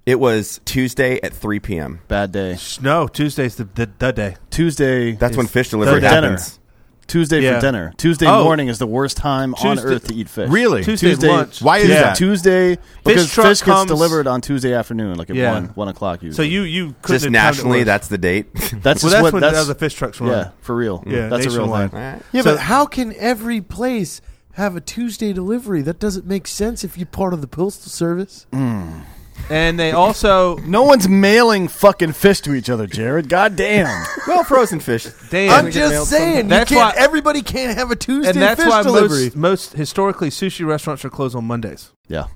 S5: It was Tuesday at three p.m.
S3: Bad day.
S4: No, Tuesday's the the, the day.
S3: Tuesday.
S5: That's when
S3: is-
S5: fish delivery
S3: dinner.
S5: happens.
S3: Tuesday
S4: Yeah.
S3: for dinner. Tuesday
S4: Oh.
S3: morning is the worst time on
S4: Tuesday-
S3: earth to eat fish.
S1: Really?
S4: Tuesday,
S3: Tuesday-
S4: lunch.
S1: Why is
S4: yeah.
S1: that?
S3: Tuesday because
S4: truck
S3: fish
S4: comes-
S3: gets delivered on Tuesday afternoon, like at
S4: Yeah.
S3: one one o'clock usually.
S4: So you you couldn't
S5: Just
S4: have timed it
S5: nationally,
S4: worse.
S5: that's the date.
S3: that's
S4: well.
S3: just
S4: That's
S3: what
S4: when
S3: that's
S4: the fish trucks were.
S3: yeah for real.
S4: Yeah,
S3: that's a real
S4: nationwide.
S3: thing.
S5: All right.
S2: Yeah,
S4: So-
S2: but how can every place have a Tuesday delivery? That doesn't make sense if you're part of the postal service.
S4: and they also
S3: No one's mailing fucking fish to each other, Jared. God damn.
S5: well, frozen fish.
S4: damn.
S2: I'm just saying, you
S4: That's
S2: can't,
S4: why-
S2: everybody can't have a Tuesday
S4: and that's
S2: fish
S4: why
S2: delivery.
S4: most, most historically sushi restaurants are closed on Mondays.
S3: yeah.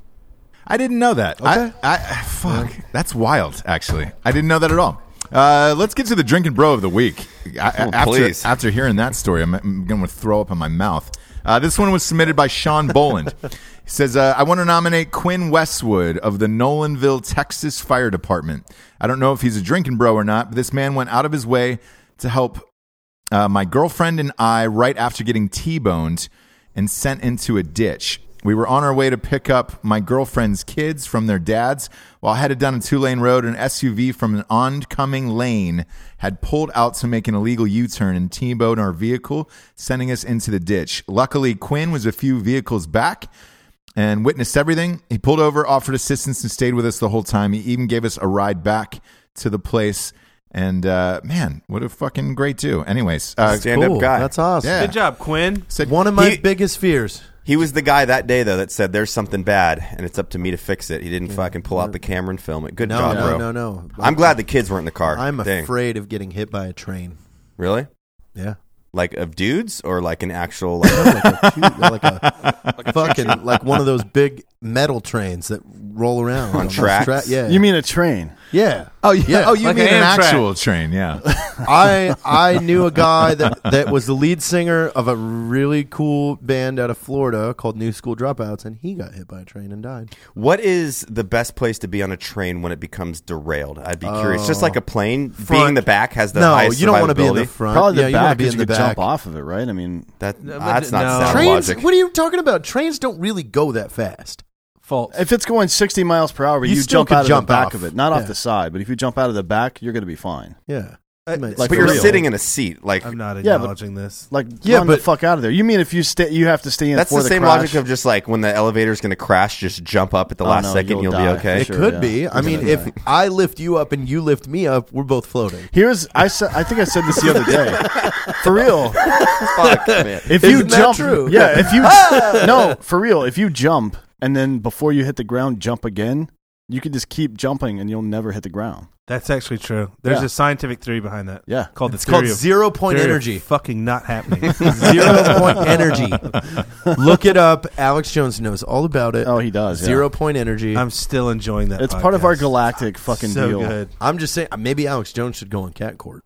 S1: I didn't know that.
S2: Okay.
S1: I, I fuck. That's wild. Actually, I didn't know that at all. Uh, let's get to the drinking bro of the week. I, I-
S5: Oh,
S1: after,
S5: please.
S1: after hearing that story, I'm, I'm going to throw up in my mouth. Uh, this one was submitted by Sean Boland. he says, uh, I want to nominate Quinn Westwood of the Nolanville, Texas Fire Department. I don't know if he's a drinking bro or not, but this man went out of his way to help uh, my girlfriend and I right after getting T boned and sent into a ditch. We were on our way to pick up my girlfriend's kids from their dad's. While headed down a two lane road, an SUV from an oncoming lane had pulled out to make an illegal U turn and T boned our vehicle, sending us into the ditch. Luckily, Quinn was a few vehicles back and witnessed everything. He pulled over, offered assistance, and stayed with us the whole time. He even gave us a ride back to the place. And uh, man, what a fucking great do. Anyways, uh,
S5: Stand up guy.
S2: That's awesome.
S1: Yeah.
S4: Good job, Quinn.
S1: said-
S2: One of my
S5: He-
S2: biggest fears.
S5: He was the guy that day though that said there's something bad and it's up to me to fix it. He didn't fucking pull out the camera and film it. Good
S2: No,
S5: job,
S2: no,
S5: bro.
S2: no, no.
S5: I'm glad the kids weren't in the car.
S2: I'm
S5: Dang.
S2: afraid of getting hit by a train.
S5: Really?
S2: Yeah.
S5: Like of dudes or like an actual
S2: like
S5: like,
S2: a, cute- like a
S6: Like a
S2: fucking like one of those big metal trains that roll around
S5: On
S2: those
S5: tracks?
S2: yeah,
S3: You mean a train?
S2: yeah?
S1: Oh yeah.
S2: Yeah,
S1: oh, you
S4: like
S1: mean
S4: an
S1: an,
S4: Amtrak.
S1: actual train? Yeah.
S2: I I knew a guy that that was the lead singer of a really cool band out of Florida called New School Dropouts, and he got hit by a train and died.
S5: what is the best place to be on a train when it becomes derailed? I'd be curious. Just like a plane, being the back has the
S2: Oh. no,
S5: highest
S2: you don't want to be in the
S5: survivability.
S2: front.
S3: Probably
S2: yeah,
S3: the
S2: you want
S3: back.
S2: to be
S3: 'cause
S2: in
S3: you
S2: the
S3: could
S2: back.
S3: jump off of it, right? I mean,
S5: That,
S4: No, but
S5: that's not
S4: no.
S5: sound
S2: Trains?
S5: logic.
S2: What are you talking about? Trains don't really go that fast.
S4: False.
S3: if it's going 60 miles per hour,
S2: You
S3: you,
S2: still
S3: jump
S2: could
S3: out of
S2: jump
S3: the back
S2: off.
S3: of it, not
S2: Yeah.
S3: off the side. But if you jump out of the back, you're going to be fine.
S2: Yeah, Like,
S5: but
S3: for
S5: Uh, you're
S3: real.
S5: sitting in a seat. Like
S4: I'm not
S3: Yeah, but-
S4: acknowledging this.
S3: Like,
S2: Yeah,
S3: run
S2: but-
S3: the fuck out of there. You mean if you stay, you have to stay in.
S5: that's
S3: for
S5: the same
S3: crash?
S5: logic of just like when the elevator's going to crash, just jump up at the
S3: Oh,
S5: last
S3: no,
S5: 2nd
S3: you'll
S5: you'll
S3: die.
S5: be okay.
S2: it
S3: sure,
S2: could
S3: yeah.
S2: be. I
S3: You're
S2: mean,
S3: gonna
S2: if I lift you up and you lift me up, we're both floating.
S3: Here's I said I think I said this the other day. For real.
S5: Fuck, man.
S3: If you
S2: Isn't that
S3: jump
S2: true?
S3: Yeah, if you No, for real, if you jump and then before you hit the ground jump again, you can just keep jumping and you'll never hit the ground.
S4: That's actually true. There's
S3: Yeah.
S4: a scientific theory behind that.
S3: Yeah.
S4: Called
S2: It's
S4: the theory
S2: called
S4: of
S2: zero point
S4: theory of
S2: energy.
S4: Fucking not happening.
S2: Zero point energy. Look it up. Alex Jones knows all about it.
S3: Oh, he does. yeah.
S2: Zero point energy. I'm,
S4: I'm still enjoying that.
S3: It's part of our
S4: podcast.
S3: galactic fucking
S4: so
S3: deal.
S4: good.
S2: just saying. Maybe Alex Jones should go on cat court.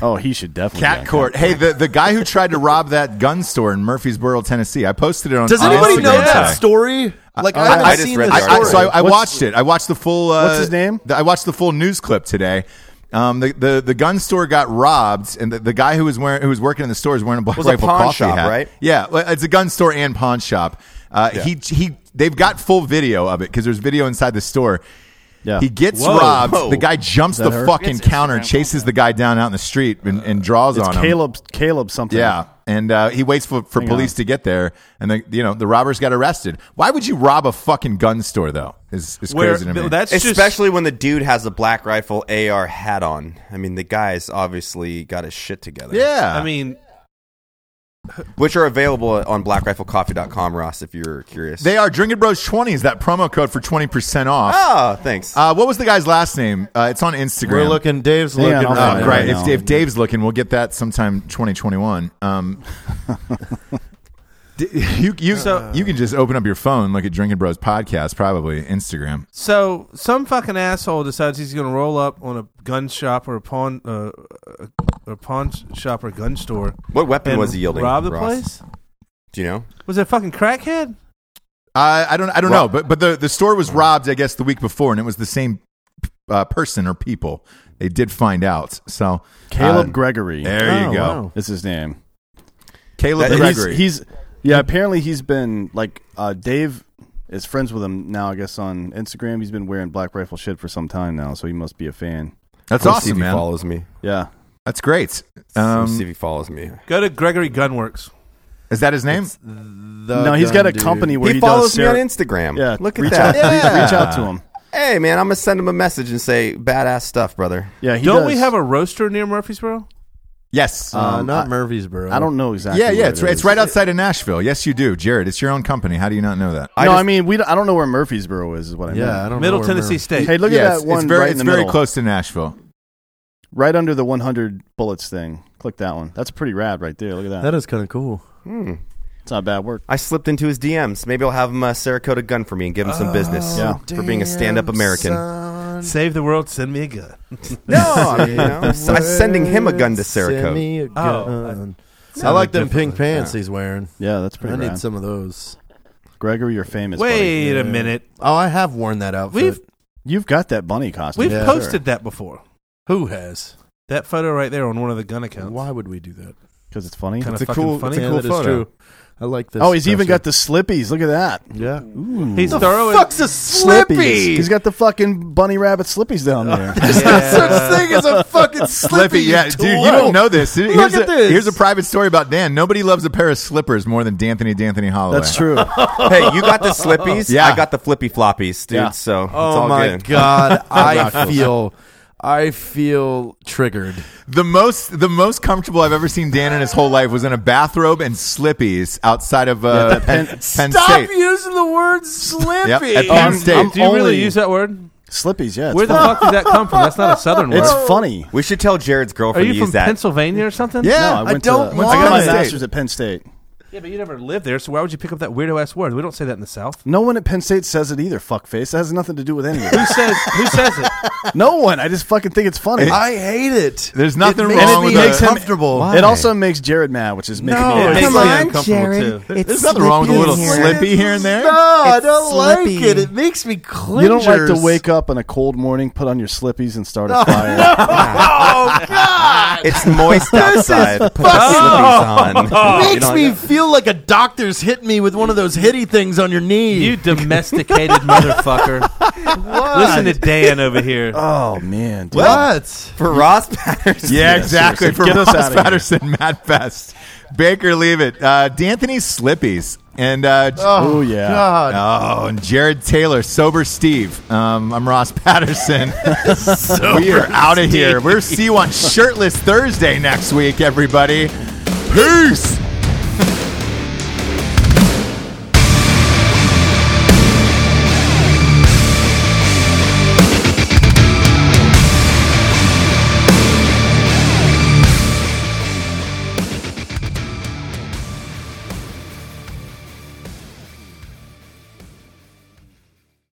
S3: Oh, he should definitely.
S1: Cat
S3: be on
S1: Court. Hey, the, the guy who tried to rob that gun store in Murfreesboro, Tennessee. I posted it on.
S2: Does
S1: on
S2: anybody
S1: Instagram
S2: know that
S1: today.
S2: story? Like I,
S1: I-
S2: haven't
S1: I
S5: just
S2: seen
S5: read
S2: this
S5: the
S1: I, I,
S2: story.
S1: so I, I
S3: What's-
S1: watched it. I watched the full. Uh,
S3: What's his name?
S1: the- I watched the full news clip today. Um, the, the the gun store got robbed, and the, the guy who was wearing who was working in the store is wearing a black
S5: Was a
S1: rifle
S5: pawn
S1: coffee
S5: shop,
S1: hat.
S5: right?
S1: Yeah, well, it's a gun store and pawn shop. Uh, He he. They've got full video of it because there's video inside the store.
S3: Yeah.
S1: He gets
S5: Whoa.
S1: robbed.
S5: Whoa.
S1: The guy jumps the
S3: that her?
S1: fucking
S6: It's Instagram
S1: counter,
S6: content.
S1: chases the guy down out in the street, and, and draws
S3: It's
S1: on him.
S3: Caleb Caleb something.
S1: Yeah, and uh, he waits for, for police to get there, and the you know the robbers got arrested. Why would you rob a fucking gun store though? Is is
S4: Where
S1: crazy to me.
S4: that's just
S5: Especially when the dude has a black rifle AR hat on. I mean, the guy's obviously got his shit together.
S1: yeah,
S4: I mean,
S5: Which are available on blackriflecoffee.com, Ross, if you're curious.
S1: they are Drinking Bros twenty is that promo code for twenty percent off.
S5: Ah, thanks.
S1: Uh, what was the guy's last name? Uh, it's on Instagram.
S2: We're looking. Dave's
S3: Hang
S2: looking.
S3: on, I'll
S1: Oh,
S3: find it
S1: great.
S3: right
S1: if,
S3: now.
S1: if Dave's looking, we'll get that sometime 2021. Um, d- you you
S4: Uh.
S1: you can just open up your phone, look at Drinking Bros podcast, probably Instagram.
S4: so some fucking asshole decides he's going to roll up on a gun shop or a pawn uh, a pawn shop or gun store.
S5: what weapon
S4: and
S5: was he yielding?
S4: Rob the
S5: Ross?
S4: place?
S5: Do you know?
S4: Was it a fucking crackhead?
S1: Uh, I don't. I don't
S5: Ro-
S1: know. But but the the store was robbed. I guess the week before, and it was the same uh, person or people. They did find out. So
S3: Caleb
S1: uh,
S3: Gregory.
S1: there
S2: Oh,
S1: you go.
S2: wow.
S3: Is his name.
S1: Caleb
S5: That-
S3: But he's-
S1: Gregory.
S3: He's, yeah. Apparently, he's been like uh, Dave is friends with him now. I guess on Instagram, he's been wearing Black Rifle shit for some time now, so he must be a fan.
S1: That's
S5: Let's see if
S1: awesome,
S5: he
S1: man.
S5: follows me.
S3: Yeah,
S1: That's great.
S5: Let's see if
S1: Um,
S5: he follows me.
S4: Go to Gregory Gunworks.
S1: is that his name?
S3: no, he's got a company where
S5: He,
S3: he,
S5: follows
S3: does
S5: me on
S3: Sarah-
S5: Instagram.
S3: Yeah,
S5: Look at
S3: reach
S5: that.
S3: Out,
S1: Yeah.
S3: reach, reach out to him.
S5: Hey, man, I'm going to send him a message and say, badass stuff, brother.
S3: Yeah, he
S4: Don't
S3: does-
S4: we have a roaster near Murfreesboro?
S1: Yes.
S3: Uh,
S2: Uh,
S3: Um,
S2: not
S3: I-
S2: Murfreesboro.
S3: I don't know exactly.
S1: yeah, yeah.
S3: where
S1: It's
S3: it
S1: right, it's
S3: is.
S1: right outside of Nashville. Yes, you do, Jared. It's your own company. How do you not know that?
S3: No, I,
S5: I just-
S3: mean we. Don't, I don't know where Murfreesboro is. Is what I mean.
S2: Yeah, I don't. know
S4: Middle
S2: where
S4: Tennessee
S2: Murfrees-
S4: State.
S3: Hey, look
S1: Yes,
S3: at that one.
S1: It's very
S3: right in
S1: it's
S3: the
S1: very
S3: middle.
S1: close to Nashville.
S3: Right under the 100 bullets thing. Click that one. That's pretty rad right there. Look at that.
S2: That is kind of cool.
S5: Hmm.
S3: it's not bad work.
S5: I slipped into his DMs. Maybe I'll have him uh, Saracota gun for me and give him
S2: Oh,
S5: some business
S3: yeah.
S5: for being a stand-up American.
S4: Save the world, send me a gun.
S5: No, I mean, you know, I'm sending him a gun to
S2: Send
S5: Saracota.
S2: me a gun. I,
S4: Sounded
S2: like them pink
S4: different.
S2: pants he's wearing.
S3: Yeah, that's
S2: I
S3: pretty
S2: need
S3: rad.
S2: some of those.
S3: Gregory, you're famous. buddy.
S4: Wait a minute.
S2: Oh, I have worn that outfit.
S4: We've-
S3: You've got that bunny costume.
S4: We've
S2: Yeah.
S4: posted that before.
S2: Who has?
S4: That photo right there on one of the gun accounts.
S2: Why would we do that?
S3: because it's funny.
S4: Kind
S1: It's
S4: of
S1: a
S4: fucking
S1: cool-
S4: funny.
S1: it's a cool
S2: that is
S1: photo.
S2: true. I like this.
S3: Oh, he's even got
S2: special.
S3: the slippies. Look at that.
S2: yeah.
S3: Ooh.
S4: He's throwing.
S2: a slippy?
S3: He's got the fucking bunny rabbit slippies down there.
S4: Yeah.
S2: thing as a fucking
S1: Slippy, yeah, dude, you don't know this. Here's,
S2: at
S1: a,
S2: this.
S1: here's a private story about Dan. Nobody loves a pair of slippers more than D'Anthony D'Anthony Holloway.
S3: That's true.
S5: hey, you got the slippies.
S1: Yeah.
S5: I got the flippy floppies, dude.
S3: Yeah.
S5: So it's
S2: Oh
S5: all
S2: my
S5: good.
S2: god, I feel, I feel triggered.
S1: The most the most comfortable I've ever seen Dan in his whole life was in a bathrobe and slippies outside of uh,
S3: Yeah, the
S1: Penn,
S3: Penn-
S1: Penn
S2: Stop
S1: State.
S2: using the word slippy.
S1: Yep, at
S3: Oh,
S1: Penn
S3: I'm-
S1: State.
S3: I'm-
S4: Do you
S3: Only-
S4: really use that word?
S3: Slippies, yeah. It's,
S4: Where the
S3: funny.
S4: fuck did that come from? That's not a southern word.
S3: it's funny.
S5: We should tell Jared's
S4: Are
S5: girlfriend to
S4: you
S5: use
S4: from
S5: that.
S4: Pennsylvania or something?
S1: Yeah,
S3: No, I,
S1: I
S3: went
S1: don't
S3: to,
S1: want
S3: I got my
S1: it.
S3: master's at Penn State.
S4: Yeah, but you never lived there, so why would you pick up that weirdo ass word? We don't say that in the South.
S3: No one at Penn State says it either, fuckface. That has nothing to do with anything.
S4: Who says who says it?
S3: no one. I just fucking think it's funny.
S1: I
S2: hate it.
S1: There's nothing
S2: it makes
S1: wrong with
S2: me
S3: that.
S2: uncomfortable.
S3: it also makes Jared mad, which is making me mad.
S4: It makes
S7: come
S4: me
S7: on,
S4: uncomfortable,
S7: Jared.
S4: too.
S7: It's
S1: There's nothing wrong with a
S7: slippy
S1: little
S7: in here.
S1: slippy here and there.
S2: No, I
S7: It's
S2: don't like
S7: slippy.
S2: it. It makes me cringe.
S3: You don't like to wake up on a cold morning, put on your slippies, and start a fire.
S2: Oh God!
S5: It's moist outside. Put the slippies on. You
S2: Makes
S5: know,
S2: me feel like a doctor's hit me with one of those hitty things on your knee.
S4: You domesticated motherfucker. Listen to Dan over here.
S3: oh man, dude.
S2: what?
S5: For Ross Patterson.
S1: Yeah, exactly. For
S3: seriously. Get us
S1: Ross
S3: outta here.
S1: Patterson, Matt Fest, Baker, leave it. Uh, D'Anthony's slippies and uh, J- oh.
S3: Oh yeah.
S2: God.
S1: and Jared Taylor, sober Steve. Um, I'm Ross Patterson. we are out of here. We're see you on Shirtless Thursday next week, everybody. Peace.